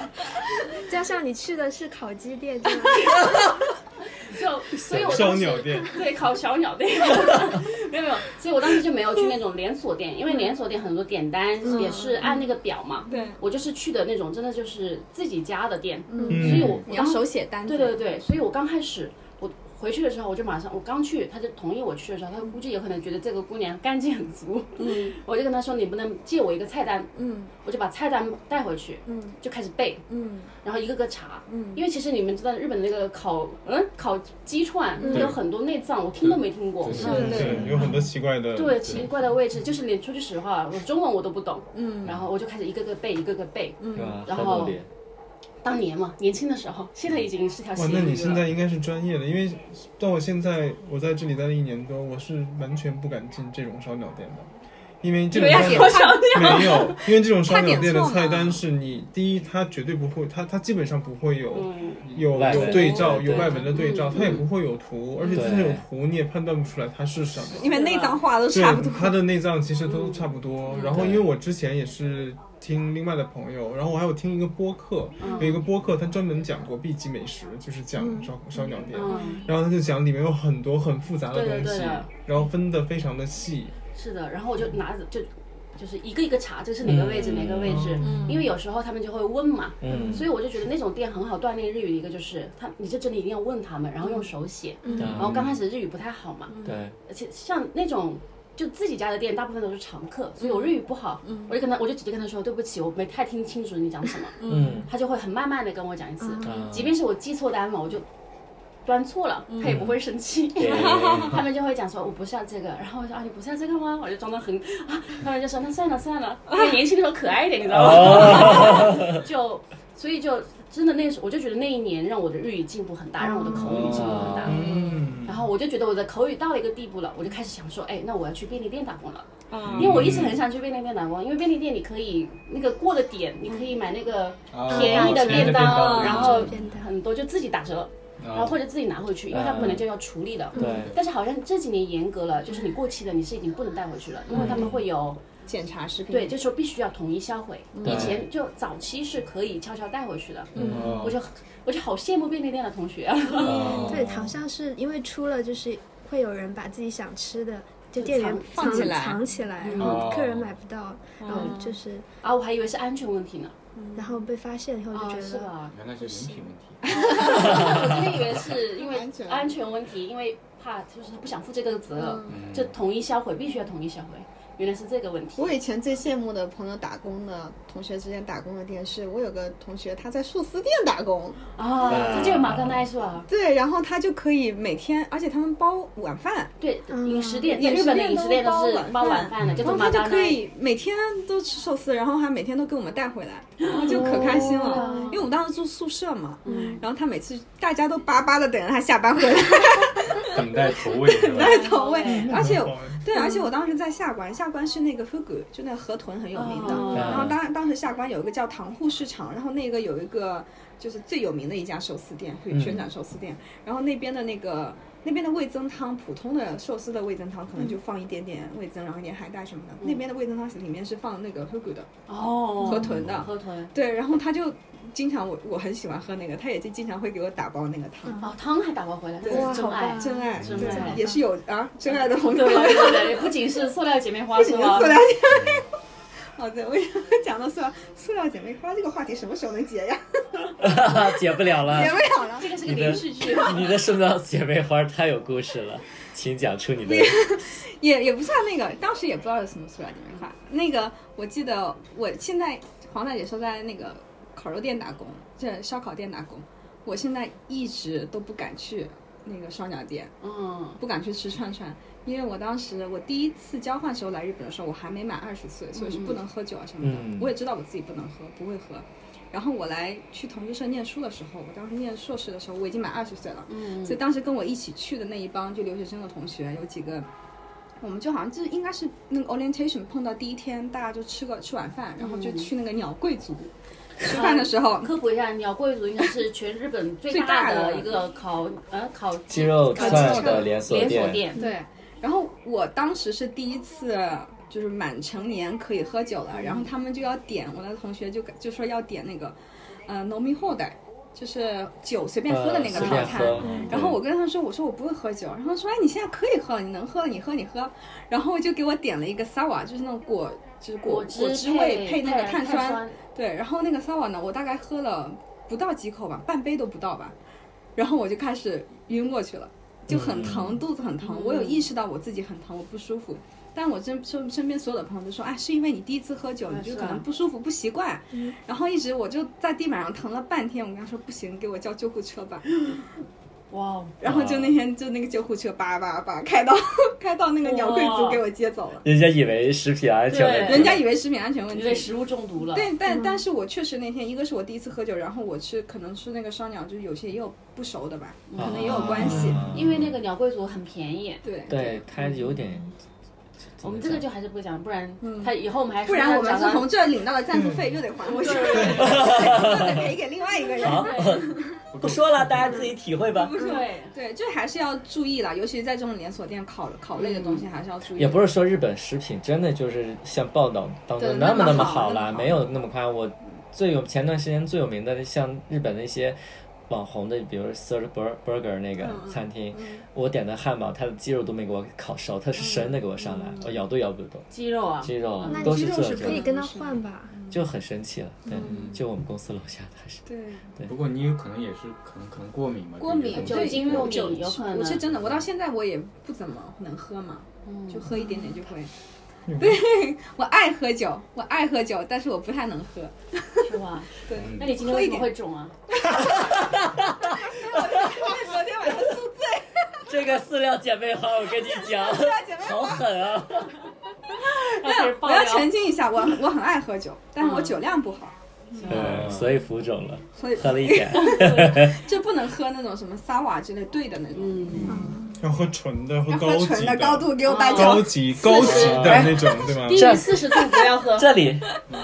[SPEAKER 3] 加上你去的是烤鸡
[SPEAKER 5] [LAUGHS]
[SPEAKER 3] 店，这样
[SPEAKER 2] 就所以我
[SPEAKER 7] 烧
[SPEAKER 2] 当时
[SPEAKER 7] 鸟店，
[SPEAKER 2] [LAUGHS] 对烤小鸟
[SPEAKER 7] [LAUGHS]
[SPEAKER 2] 那个，没有没有，所以我当时就没有去那种连锁店，因
[SPEAKER 7] 嗯
[SPEAKER 2] 为连锁店很多点单也是按那个表嘛。
[SPEAKER 5] 嗯对
[SPEAKER 2] 我就是去的那种，真的就是自己家的店，
[SPEAKER 7] 嗯
[SPEAKER 2] 所以我
[SPEAKER 5] 你
[SPEAKER 2] 我
[SPEAKER 5] 要
[SPEAKER 2] 当时
[SPEAKER 5] 手写单子，
[SPEAKER 2] 对对对，所以我刚开始我回去的时候，我就马上我刚去，他就同意我去的时候，他估计有可能觉得这个姑娘干劲很足，嗯，我就跟他说你不能借我一个菜单，
[SPEAKER 5] 嗯
[SPEAKER 2] 我就把菜单带回去，
[SPEAKER 5] 嗯
[SPEAKER 2] 就开始背，
[SPEAKER 5] 嗯
[SPEAKER 2] 然后一个个查，
[SPEAKER 5] 嗯
[SPEAKER 2] 因为其实你们知道日本的那个烤嗯烤鸡串，
[SPEAKER 5] 嗯
[SPEAKER 2] 它有很多内脏，我听都没听过，嗯
[SPEAKER 6] 是
[SPEAKER 5] 对对
[SPEAKER 7] 对，有很多奇怪的，
[SPEAKER 2] 对奇怪的位置，就是连说句实话，我中文我都不懂，
[SPEAKER 5] 嗯
[SPEAKER 2] 然后我就开始一个个背，一个个背。
[SPEAKER 4] 是吧？
[SPEAKER 2] 嗯然
[SPEAKER 4] 好
[SPEAKER 2] 后
[SPEAKER 4] 努力，
[SPEAKER 2] 当年嘛，年轻的时候，现在已经
[SPEAKER 5] 啊
[SPEAKER 2] 是条
[SPEAKER 7] 哇
[SPEAKER 2] 咸，鱼
[SPEAKER 7] 那
[SPEAKER 2] 了。
[SPEAKER 7] 你现在应该是专业的，因为到我现在我在这里待了一年多，我是完全不敢进这种烧鸟店的，因为这种
[SPEAKER 5] 要
[SPEAKER 7] 烧
[SPEAKER 5] 点
[SPEAKER 7] 鸟
[SPEAKER 5] 上
[SPEAKER 7] 没有，因为这种烧鸟店的
[SPEAKER 5] 怕点错嘛
[SPEAKER 7] 菜单是你第一，它绝对不会，它它基本上不会有。
[SPEAKER 2] 嗯，
[SPEAKER 7] 有
[SPEAKER 4] 外
[SPEAKER 7] 有
[SPEAKER 4] 文
[SPEAKER 7] 对照，
[SPEAKER 4] 对
[SPEAKER 7] 有外文的对照，
[SPEAKER 2] 嗯
[SPEAKER 7] 它也不会有图，而且就
[SPEAKER 4] 对
[SPEAKER 7] 算有图，你也判断不出来它是什么。
[SPEAKER 5] [LAUGHS] 因为内脏画都 [LAUGHS]
[SPEAKER 7] 对
[SPEAKER 5] 差不多，，
[SPEAKER 7] 它的内脏其实都差不多。然后因为我之前也是听另外的朋友，然后我还有听一个播客，
[SPEAKER 5] 嗯
[SPEAKER 7] 有一个播客他专门讲过 B 级美食，就是讲烧烧鸟店。
[SPEAKER 2] 嗯
[SPEAKER 7] 然后他就讲里面有很多很复杂的
[SPEAKER 2] 对的
[SPEAKER 7] 东西
[SPEAKER 2] 对的，
[SPEAKER 7] 然后分得非常的细。
[SPEAKER 2] 是的，然后我就拿着就就是一个一个查，这是哪个位
[SPEAKER 7] 嗯
[SPEAKER 2] 置、哪个位置，
[SPEAKER 5] 嗯
[SPEAKER 2] 因为有时候他们就会问嘛，
[SPEAKER 4] 嗯，
[SPEAKER 2] 所以我就觉得那种店很好锻炼日语的一个就是他，你就真的一定要问他们，然后用手写，然后刚开始日语不太好嘛，
[SPEAKER 4] 对，
[SPEAKER 2] 而且像那种。就自己家的店，大部分都是常客，所以我日语不好，我就跟他，我就直接跟他说对不起，我没太听清楚你讲什么，
[SPEAKER 4] 嗯，
[SPEAKER 2] 他就会很慢慢的跟我讲一次，
[SPEAKER 4] 啊
[SPEAKER 2] 即便是我记错单了，我就端错了，他也不会生气。
[SPEAKER 4] 对
[SPEAKER 2] [LAUGHS] 他们就会讲说我不是要这个，然后我说啊你不是要这个吗？我就装的很啊，他们就说那算了算了，因为年轻的时候可爱一点，你知道吗？ [LAUGHS] 就所以就真的那时候我就觉得那一年让我的日语进步很大，让我的口语进步很大。
[SPEAKER 7] 嗯，
[SPEAKER 2] 然后我就觉得我的口语到了一个地步了，我就开始想说，哎，那我要去便利店打工了，
[SPEAKER 5] 嗯
[SPEAKER 2] 因为我一直很想去便利店打工，因为便利店你可以那个过的点，你可以买那个
[SPEAKER 6] 啊
[SPEAKER 2] 便宜的便当，然后
[SPEAKER 3] 便当
[SPEAKER 2] 很多就自己打折，然后
[SPEAKER 6] 啊
[SPEAKER 2] 或者自己拿回去，因为它本来就要处理的。
[SPEAKER 4] 对，
[SPEAKER 2] 但是好像这几年严格了，就是你过期的你是已经不能带回去了，因为他们会有
[SPEAKER 5] 检查食品，
[SPEAKER 2] 对，这时候必须要统一销毁。
[SPEAKER 4] 对
[SPEAKER 2] 以前就早期是可以悄悄带回去的，
[SPEAKER 6] 哦
[SPEAKER 2] 我就我就好羡慕便利店的同学啊。 [LAUGHS]
[SPEAKER 4] 哦
[SPEAKER 3] 对，好像是因为出了，就是会有人把自己想吃的就店员
[SPEAKER 5] 藏
[SPEAKER 3] 藏
[SPEAKER 5] 放起来
[SPEAKER 3] 藏起来，
[SPEAKER 4] 嗯
[SPEAKER 3] 然
[SPEAKER 6] 哦
[SPEAKER 3] 后客人买不到，然后就是
[SPEAKER 2] 啊，我还以为是安全问题呢。
[SPEAKER 3] 然后被发现以后就
[SPEAKER 5] 哦
[SPEAKER 2] 啊，
[SPEAKER 3] 觉
[SPEAKER 2] 是
[SPEAKER 3] 得，
[SPEAKER 2] 吧？
[SPEAKER 6] 原来是人品问题，
[SPEAKER 2] [LAUGHS] 我真的以为是因为
[SPEAKER 5] 安全
[SPEAKER 2] 安全问题，因为怕就是他不想负这个责
[SPEAKER 6] 嗯
[SPEAKER 2] 任，就统一销毁，必须要统一销毁。原来是这个问题。
[SPEAKER 5] 我以前最羡慕的朋友打工的同学之间打工的店是，我有个同学他在寿司店打工，
[SPEAKER 2] 啊，这就是马格奈是吧？
[SPEAKER 5] 对，然后他就可以每天，而且他们包晚饭，
[SPEAKER 2] 对，
[SPEAKER 3] 嗯
[SPEAKER 2] 饮食店，在
[SPEAKER 5] 饮
[SPEAKER 2] 日
[SPEAKER 5] 食
[SPEAKER 2] 本的
[SPEAKER 5] 店
[SPEAKER 2] 饮
[SPEAKER 5] 都
[SPEAKER 2] 食店都
[SPEAKER 5] 包
[SPEAKER 2] 是
[SPEAKER 5] 晚
[SPEAKER 2] 包晚
[SPEAKER 5] 饭
[SPEAKER 2] 饭的，就
[SPEAKER 5] 然
[SPEAKER 2] 是
[SPEAKER 5] 后
[SPEAKER 2] 马
[SPEAKER 5] 他就
[SPEAKER 2] 格
[SPEAKER 5] 可
[SPEAKER 2] 奈。
[SPEAKER 5] 以每天都吃寿司，然后还每天都给我们带回来，然后就可开心了，因为我们当时住宿舍嘛，然后他每次大家都巴巴的等着他下班回来
[SPEAKER 6] 等待投喂是吧？
[SPEAKER 5] 来投喂，而且
[SPEAKER 7] 很好哎
[SPEAKER 5] 对，而
[SPEAKER 2] 嗯
[SPEAKER 5] 且我当时在下关，下关是那个 fugu，就那河豚很有名的。
[SPEAKER 2] 哦
[SPEAKER 5] 然后当当时下关有一个叫唐户市场，然后那个有一个就是最有名的一家寿司店，会旋转寿司店。
[SPEAKER 2] 嗯
[SPEAKER 5] 然后那边的那个那边的味增汤，普通的寿司的味增汤可能就放一点点味增，然后一点海带什么的。
[SPEAKER 2] 嗯
[SPEAKER 5] 那边的味增汤里面是放那个 fugu 的
[SPEAKER 2] 哦，
[SPEAKER 5] 河豚的。
[SPEAKER 2] 河豚。
[SPEAKER 5] 对，然后他就经常我我很喜欢喝那个，他也就经常会给我打包那个汤。
[SPEAKER 2] 哦，汤还打包回来，这
[SPEAKER 5] 哇
[SPEAKER 2] 是真爱。
[SPEAKER 5] 真爱，
[SPEAKER 2] 啊真
[SPEAKER 5] 对
[SPEAKER 2] 爱
[SPEAKER 5] 也是有啊，真爱的红
[SPEAKER 2] 对
[SPEAKER 5] 灯。
[SPEAKER 2] 对对对，不仅是塑料姐妹花
[SPEAKER 5] 不
[SPEAKER 2] 是
[SPEAKER 5] 仅是
[SPEAKER 2] 吧
[SPEAKER 5] 塑？料姐妹花。哦，对，为什么讲到塑料塑料姐妹花这个话题什么时候能结呀？
[SPEAKER 4] [LAUGHS] 解不了了
[SPEAKER 5] 结。不了了。
[SPEAKER 2] 这个是个
[SPEAKER 4] 你的
[SPEAKER 2] 连续剧。
[SPEAKER 4] 你的圣诞姐妹花太有故事了，请讲出你的。
[SPEAKER 5] 也也不算那个，当时也不知道有什么塑料姐妹花。那个我记得，我现在黄大姐说在那个烤肉店打工，这烧烤店打工，我现在一直都不敢去那个烧鸟店，
[SPEAKER 2] 嗯
[SPEAKER 5] 不敢去吃串串，因为我当时我第一次交换时候来日本的时候，我还没满二十岁，所以是不能喝酒啊什么的。
[SPEAKER 4] 嗯
[SPEAKER 5] 我也知道我自己不能喝，不会喝。然后我来去同志社念书的时候，我当时念硕士的时候，我已经满二十岁了，
[SPEAKER 2] 嗯
[SPEAKER 5] 所以当时跟我一起去的那一帮就留学生的同学有几个，我们就好像就是应该是那个 orientation 碰到第一天，大家就吃个吃晚饭，然后就去那个鸟贵族、吃饭的时候，
[SPEAKER 2] 科普一下，鸟贵族应该是全日本最
[SPEAKER 5] 最大
[SPEAKER 2] 大的
[SPEAKER 5] 的
[SPEAKER 2] 一个烤呃烤
[SPEAKER 4] [LAUGHS] 鸡肉
[SPEAKER 2] 烤
[SPEAKER 4] 串的连锁
[SPEAKER 2] 连
[SPEAKER 4] 店
[SPEAKER 2] 锁，店。
[SPEAKER 5] 对，然后我当时是第一次。就是满成年可以喝酒了，然后他们就要点，我的同学就就说要点那个，呃，农民后代，就是酒随便喝的那个
[SPEAKER 4] 呃随
[SPEAKER 5] 套
[SPEAKER 4] 便
[SPEAKER 5] 餐。
[SPEAKER 4] 喝嗯
[SPEAKER 5] 然后我跟他说，我说我不会喝酒，然后说哎，你现在可以喝了，你能喝了，你喝你喝。然后就给我点了一个 sawa，就是那种果，就是果
[SPEAKER 9] 果汁
[SPEAKER 5] 果汁味
[SPEAKER 9] 配
[SPEAKER 5] 那个
[SPEAKER 9] 碳
[SPEAKER 5] 碳
[SPEAKER 9] 酸
[SPEAKER 5] 对，然后那个 sawa 呢，我大概喝了不到几口吧，半杯都不到吧，然后我就开始晕过去了，就很疼，
[SPEAKER 4] 嗯
[SPEAKER 5] 肚子很疼。我有意识到我自己很疼，我不舒服。但我身身身边所有的朋友都说，哎，是因为你第一次喝酒，你就是可能
[SPEAKER 9] 吧
[SPEAKER 5] 不舒服、不习惯。然后一直我就在地板上疼了半天，我跟他说不行，给我叫救护车吧。
[SPEAKER 9] 哇哦，
[SPEAKER 5] 然后就那天就那个救护车叭叭叭开到 [LAUGHS] 开到那个鸟贵族给我接走了。
[SPEAKER 4] 人家以为食品安全问题，
[SPEAKER 9] 对
[SPEAKER 5] 人家以为食品安全问
[SPEAKER 9] 因为
[SPEAKER 5] 题，
[SPEAKER 9] 食物中毒了。
[SPEAKER 5] 对，但但是我确实那天一个是我第一次喝酒，然后我吃可能吃那个烧鸟，就是有些也有不熟的吧，可能也有关系。
[SPEAKER 4] 啊
[SPEAKER 9] 因为那个鸟贵族很便宜，
[SPEAKER 5] 对，
[SPEAKER 4] 对他有点，
[SPEAKER 9] 我们这个就还是不讲，不然
[SPEAKER 5] 嗯
[SPEAKER 9] 他以后我们还
[SPEAKER 5] 不然我们是
[SPEAKER 9] 是
[SPEAKER 5] 从这儿领到了赞助费，又得还回去，又得赔给另外一个人。
[SPEAKER 4] 好，不说了，大家自己体会吧。
[SPEAKER 9] 对，
[SPEAKER 5] 对，就还是要注意啦，尤其是在这种连锁店烤烤类的东西，还是要注意。
[SPEAKER 4] 也不是说日本食品真的就是像报道当
[SPEAKER 5] 对
[SPEAKER 4] 中那
[SPEAKER 5] 那
[SPEAKER 4] 么
[SPEAKER 5] 么
[SPEAKER 4] 么
[SPEAKER 5] 好
[SPEAKER 4] 好
[SPEAKER 5] 那
[SPEAKER 4] 啦，
[SPEAKER 5] 么好
[SPEAKER 4] 没有那么夸我。最有前段时间最有名的，像日本的一些网红的，比如 Third Bur- Burger 那个餐厅，我点的汉堡，它的鸡肉都没给我烤熟，它是生的给我上来，我咬都咬不动，
[SPEAKER 9] 鸡肉啊，
[SPEAKER 4] 嗯鸡肉
[SPEAKER 3] 那
[SPEAKER 4] 都
[SPEAKER 3] 鸡肉
[SPEAKER 4] 这
[SPEAKER 3] 是可以
[SPEAKER 4] 种，
[SPEAKER 3] 跟他换吧？
[SPEAKER 4] 就很生气了。对，就我们公司楼下的还是。
[SPEAKER 5] 对，
[SPEAKER 6] 不过你有可能也是可能可能过敏吧，
[SPEAKER 5] 过敏
[SPEAKER 9] 酒
[SPEAKER 6] 就
[SPEAKER 5] 对
[SPEAKER 9] 精
[SPEAKER 5] 因为
[SPEAKER 9] 过敏
[SPEAKER 5] 酒
[SPEAKER 9] 有可能
[SPEAKER 5] 我是真的，我到现在我也不怎么能喝嘛，就喝一点点就会。对，我爱喝酒，我爱喝酒，但是我不太能喝。
[SPEAKER 9] 是吧？
[SPEAKER 5] 对，
[SPEAKER 9] 那你今天为什么会
[SPEAKER 5] [LAUGHS]
[SPEAKER 9] 肿啊？
[SPEAKER 5] 昨天晚上宿醉，
[SPEAKER 4] 这个饲料姐妹花，我跟你
[SPEAKER 5] [LAUGHS]
[SPEAKER 4] 讲，好狠啊！
[SPEAKER 9] 开始爆
[SPEAKER 5] 我要
[SPEAKER 9] 料，
[SPEAKER 5] 澄清一下，我我很爱喝酒，但是我酒量不好，
[SPEAKER 4] 对，所以浮肿了，
[SPEAKER 5] 所以
[SPEAKER 4] 喝了一
[SPEAKER 5] [LAUGHS]
[SPEAKER 4] 点。
[SPEAKER 5] 就不能喝那种什么萨瓦之类兑的那种，
[SPEAKER 9] 嗯，
[SPEAKER 7] 要喝纯的，喝
[SPEAKER 5] 要
[SPEAKER 7] 高
[SPEAKER 5] 喝
[SPEAKER 7] 级
[SPEAKER 5] 纯的高度给我白
[SPEAKER 7] 高
[SPEAKER 5] 酒。
[SPEAKER 7] 级高级的那种，对吗？
[SPEAKER 9] 低于四十度不要喝。
[SPEAKER 4] 这里，
[SPEAKER 9] 哎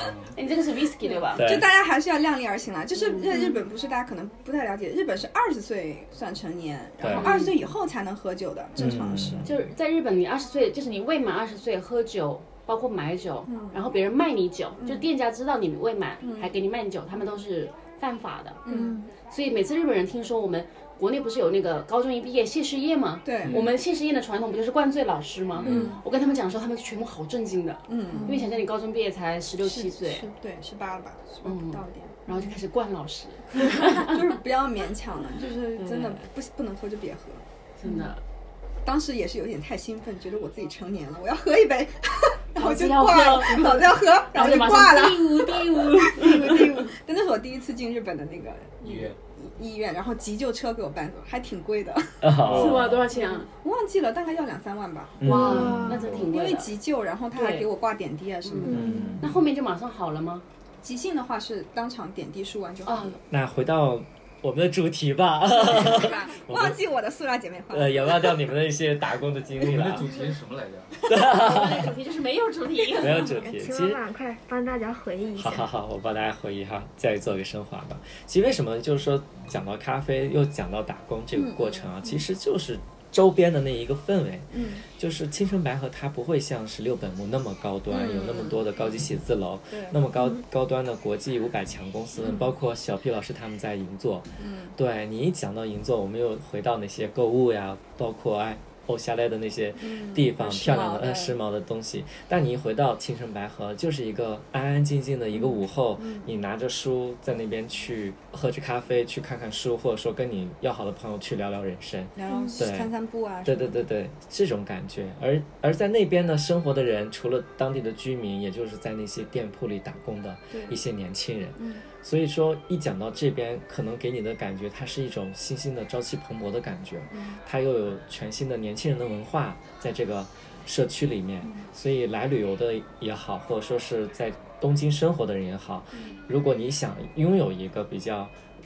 [SPEAKER 9] 你这个是 whisky 对吧？
[SPEAKER 4] 对，
[SPEAKER 5] 就大家还是要量力而行啦。就是日日本不是大家可能不太了解，日本是二十岁算成年，
[SPEAKER 4] 对
[SPEAKER 5] 然后二十岁以后才能喝酒的，正常是。
[SPEAKER 9] 就是在日本，你二十岁，就是你未满二十岁喝酒，包括买酒，
[SPEAKER 5] 嗯
[SPEAKER 9] 然后别人卖你酒，就店家知道你未满，还给你卖你酒，他们都是犯法的。
[SPEAKER 5] 嗯，
[SPEAKER 9] 所以每次日本人听说我们国内不是有那个高中一毕业谢师宴吗？
[SPEAKER 5] 对，
[SPEAKER 2] 嗯
[SPEAKER 9] 我们谢师宴的传统不就是灌醉老师吗？
[SPEAKER 5] 嗯，
[SPEAKER 9] 我跟他们讲的时候，他们全部好震惊的，
[SPEAKER 5] 嗯，
[SPEAKER 9] 因为想象你高中毕业才十六七岁，
[SPEAKER 5] 是对，十八了吧，十八不到一点，
[SPEAKER 9] 然后就开始灌老师，
[SPEAKER 5] 就是不要勉强了，就是真的不不能喝就别喝。
[SPEAKER 9] 真的，
[SPEAKER 5] 嗯当时也是有点太兴奋，觉得我自己成年了，我要喝一杯，然后就
[SPEAKER 9] 脑子
[SPEAKER 5] 挂
[SPEAKER 9] 要
[SPEAKER 5] 了，
[SPEAKER 9] 喝
[SPEAKER 5] 脑子要喝，然后就
[SPEAKER 9] 马
[SPEAKER 5] 挂
[SPEAKER 9] 上
[SPEAKER 5] 了。
[SPEAKER 9] 第五第五，
[SPEAKER 5] [LAUGHS] 但那是我第一次进日本的那个
[SPEAKER 6] 医院
[SPEAKER 5] 医院，然后急救车给我搬走，还挺贵的，
[SPEAKER 2] 哦
[SPEAKER 9] 是
[SPEAKER 4] 哦
[SPEAKER 9] 吗？多少钱啊？
[SPEAKER 5] 我忘记了，大概要两三万吧。
[SPEAKER 9] 哇，那真挺
[SPEAKER 5] 嗯因
[SPEAKER 9] 贵
[SPEAKER 5] 为
[SPEAKER 9] 的。
[SPEAKER 5] 急救，然后他还
[SPEAKER 9] 对
[SPEAKER 5] 给我挂点滴啊什么的。
[SPEAKER 4] 嗯，
[SPEAKER 9] 那后面就马上好了吗？
[SPEAKER 5] 急性的话是当场点滴输完就好
[SPEAKER 9] 啊
[SPEAKER 2] 哦
[SPEAKER 5] 了，，
[SPEAKER 4] 那回到我们的主题吧， [LAUGHS]
[SPEAKER 5] 对吧？ [LAUGHS] 忘记我的塑料姐妹花。
[SPEAKER 4] 呃，也忘掉你们的一些打工的经历
[SPEAKER 6] 你的
[SPEAKER 4] 了
[SPEAKER 6] 主，题是什么来着？
[SPEAKER 9] 我们的主题就是没有主题。
[SPEAKER 4] 没有主题。其
[SPEAKER 3] 秦
[SPEAKER 4] 实
[SPEAKER 3] 老，板，快帮大家回忆一
[SPEAKER 4] 好好
[SPEAKER 3] 下。
[SPEAKER 4] 好，我帮大家回忆哈，再做个升华吧。其实为什么就是说讲到咖啡，又讲到打工这个过程啊，其实就是周边的那一个氛围，嗯，就是青城白河它不会像十六本木那么高端，有那么多的高级写字楼，那么高高端的国际五百强公司，包括小 P 老师他们在银座，嗯，对你一讲到银座，我们又回到那些购物呀，包括哎。欧下来的那些地方，漂亮的、
[SPEAKER 5] 的
[SPEAKER 4] 呃嗯时髦的东西，但你一回到青城白河，就是一个安安静静的一个午后，你拿着书在那边去喝着咖啡，去看看书，或者说跟你要好的朋友去聊聊人生。
[SPEAKER 5] 然后
[SPEAKER 4] 对
[SPEAKER 5] 散散步啊。
[SPEAKER 4] 对对对对，这种感觉。而而在那边呢，生活的人除了当地的居民，也就是在那些店铺里打工的一些年轻人。所以说，一讲到这边，可能给你的感觉，它是一种新兴的、朝气蓬勃的感觉。它又有全新的年轻人的文化在这个社区里面，所以来旅游的也好，或者说是在东京生活的人也好，如果你想拥有一个比较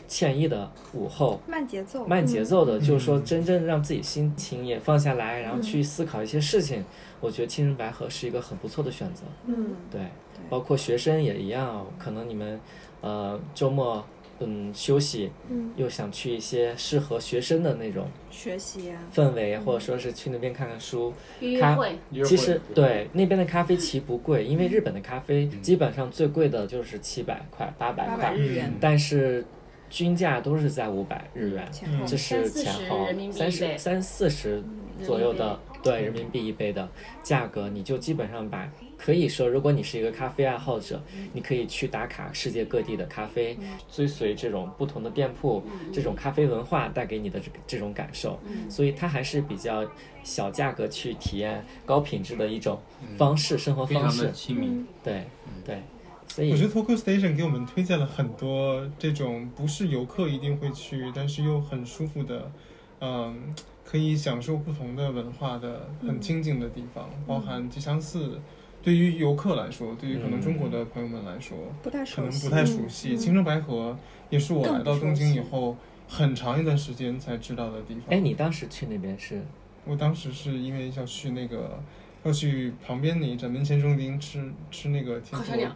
[SPEAKER 4] 惬意的午后，
[SPEAKER 5] 慢节奏，
[SPEAKER 4] 慢节奏的，就是说真正让自己心情也放下来，然后去思考一些事情，我觉得青城白河是一个很不错的选择。
[SPEAKER 5] 嗯，
[SPEAKER 4] 对，包括学生也一样哦，可能你们呃周末嗯休息，
[SPEAKER 3] 嗯
[SPEAKER 4] 又想去一些适合学生的那种
[SPEAKER 5] 学习啊，
[SPEAKER 4] 氛围，或者说是去那边看看书。
[SPEAKER 2] 约
[SPEAKER 4] 咖
[SPEAKER 2] 会，
[SPEAKER 6] 约会
[SPEAKER 4] 其实对那边的咖啡其实不贵，因为日本的咖啡基本上最贵的就是七百块、八百
[SPEAKER 5] 八百
[SPEAKER 4] 块，
[SPEAKER 5] 日元
[SPEAKER 4] 但是均价都是在五百日元，
[SPEAKER 5] 前后
[SPEAKER 4] 这
[SPEAKER 2] 三
[SPEAKER 4] 是
[SPEAKER 2] 四
[SPEAKER 4] 前
[SPEAKER 2] 十
[SPEAKER 4] 后
[SPEAKER 2] 人民币
[SPEAKER 4] 三
[SPEAKER 2] 一
[SPEAKER 4] 十
[SPEAKER 2] 杯
[SPEAKER 4] 三四十左右的对人民币一杯的价格，你就基本上把可以说，如果你是一个咖啡爱好者，你可以去打卡世界各地的咖啡，追随这种不同的店铺，这种咖啡文化带给你的这个这种感受，所以它还是比较小价格去体验高品质的一种方式，生活
[SPEAKER 6] 嗯非
[SPEAKER 4] 方
[SPEAKER 6] 常
[SPEAKER 4] 式
[SPEAKER 6] 的，嗯亲民。
[SPEAKER 4] 对对，所以
[SPEAKER 7] 我觉得 Tokyo Station 给我们推荐了很多这种不是游客一定会去，但是又很舒服的，嗯，可以享受不同的文化的很清静的地方，包含吉祥寺。对于游客来说，对于可能中国的朋友们来说，
[SPEAKER 5] 不太
[SPEAKER 7] 可
[SPEAKER 5] 熟
[SPEAKER 7] 能
[SPEAKER 5] 悉，嗯
[SPEAKER 7] 不太熟悉。青城白河也是我
[SPEAKER 5] 更
[SPEAKER 7] 来
[SPEAKER 5] 不
[SPEAKER 7] 到东
[SPEAKER 5] 熟
[SPEAKER 7] 京以
[SPEAKER 5] 悉
[SPEAKER 7] 后很长一段时间才知道的地方。
[SPEAKER 4] 哎，你当时去那边是
[SPEAKER 7] 我当时是因为要去那个，要去旁边那一站门前中町吃吃那个天
[SPEAKER 2] 烤小
[SPEAKER 7] 妇罗
[SPEAKER 2] 鸟，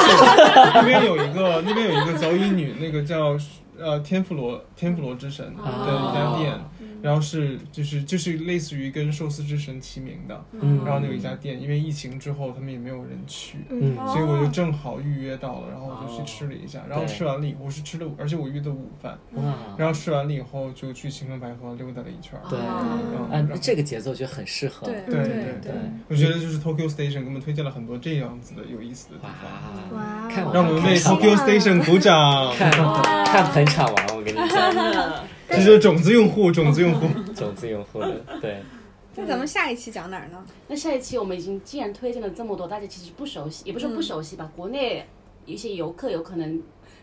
[SPEAKER 7] 那边有一个那边有一个脚乙女，那个叫呃天妇罗天妇罗之神的一家店，然后是就是就是类似于跟寿司之神齐名的，
[SPEAKER 4] 嗯
[SPEAKER 7] 然后有一家店，因为疫情之后他们也没有人去，
[SPEAKER 4] 嗯
[SPEAKER 7] 所以我就正好预约到了，然后我就去
[SPEAKER 6] 哦
[SPEAKER 7] 吃了一下，然后
[SPEAKER 4] 对
[SPEAKER 7] 吃完了以后我是吃的，而且我约的午饭，
[SPEAKER 4] 哇，
[SPEAKER 7] 然后吃完了以后就去晴城白河溜达了一圈儿，
[SPEAKER 4] 对，
[SPEAKER 7] 嗯
[SPEAKER 4] 啊
[SPEAKER 7] 然后，
[SPEAKER 4] 这个节奏就很适合，
[SPEAKER 5] 对
[SPEAKER 7] 对
[SPEAKER 5] 对
[SPEAKER 4] 对，
[SPEAKER 7] 我觉得就是 Tokyo Station 给我们推荐了很多这样子的有意思的地方，
[SPEAKER 4] 哇。啊
[SPEAKER 3] 哇，哦
[SPEAKER 4] 看我
[SPEAKER 7] 让我们为 Tokyo Station 鼓掌。
[SPEAKER 4] 看看捧场王，我跟你讲，
[SPEAKER 7] 这就是种子用户，种子用户。
[SPEAKER 4] 种子用户的，对，
[SPEAKER 5] 那咱们下一期讲哪儿呢？
[SPEAKER 2] 那下一期我们已经既然推荐了这么多，大家其实不熟
[SPEAKER 9] 嗯
[SPEAKER 2] 悉，也不是说不熟悉吧，国内有一些游客有可能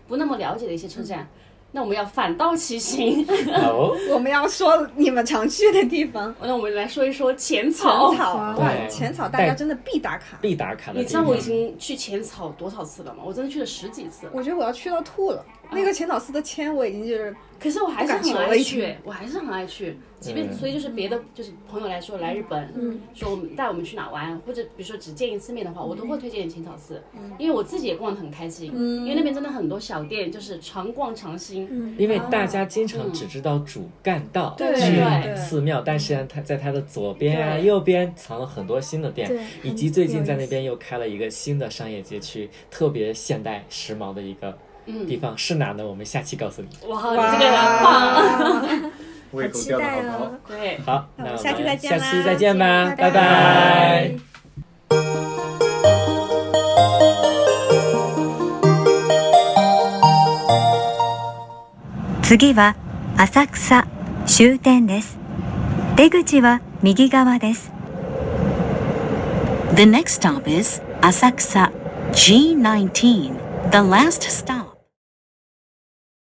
[SPEAKER 2] 不那么了解的一些车站，
[SPEAKER 9] 嗯
[SPEAKER 2] 那我们要反道其行， [LAUGHS]
[SPEAKER 4] 哦，
[SPEAKER 5] 我们要说你们常去的地方，
[SPEAKER 2] 那我们来说一说浅
[SPEAKER 5] 浅
[SPEAKER 2] 草。
[SPEAKER 5] 草，啊
[SPEAKER 4] 对
[SPEAKER 5] 哇，浅草大家真的必打卡。
[SPEAKER 4] 必打卡的
[SPEAKER 2] 你
[SPEAKER 4] 地
[SPEAKER 2] 知道我
[SPEAKER 4] 方
[SPEAKER 2] 已，经去浅草多少次了吗？我真的去了十几次了。
[SPEAKER 5] 我觉得我要去到吐了，那个浅草寺的签我已经就是
[SPEAKER 2] 可是我还是
[SPEAKER 5] 不敢
[SPEAKER 2] 很
[SPEAKER 5] 求
[SPEAKER 2] 爱
[SPEAKER 5] 了已
[SPEAKER 2] 去
[SPEAKER 5] 经，
[SPEAKER 2] 我还是很爱去，即便所以就是别的就是朋友来说来日本，
[SPEAKER 5] 嗯
[SPEAKER 2] 说我们带我们去哪玩，或者比如说只见一次面的话，我都会推荐浅草寺，
[SPEAKER 5] 嗯
[SPEAKER 2] 因为我自己也逛得很开心，因为那边真的很多小店，就是常逛常
[SPEAKER 5] 嗯
[SPEAKER 2] 新，
[SPEAKER 3] 嗯
[SPEAKER 4] 因为大家经常只知道主干道
[SPEAKER 5] 对
[SPEAKER 4] 是
[SPEAKER 2] 对
[SPEAKER 4] 寺庙，但实际上它在它的左边啊、
[SPEAKER 2] 对
[SPEAKER 4] 右边藏了很多新的店
[SPEAKER 3] 对，
[SPEAKER 4] 以及最近在那边又开了一个新的商业街区，特别现代时髦的一个地方，是哪呢？我们下期告诉你。
[SPEAKER 2] 哇，你这个人棒，
[SPEAKER 6] 胃口
[SPEAKER 3] 期
[SPEAKER 6] 吊的好
[SPEAKER 3] 待
[SPEAKER 6] 不好？
[SPEAKER 3] 哦，
[SPEAKER 2] 对。
[SPEAKER 4] 好，那
[SPEAKER 5] 那我
[SPEAKER 4] 我
[SPEAKER 5] 们
[SPEAKER 4] 们
[SPEAKER 5] 下期再见
[SPEAKER 4] 下
[SPEAKER 5] 啦
[SPEAKER 4] 期再见吧，拜拜
[SPEAKER 3] 拜
[SPEAKER 1] 次は浅草終点です。出口は右側です。
[SPEAKER 10] The next stop is Asakusa G19, the last stop.